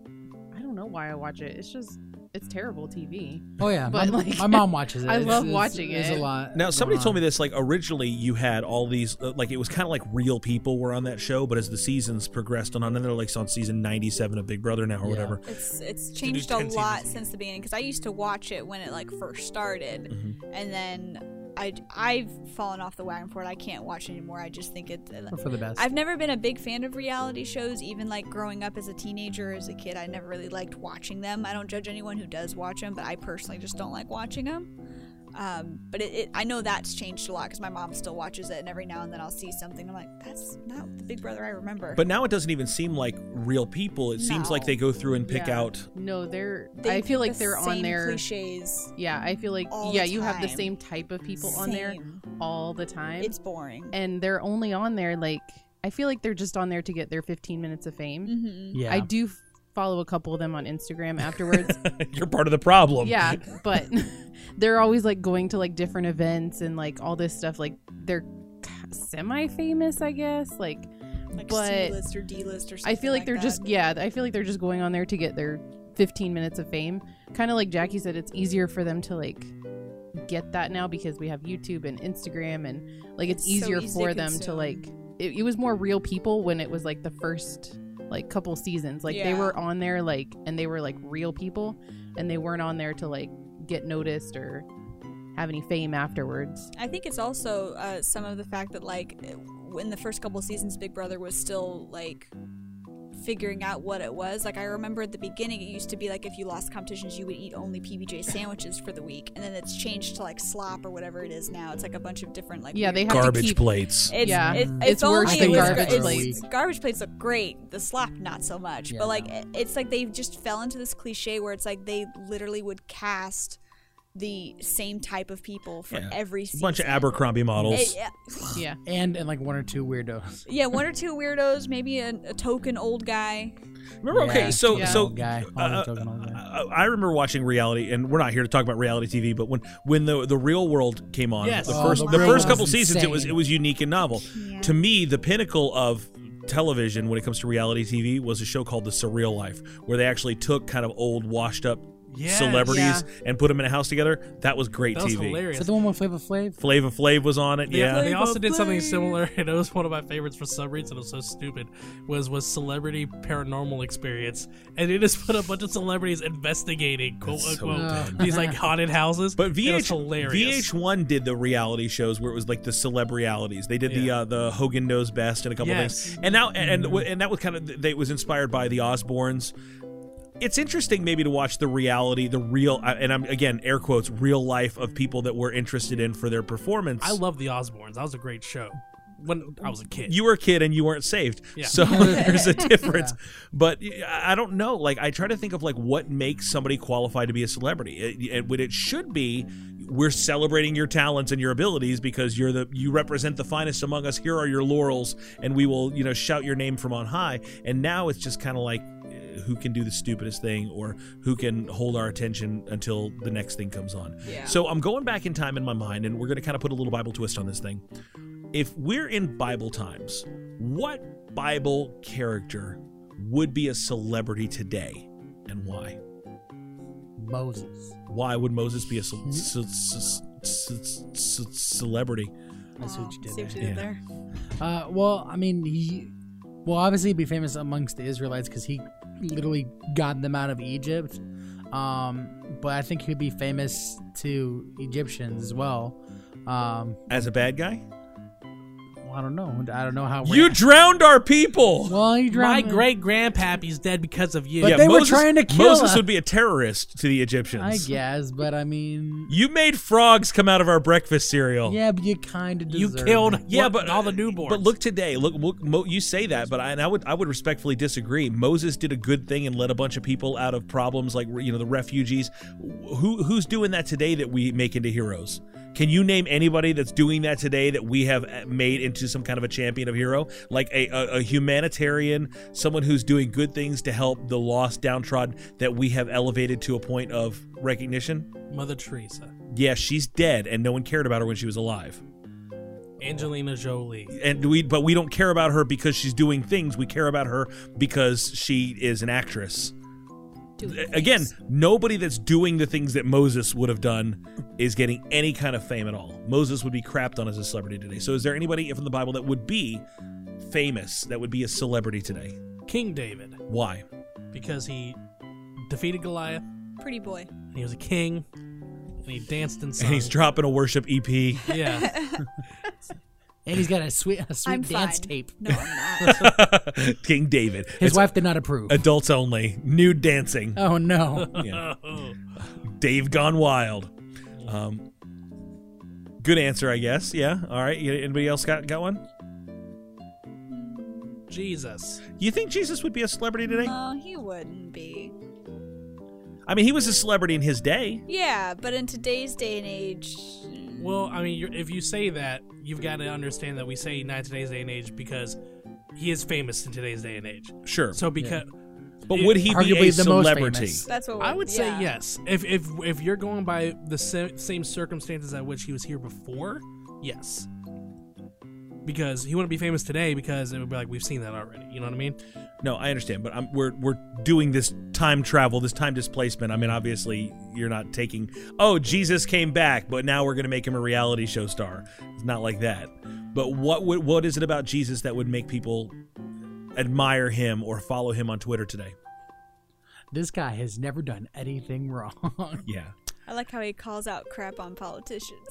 G: I don't know why I watch it. It's just it's terrible TV.
D: Oh yeah,
G: But,
D: my,
G: like,
D: my mom watches it.
G: [laughs] I love
D: it's,
G: watching
D: it's, It's
G: it.
D: a lot.
A: Now,
D: going
A: somebody told
D: on.
A: me this. Like originally, you had all these. Uh, like it was kind of like real people were on that show, but as the seasons progressed on, and they're like on season ninety-seven of Big Brother now or
D: Yeah.
A: whatever.
E: It's it's changed a
A: 10
E: lot
A: seasons.
E: since the beginning because I used to watch it when it like first started,
A: Mhm.
E: and then I I've fallen off the wagon for it. I can't watch it anymore. I just think it. uh,
D: But for the best.
E: I've never been a big fan of reality shows. Even like growing up as a teenager, as a kid, I never really liked watching them. I don't judge anyone who does watch them, but I personally just don't like watching them. Um, but it, it, I know that's changed a lot because my mom still watches it, and every now and then I'll see something. I'm like, that's not the Big Brother I remember.
A: But now it doesn't even seem like real people. It seems like
E: No.
A: they go through and pick
G: Yeah.
A: out. [laughs]
G: No, they're.
E: They
G: I feel
E: pick
G: like
E: the
G: they're on
E: same
G: their.
E: cliches.
G: Yeah, I feel like
E: all the
G: yeah, you have the
E: time.
G: same type of people on there
E: Same.
G: all the time,
E: It's boring.
G: and they're only on there like I feel like they're just on there to get their 15 minutes of fame.
E: hmm
D: Yeah.
G: I do f- follow a couple of them on Instagram afterwards.
A: You're part of the problem.
G: yeah, but [laughs] they're always like going to like different events and like all this stuff. Like they're semi famous, I guess. Like
E: Like
G: But
E: C list or D list or something.
G: I feel like they're
E: that.
G: just yeah, I feel like they're just going on there to get their 15 minutes of fame. Kind of like Jackie said it's easier for them to like get that now because we have YouTube and Instagram and like it's,
E: It's so
G: easier
E: easy to
G: for them to
E: consume.
G: like it, it was more real people when it was like the first like couple seasons. Like they
E: Yeah.
G: were on there like and they were like real people and they weren't on there to like get noticed or have any fame afterwards.
E: I think it's also uh, some of the fact that like in the first couple seasons, Big Brother was still like figuring out what it was. Like I remember at the beginning, it used to be like if you lost competitions, you would eat only PBJ sandwiches for the week, and then it's changed to like slop or whatever it is now. It's like a bunch of different like
G: Yeah,
E: weird-
G: they have
A: Garbage
G: to keep,
A: plates.
E: It's,
G: Yeah.
E: it-
G: Mm.
E: it's,
G: It's worse
E: only
D: than
E: it was
D: garbage
E: it's-
D: plates.
E: Garbage plates look great. The slop, not so much.
D: Yeah,
E: but like, it- it's like they just fell into this cliche where it's like they literally would cast the same type of people for
A: Yeah.
E: every
A: A
E: season.
A: bunch of Abercrombie models.
E: Eh, yeah.
G: Yeah.
D: and and like one or two weirdos.
E: yeah, one or two weirdos, maybe a, a token old guy.
A: Remember? Oh, Okay,
D: Yeah.
A: so
G: Yeah.
A: so
D: Old guy,
A: uh,
D: always talking old guy.
A: I, I remember watching reality, and we're not here to talk about reality TV, but when when the the Real World came on,
C: Yes.
A: the
C: Oh,
A: first
D: The
A: the,
D: Real
A: first
D: World
A: couple
D: was
A: seasons, it was
D: insane.
A: it was unique and novel. To me, the pinnacle of television when it comes to reality TV was a show called The Surreal Life, where they actually took kind of old, washed up
C: Yes.
A: celebrities and put them in a house together. That was great
C: That was
A: TV.
C: hilarious.
D: Is that the one with Flavor Flav?
A: Flava Flav was on it.
C: They,
A: yeah.
C: they also did something
A: Flav.
C: similar, [laughs] and it was one of my favorites for some reason. It was so stupid. Was was celebrity paranormal experience, and they just put a bunch of celebrities investigating quote
A: That's so
C: unquote
A: dumb.
C: [laughs] these like haunted houses.
A: But
C: It was
A: VH,
C: hilarious.
A: VH1 did the reality shows where it was like the celebrialities. They did the
C: Yeah.
A: uh, the Hogan knows best and a couple
C: Yes.
A: things. And now and and, and that was kind of they it was inspired by the Osbournes. It's interesting maybe to watch the reality, the real I- and I'm again air quotes real life of people that we're interested in for their performance.
C: I love the Osbournes. That was a great show when I was a kid.
A: you were a kid and you weren't saved.
C: Yeah.
A: So there's a difference. But I I don't know. Like I try to think of like what makes somebody qualified to be a celebrity. It, it, what it should be, we're celebrating your talents and your abilities because you're the you represent the finest among us. Here are your laurels, and we will you know shout your name from on high. And now it's just kind of like eh, who can do the stupidest thing or who can hold our attention until the next thing comes on.
E: Yeah.
A: So I'm going back in time in my mind and we're going to kind of put a little bible twist on this thing if we're in Bible times, what Bible character would be a celebrity today and why?
D: Moses.
A: Why would Moses be a ce-
D: Hmm?
A: ce- ce- ce- ce- celebrity?
D: I see what you did
E: See
D: there.
E: what you did
A: Yeah.
E: there.
D: Uh, well, I mean, he well obviously he'd be famous amongst the Israelites because he literally got them out of Egypt. Um, but I think he'd be famous to Egyptians as well. Um,
A: As a bad guy?
D: well, I don't know. I don't know how.
A: You drowned our people!
D: well, you
C: My
D: drowned them.
C: great grandpappy's dead because of you.
D: But they were trying to kill
A: Moses
D: us.
A: would be a terrorist to the Egyptians.
D: I guess, but I mean,
A: You made frogs come out of our breakfast cereal.
D: yeah, but you kind of
C: you killed
A: Yeah,
C: what-
A: but uh,
C: all the newborns.
A: But look today, look, look Mo, you say that, but I, and I would I would respectfully disagree. Moses did a good thing and let a bunch of people out of problems, like you know the refugees. Who who's doing that today that we make into heroes? Can you name anybody that's doing that today that we have uh, made into some kind of a champion of hero, like a, a, a humanitarian, someone who's doing good things to help the lost, downtrodden, that we have elevated to a point of recognition?
C: Mother Teresa,
A: Yeah, she's dead, and no one cared about her when she was alive
C: Angelina Jolie.
A: and we but we don't care about her because she's doing things we care about her because she is an actress again nobody that's doing the things that moses would have done is getting any kind of fame at all moses would be crapped on as a celebrity today so is there anybody from the bible that would be famous that would be a celebrity today
C: King David,
A: why
C: because he defeated Goliath,
E: Pretty boy.
C: and he was a king, and he danced and sung.
A: and he's dropping a worship E ep
C: yeah,
D: and he's got a sweet, a sweet
E: I'm
D: dance
E: fine.
D: tape.
E: No, I'm not.
A: [laughs] king david
D: His
A: It's
D: wife did not approve.
A: adults only nude dancing
D: oh no!
A: Yeah. Dave Gone Wild. Um, Good answer, I guess. Yeah. All right. Y- Anybody else got got one?
C: Jesus.
A: You think Jesus would be a celebrity today?
E: No, Uh, he wouldn't be.
A: I mean, he was a celebrity in his day.
E: Yeah, but in today's day and age,
C: Well, I mean, you're, if you say that, you've got to understand that we say not today's day and age because he is famous in today's day and age.
A: Sure.
C: So because
A: But
C: it-
A: would he be a
D: Arguably the most
A: celebrity?
D: famous.
E: that's
G: Oh,
E: what
C: I would
E: yeah.
C: say yes. If if if you're going by the sa- same circumstances at which he was here before, yes. Because he wouldn't be famous today because it would be like we've seen that already. You know what I mean?
A: No, I understand, but I'm, we're we're doing this time travel, this time displacement. I mean, obviously, you're not taking. Oh, Jesus came back, but now we're going to make him a reality show star. It's not like that. But what would what is it about Jesus that would make people admire him or follow him on Twitter today?
D: This guy has never done anything wrong. [laughs]
A: Yeah.
E: I like how he calls out crap on politicians.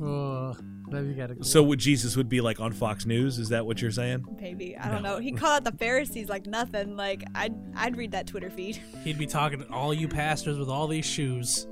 D: oh, now you gotta go.
A: So would Jesus would be like on Fox News? Is that what you're saying? [laughs]
E: Maybe I don't know. He called out the Pharisees like nothing. Like I'd I'd read that Twitter feed.
C: He'd be talking to all you pastors with all these shoes.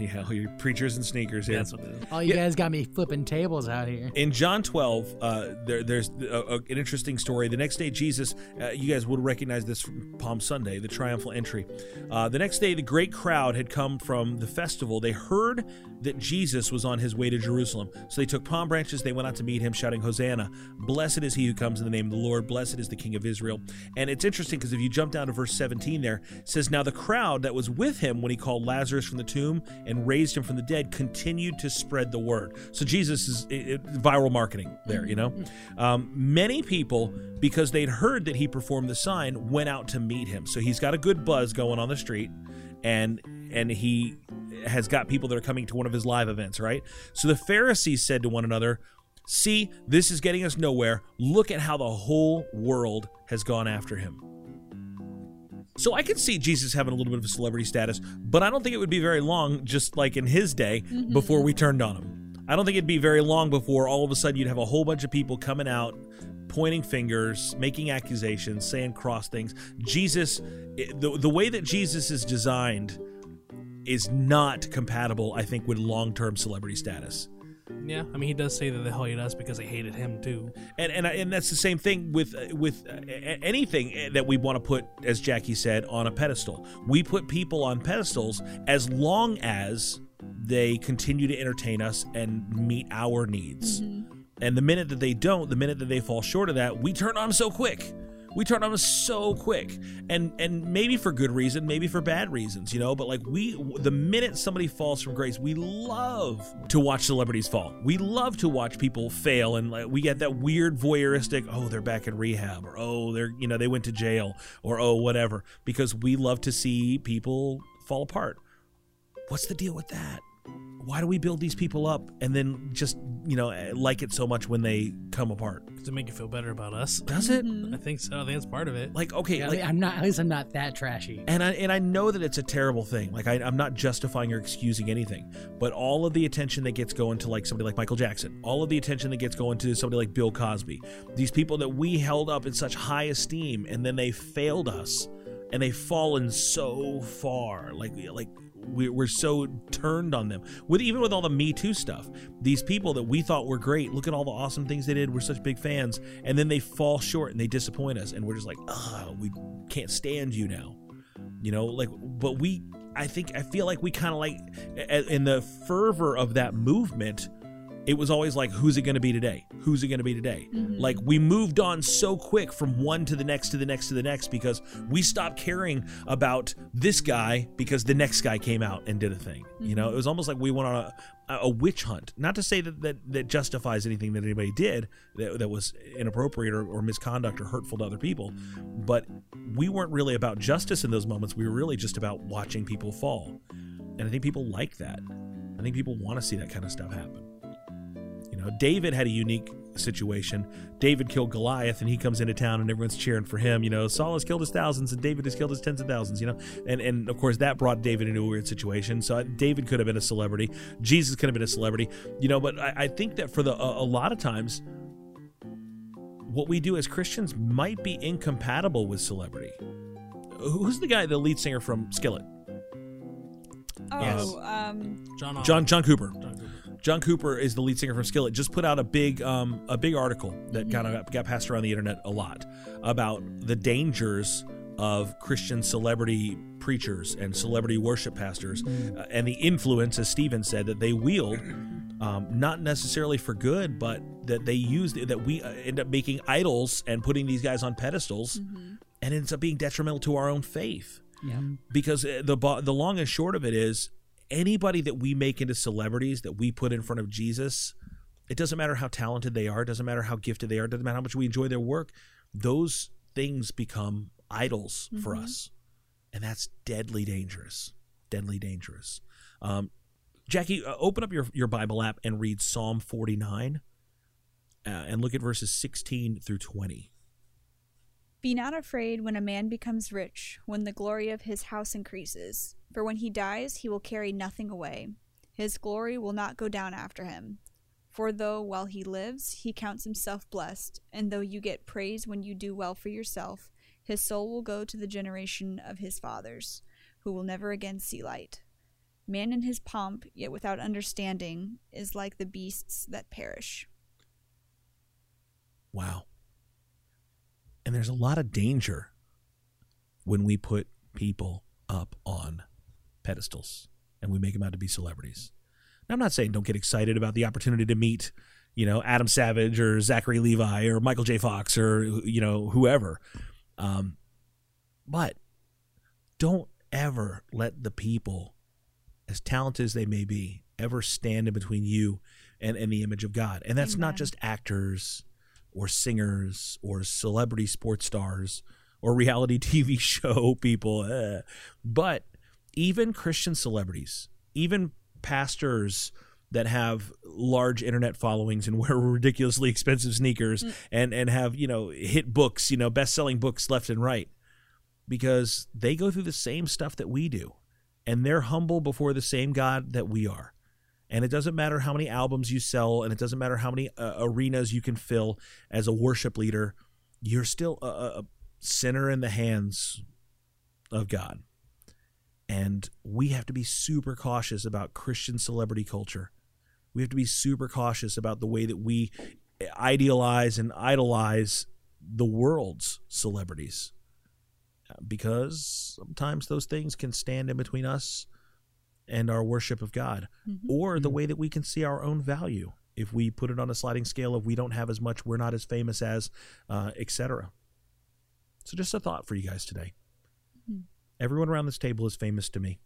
A: Yeah, your preachers and sneakers here.
C: That's what it is.
D: all you guys got me flipping tables out here.
A: In John 12, uh, there, there's a, a- an interesting story. The next day, Jesus, uh, you guys would recognize this from Palm Sunday, the triumphal entry. Uh, the next day, the great crowd had come from the festival. They heard that Jesus was on his way to Jerusalem. So they took palm branches, they went out to meet him, shouting, Hosanna! Blessed is he who comes in the name of the Lord, blessed is the King of Israel. And it's interesting because if you jump down to verse 17 there, it says, Now the crowd that was with him when he called Lazarus from the tomb and raised him from the dead continued to spread the word. So Jesus is it, it- viral marketing there, you know? Um, many people, because they'd heard that he performed the sign, went out to meet him. So he's got a good buzz going on the street and and he has got people that are coming to one of his live events, right? So the Pharisees said to one another, See, this is getting us nowhere. Look at how the whole world has gone after him. So I could see Jesus having a little bit of a celebrity status, but I don't think it would be very long, just like in his day, before we turned on him. I don't think it'd be very long before all of a sudden you'd have a whole bunch of people coming out, pointing fingers, making accusations, saying cross things. Jesus, i- the, the way that Jesus is designed is not compatible, I think, with long term celebrity status.
C: Yeah, I mean, he does say that they hated us because they hated him too.
A: and and I- and that's the same thing with uh, with uh, a- anything that we want to put, as Jackie said, on a pedestal. We put people on pedestals as long as they continue to entertain us and meet our needs. And the minute that they don't, the minute that they fall short of that, we turn on them so quick. We turn on them so quick, and and maybe for good reason, maybe for bad reasons, you know. But like we, the minute somebody falls from grace, we love to watch celebrities fall. We love to watch people fail, and like, we get that weird voyeuristic, oh, they're back in rehab, or oh, they're you know they went to jail, or oh, whatever, because we love to see people fall apart. What's the deal with that? Why do we build these people up and then just you know like it so much when they come apart?
C: Does it make you feel better about us?
A: Does it?
C: I think so. I think that's part of it.
A: Like okay,
D: Yeah,
A: like
D: I'm not. At least I'm not that trashy.
A: and I and I know that it's a terrible thing. Like I, I'm not justifying or excusing anything, but all of the attention that gets going to like somebody like Michael Jackson, all of the attention that gets going to somebody like Bill Cosby, these people that we held up in such high esteem, and then they failed us, and they've fallen so far. Like like we- we're so turned on them with even with all the me too stuff these people that we thought were great look at all the awesome things they did we're such big fans and then they fall short and they disappoint us and we're just like oh we can't stand you now you know like but we i think i feel like we kind of like a- in the fervor of that movement it was always like who's it going to be today who's it going to be today like we moved on so quick from one to the next to the next to the next because we stopped caring about this guy because the next guy came out and did a thing you know it was almost like we went on a, a witch hunt not to say that, that that justifies anything that anybody did that, that was inappropriate or, or misconduct or hurtful to other people but we weren't really about justice in those moments we were really just about watching people fall and i think people like that i think people want to see that kind of stuff happen you know, David had a unique situation. David killed Goliath, and he comes into town, and everyone's cheering for him. You know, Saul has killed his thousands, and David has killed his tens of thousands. You know, and and of course that brought David into a weird situation. So uh, David could have been a celebrity. Jesus could have been a celebrity. You know, but I, I think that for the a, a lot of times, what we do as Christians might be incompatible with celebrity. Who's the guy, the lead singer from Skillet?
E: Oh,
A: Yes.
E: um,
C: John. Oliver.
A: John John Cooper.
C: John Cooper.
A: John Cooper is the lead singer from Skillet. Just put out a big um, a big article that kind of got passed around the internet a lot about the dangers of Christian celebrity preachers and celebrity worship pastors uh, and the influence, as Stephen said, that they wield. Um, not necessarily for good, but that they use that we uh, end up making idols and putting these guys on pedestals, and ends up being detrimental to our own faith
D: Yeah.
A: because uh, the bo- the long and short of it is anybody that we make into celebrities that we put in front of Jesus it doesn't matter how talented they are it doesn't matter how gifted they are it doesn't matter how much we enjoy their work those things become idols for us and that's deadly dangerous deadly dangerous um, Jackie uh, open up your your Bible app and read Psalm 49 uh, and look at verses 16 through 20
E: Be not afraid when a man becomes rich, when the glory of his house increases. For when he dies, he will carry nothing away. His glory will not go down after him. For though while he lives, he counts himself blessed, and though you get praise when you do well for yourself, his soul will go to the generation of his fathers, who will never again see light. Man in his pomp, yet without understanding, is like the beasts that perish.
A: Wow. And there's a lot of danger when we put people up on pedestals and we make them out to be celebrities. Now, I'm not saying don't get excited about the opportunity to meet, you know, Adam Savage or Zachary Levi or Michael J. Fox or, you know, whoever. Um, but don't ever let the people, as talented as they may be, ever stand in between you and, and the image of God. And that's not
E: Amen.
A: just actors or singers or celebrity sports stars or reality [laughs] TV show people, eh. but even Christian celebrities, even pastors that have large internet followings and [laughs] wear ridiculously expensive sneakers and and have you know hit books, you know best selling books left and right, because they go through the same stuff that we do, and they're humble before the same God that we are. And it doesn't matter how many albums you sell, and it doesn't matter how many uh, arenas you can fill as a worship leader, you're still a, a a sinner in the hands of God. And we have to be super cautious about Christian celebrity culture. We have to be super cautious about the way that we idealize and idolize the world's celebrities Uh, because sometimes those things can stand in between us and our worship of God or the way that we can see our own value if we put it on a sliding scale of we don't have as much, we're not as famous as, uh, etc. So just a thought for you guys today. Everyone around this table is famous to me.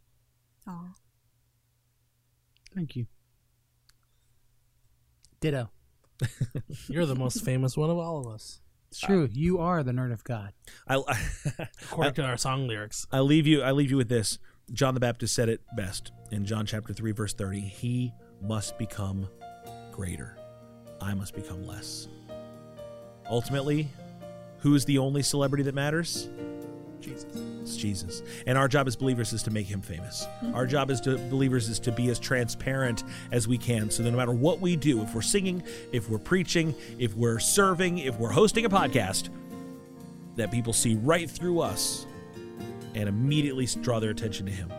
E: Aw.
D: Thank you. Ditto.
C: You're the most famous one of all of us,
D: It's true.
E: Uh.
D: you are the nerd of God.
A: I, [laughs]
C: according to our song lyrics.
A: I leave you. I leave you with this. John the Baptist said it best in John chapter three, verse thirty. He must become greater. I must become less. Ultimately, who is the only celebrity that matters? Jesus. It's Jesus. And our job as believers is to make him famous. Our job as to believers is to be as transparent as we can so that no matter what we do, if we're singing, if we're preaching, if we're serving, if we're hosting a podcast, that people see right through us and immediately draw their attention to him.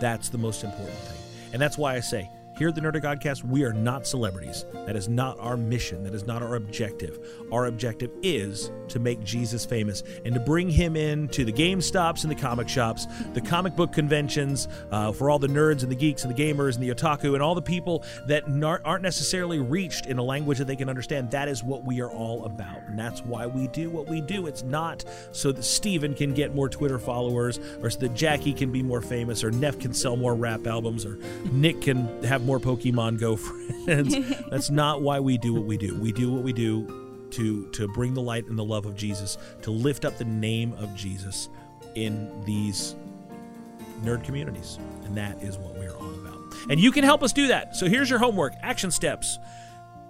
A: That's the most important thing. And that's why I say, here at the Nerd of Godcast, we are not celebrities. That is not our mission. That is not our objective. Our objective is to make Jesus famous and to bring him in to the game stops and the comic shops, the comic book conventions, uh, for all the nerds and the geeks and the gamers and the otaku and all the people that nar- aren't necessarily reached in a language that they can understand. That is what we are all about. And that's why we do what we do. It's not so that Steven can get more Twitter followers or so that Jackie can be more famous or Neff can sell more rap albums or Nick can have more Pokemon Go [laughs] friends. that's not why we do what we do. We do what we do to to bring the light and the love of Jesus, to lift up the name of Jesus in these nerd communities. And that is what we're all about. And you can help us do that. So here's your homework action steps.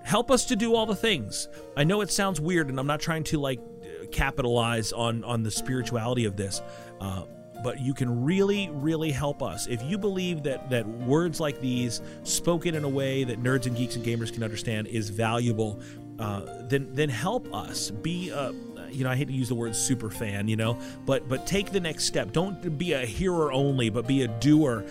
A: Help us to do all the things. I know it sounds weird, and I'm not trying to like uh, capitalize on on the spirituality of this, uh, but you can really, really help us if you believe that that words like these, spoken in a way that nerds and geeks and gamers can understand, is valuable. Uh, then then help us be a you know, I hate to use the word super fan, you know, but but take the next step. Don't be a hearer only, but be a doer.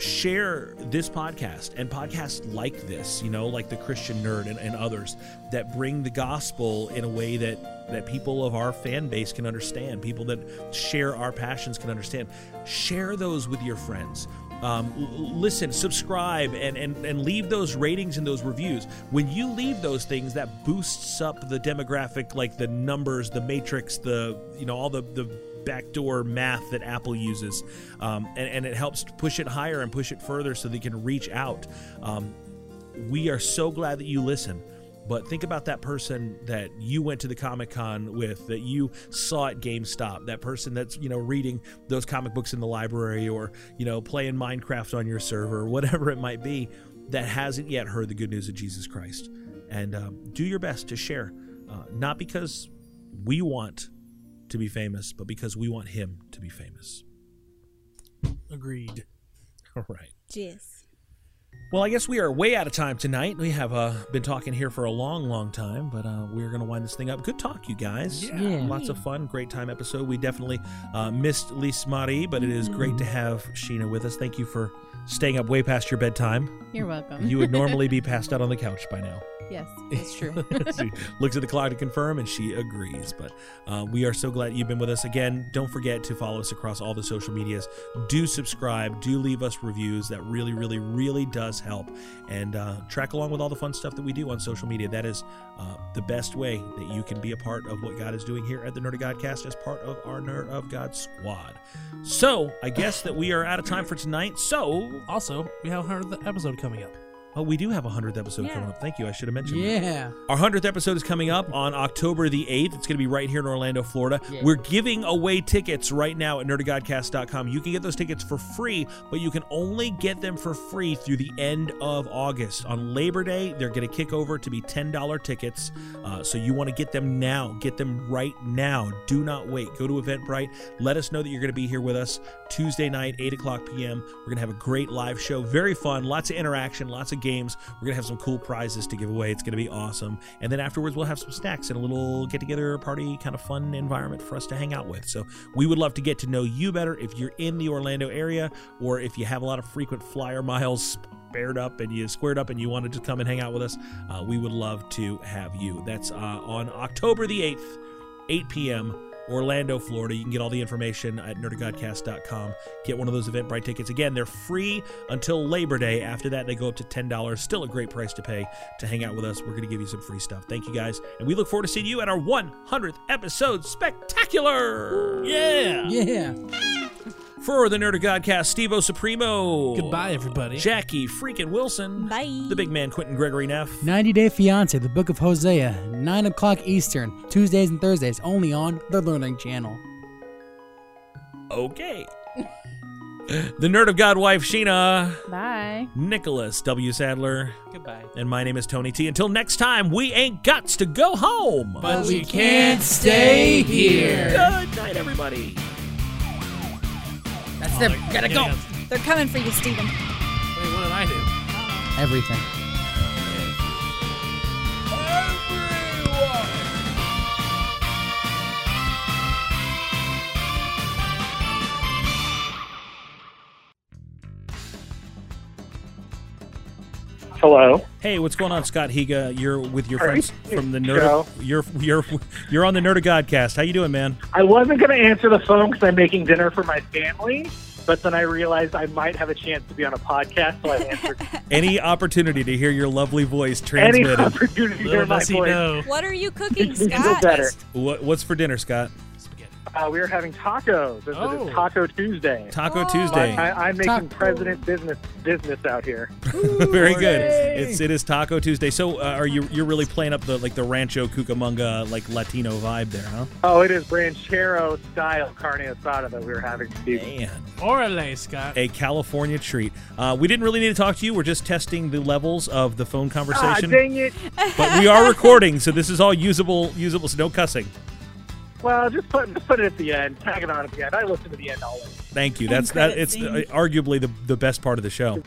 A: share this podcast and podcasts like this, you know, like the Christian Nerd and, and others that bring the gospel in a way that that people of our fan base can understand, people that share our passions can understand. Share those with your friends. Um, l- listen, subscribe, and, and, and leave those ratings and those reviews. When you leave those things, that boosts up the demographic, like the numbers, the matrix, the, you know, all the, the backdoor math that Apple uses, um, and, and it helps push it higher and push it further so they can reach out. Um, we are so glad that you listen. But think about that person that you went to the Comic Con with, that you saw at GameStop, that person that's you know reading those comic books in the library, or you know playing Minecraft on your server, [laughs] whatever it might be, that hasn't yet heard the good news of Jesus Christ. And um, do your best to share, uh, not because we want to be famous, but because we want him to be famous. [laughs]
C: Agreed.
A: All right.
E: Yes.
A: Well, I guess we are way out of time tonight. We have uh, been talking here for a long, long time, but uh, we're going to wind this thing up. Good talk, you guys.
C: Yeah. Yeah.
A: Lots of fun. Great time episode. We definitely uh, missed Lise Marie, but it is great to have Sheena with us. Thank you for staying up way past your bedtime.
G: You're welcome.
A: You would normally be passed out on the couch by now.
G: [laughs] yes, that's true.
A: [laughs] she looks at the clock to confirm and she agrees. But uh, we are so glad you've been with us again. Don't forget to follow us across all the social medias. Do subscribe. Do leave us reviews. That really, really, really does help. And uh, track along with all the fun stuff that we do on social media. That is uh, the best way that you can be a part of what God is doing here at the Nerd of Godcast as part of our Nerd of God squad. So I guess that we are out of time for tonight. So
C: Also, we have another episode coming up.
A: oh, we do have a hundredth episode coming up. Thank you. I should have mentioned. that.
D: Yeah.
A: Our 100th episode is coming up on October the 8th. It's going to be right here in Orlando, Florida. We're giving away tickets right now at nerdygodcast.com. You can get those tickets for free, but you can only get them for free through the end of August. On Labor Day, they're going to kick over to be $10 tickets. Uh, so you want to get them now. Get them right now. Do not wait. Go to Eventbrite. Let us know that you're going to be here with us Tuesday night, 8 o'clock p.m. We're going to have a great live show. Very fun. Lots of interaction, lots of games. We're going to have some cool prizes to give away. It's going to be awesome. And then afterwards, we'll have some snacks and a little get together party, kind of fun environment for us to hang out with. So we would love to get to know you better if you're in the Orlando area or if you have a lot of frequent flyer miles spared up and you squared up and you wanted to come and hang out with us. Uh, we would love to have you. That's uh, on October the 8th, 8 p.m. Orlando, Florida. You can get all the information at nerdgodcast.com. Get one of those Eventbrite tickets. Again, they're free until Labor Day. After that, they go up to $10. Still a great price to pay to hang out with us. We're going to give you some free stuff. Thank you guys. And we look forward to seeing you at our 100th episode. Spectacular! Yeah!
D: Yeah.
A: For the Nerd of Godcast, Steve O Supremo.
C: Goodbye, everybody.
A: Jackie freaking Wilson.
E: Bye.
A: The big man, Quentin Gregory Neff.
D: 90 Day Fiance, the Book of Hosea, 9 o'clock Eastern, Tuesdays and Thursdays, only on the Learning Channel.
A: Okay. [laughs] the Nerd of God wife, Sheena.
G: Bye.
A: Nicholas W. Sadler.
H: Goodbye.
A: And my name is Tony T. Until next time, we ain't guts to go home.
C: But we can't stay here.
A: Good night, everybody.
D: That's them.
H: Oh,
D: Gotta go.
E: They're coming for you, Steven.
C: Wait, what did I do?
D: Everything.
M: Hello.
A: Hey, what's going on, Scott Higa? You're with your
M: All
A: friends
M: right.
A: from the Nerd. of- You're you're you're on the Nerd of Godcast. How you doing, man?
M: I wasn't going to answer the phone because I'm making dinner for my family, but then I realized I might have a chance to be on a podcast,
C: [laughs]
M: so I answered
A: Any opportunity to hear your lovely voice
M: any [laughs]
A: transmitted?
M: opportunity to hear
C: Little
M: my
C: does he
M: voice.
C: know.
E: What are you cooking,
M: You know
E: Scott?
M: better.
A: What, what's for dinner, Scott?
M: Uh, we are having tacos. This
C: Oh.
M: is Taco Tuesday.
A: Taco
E: Oh.
A: Tuesday. [laughs]
M: I, I'm making
D: Taco.
M: president business business out here.
A: Very good. It's it is Taco Tuesday. So uh, are you you're really playing up the like the Rancho Cucamonga like Latino vibe there, huh?
M: Oh, it is ranchero style carne asada that we were having. Steve.
A: Man,
C: Orale, Scott.
A: a California treat. Uh, we didn't really need to talk to you. We're just testing the levels of the phone
M: Ah,
A: conversation,
M: dang it!
A: but we are recording, so this is all usable. Usable. So no cussing.
M: Well, just put just put it at the end. Tag it on at the end. I listen to the end always.
A: Thank you. That's
E: credit
A: that. It's
E: thing.
A: uh, arguably the the best part of the show.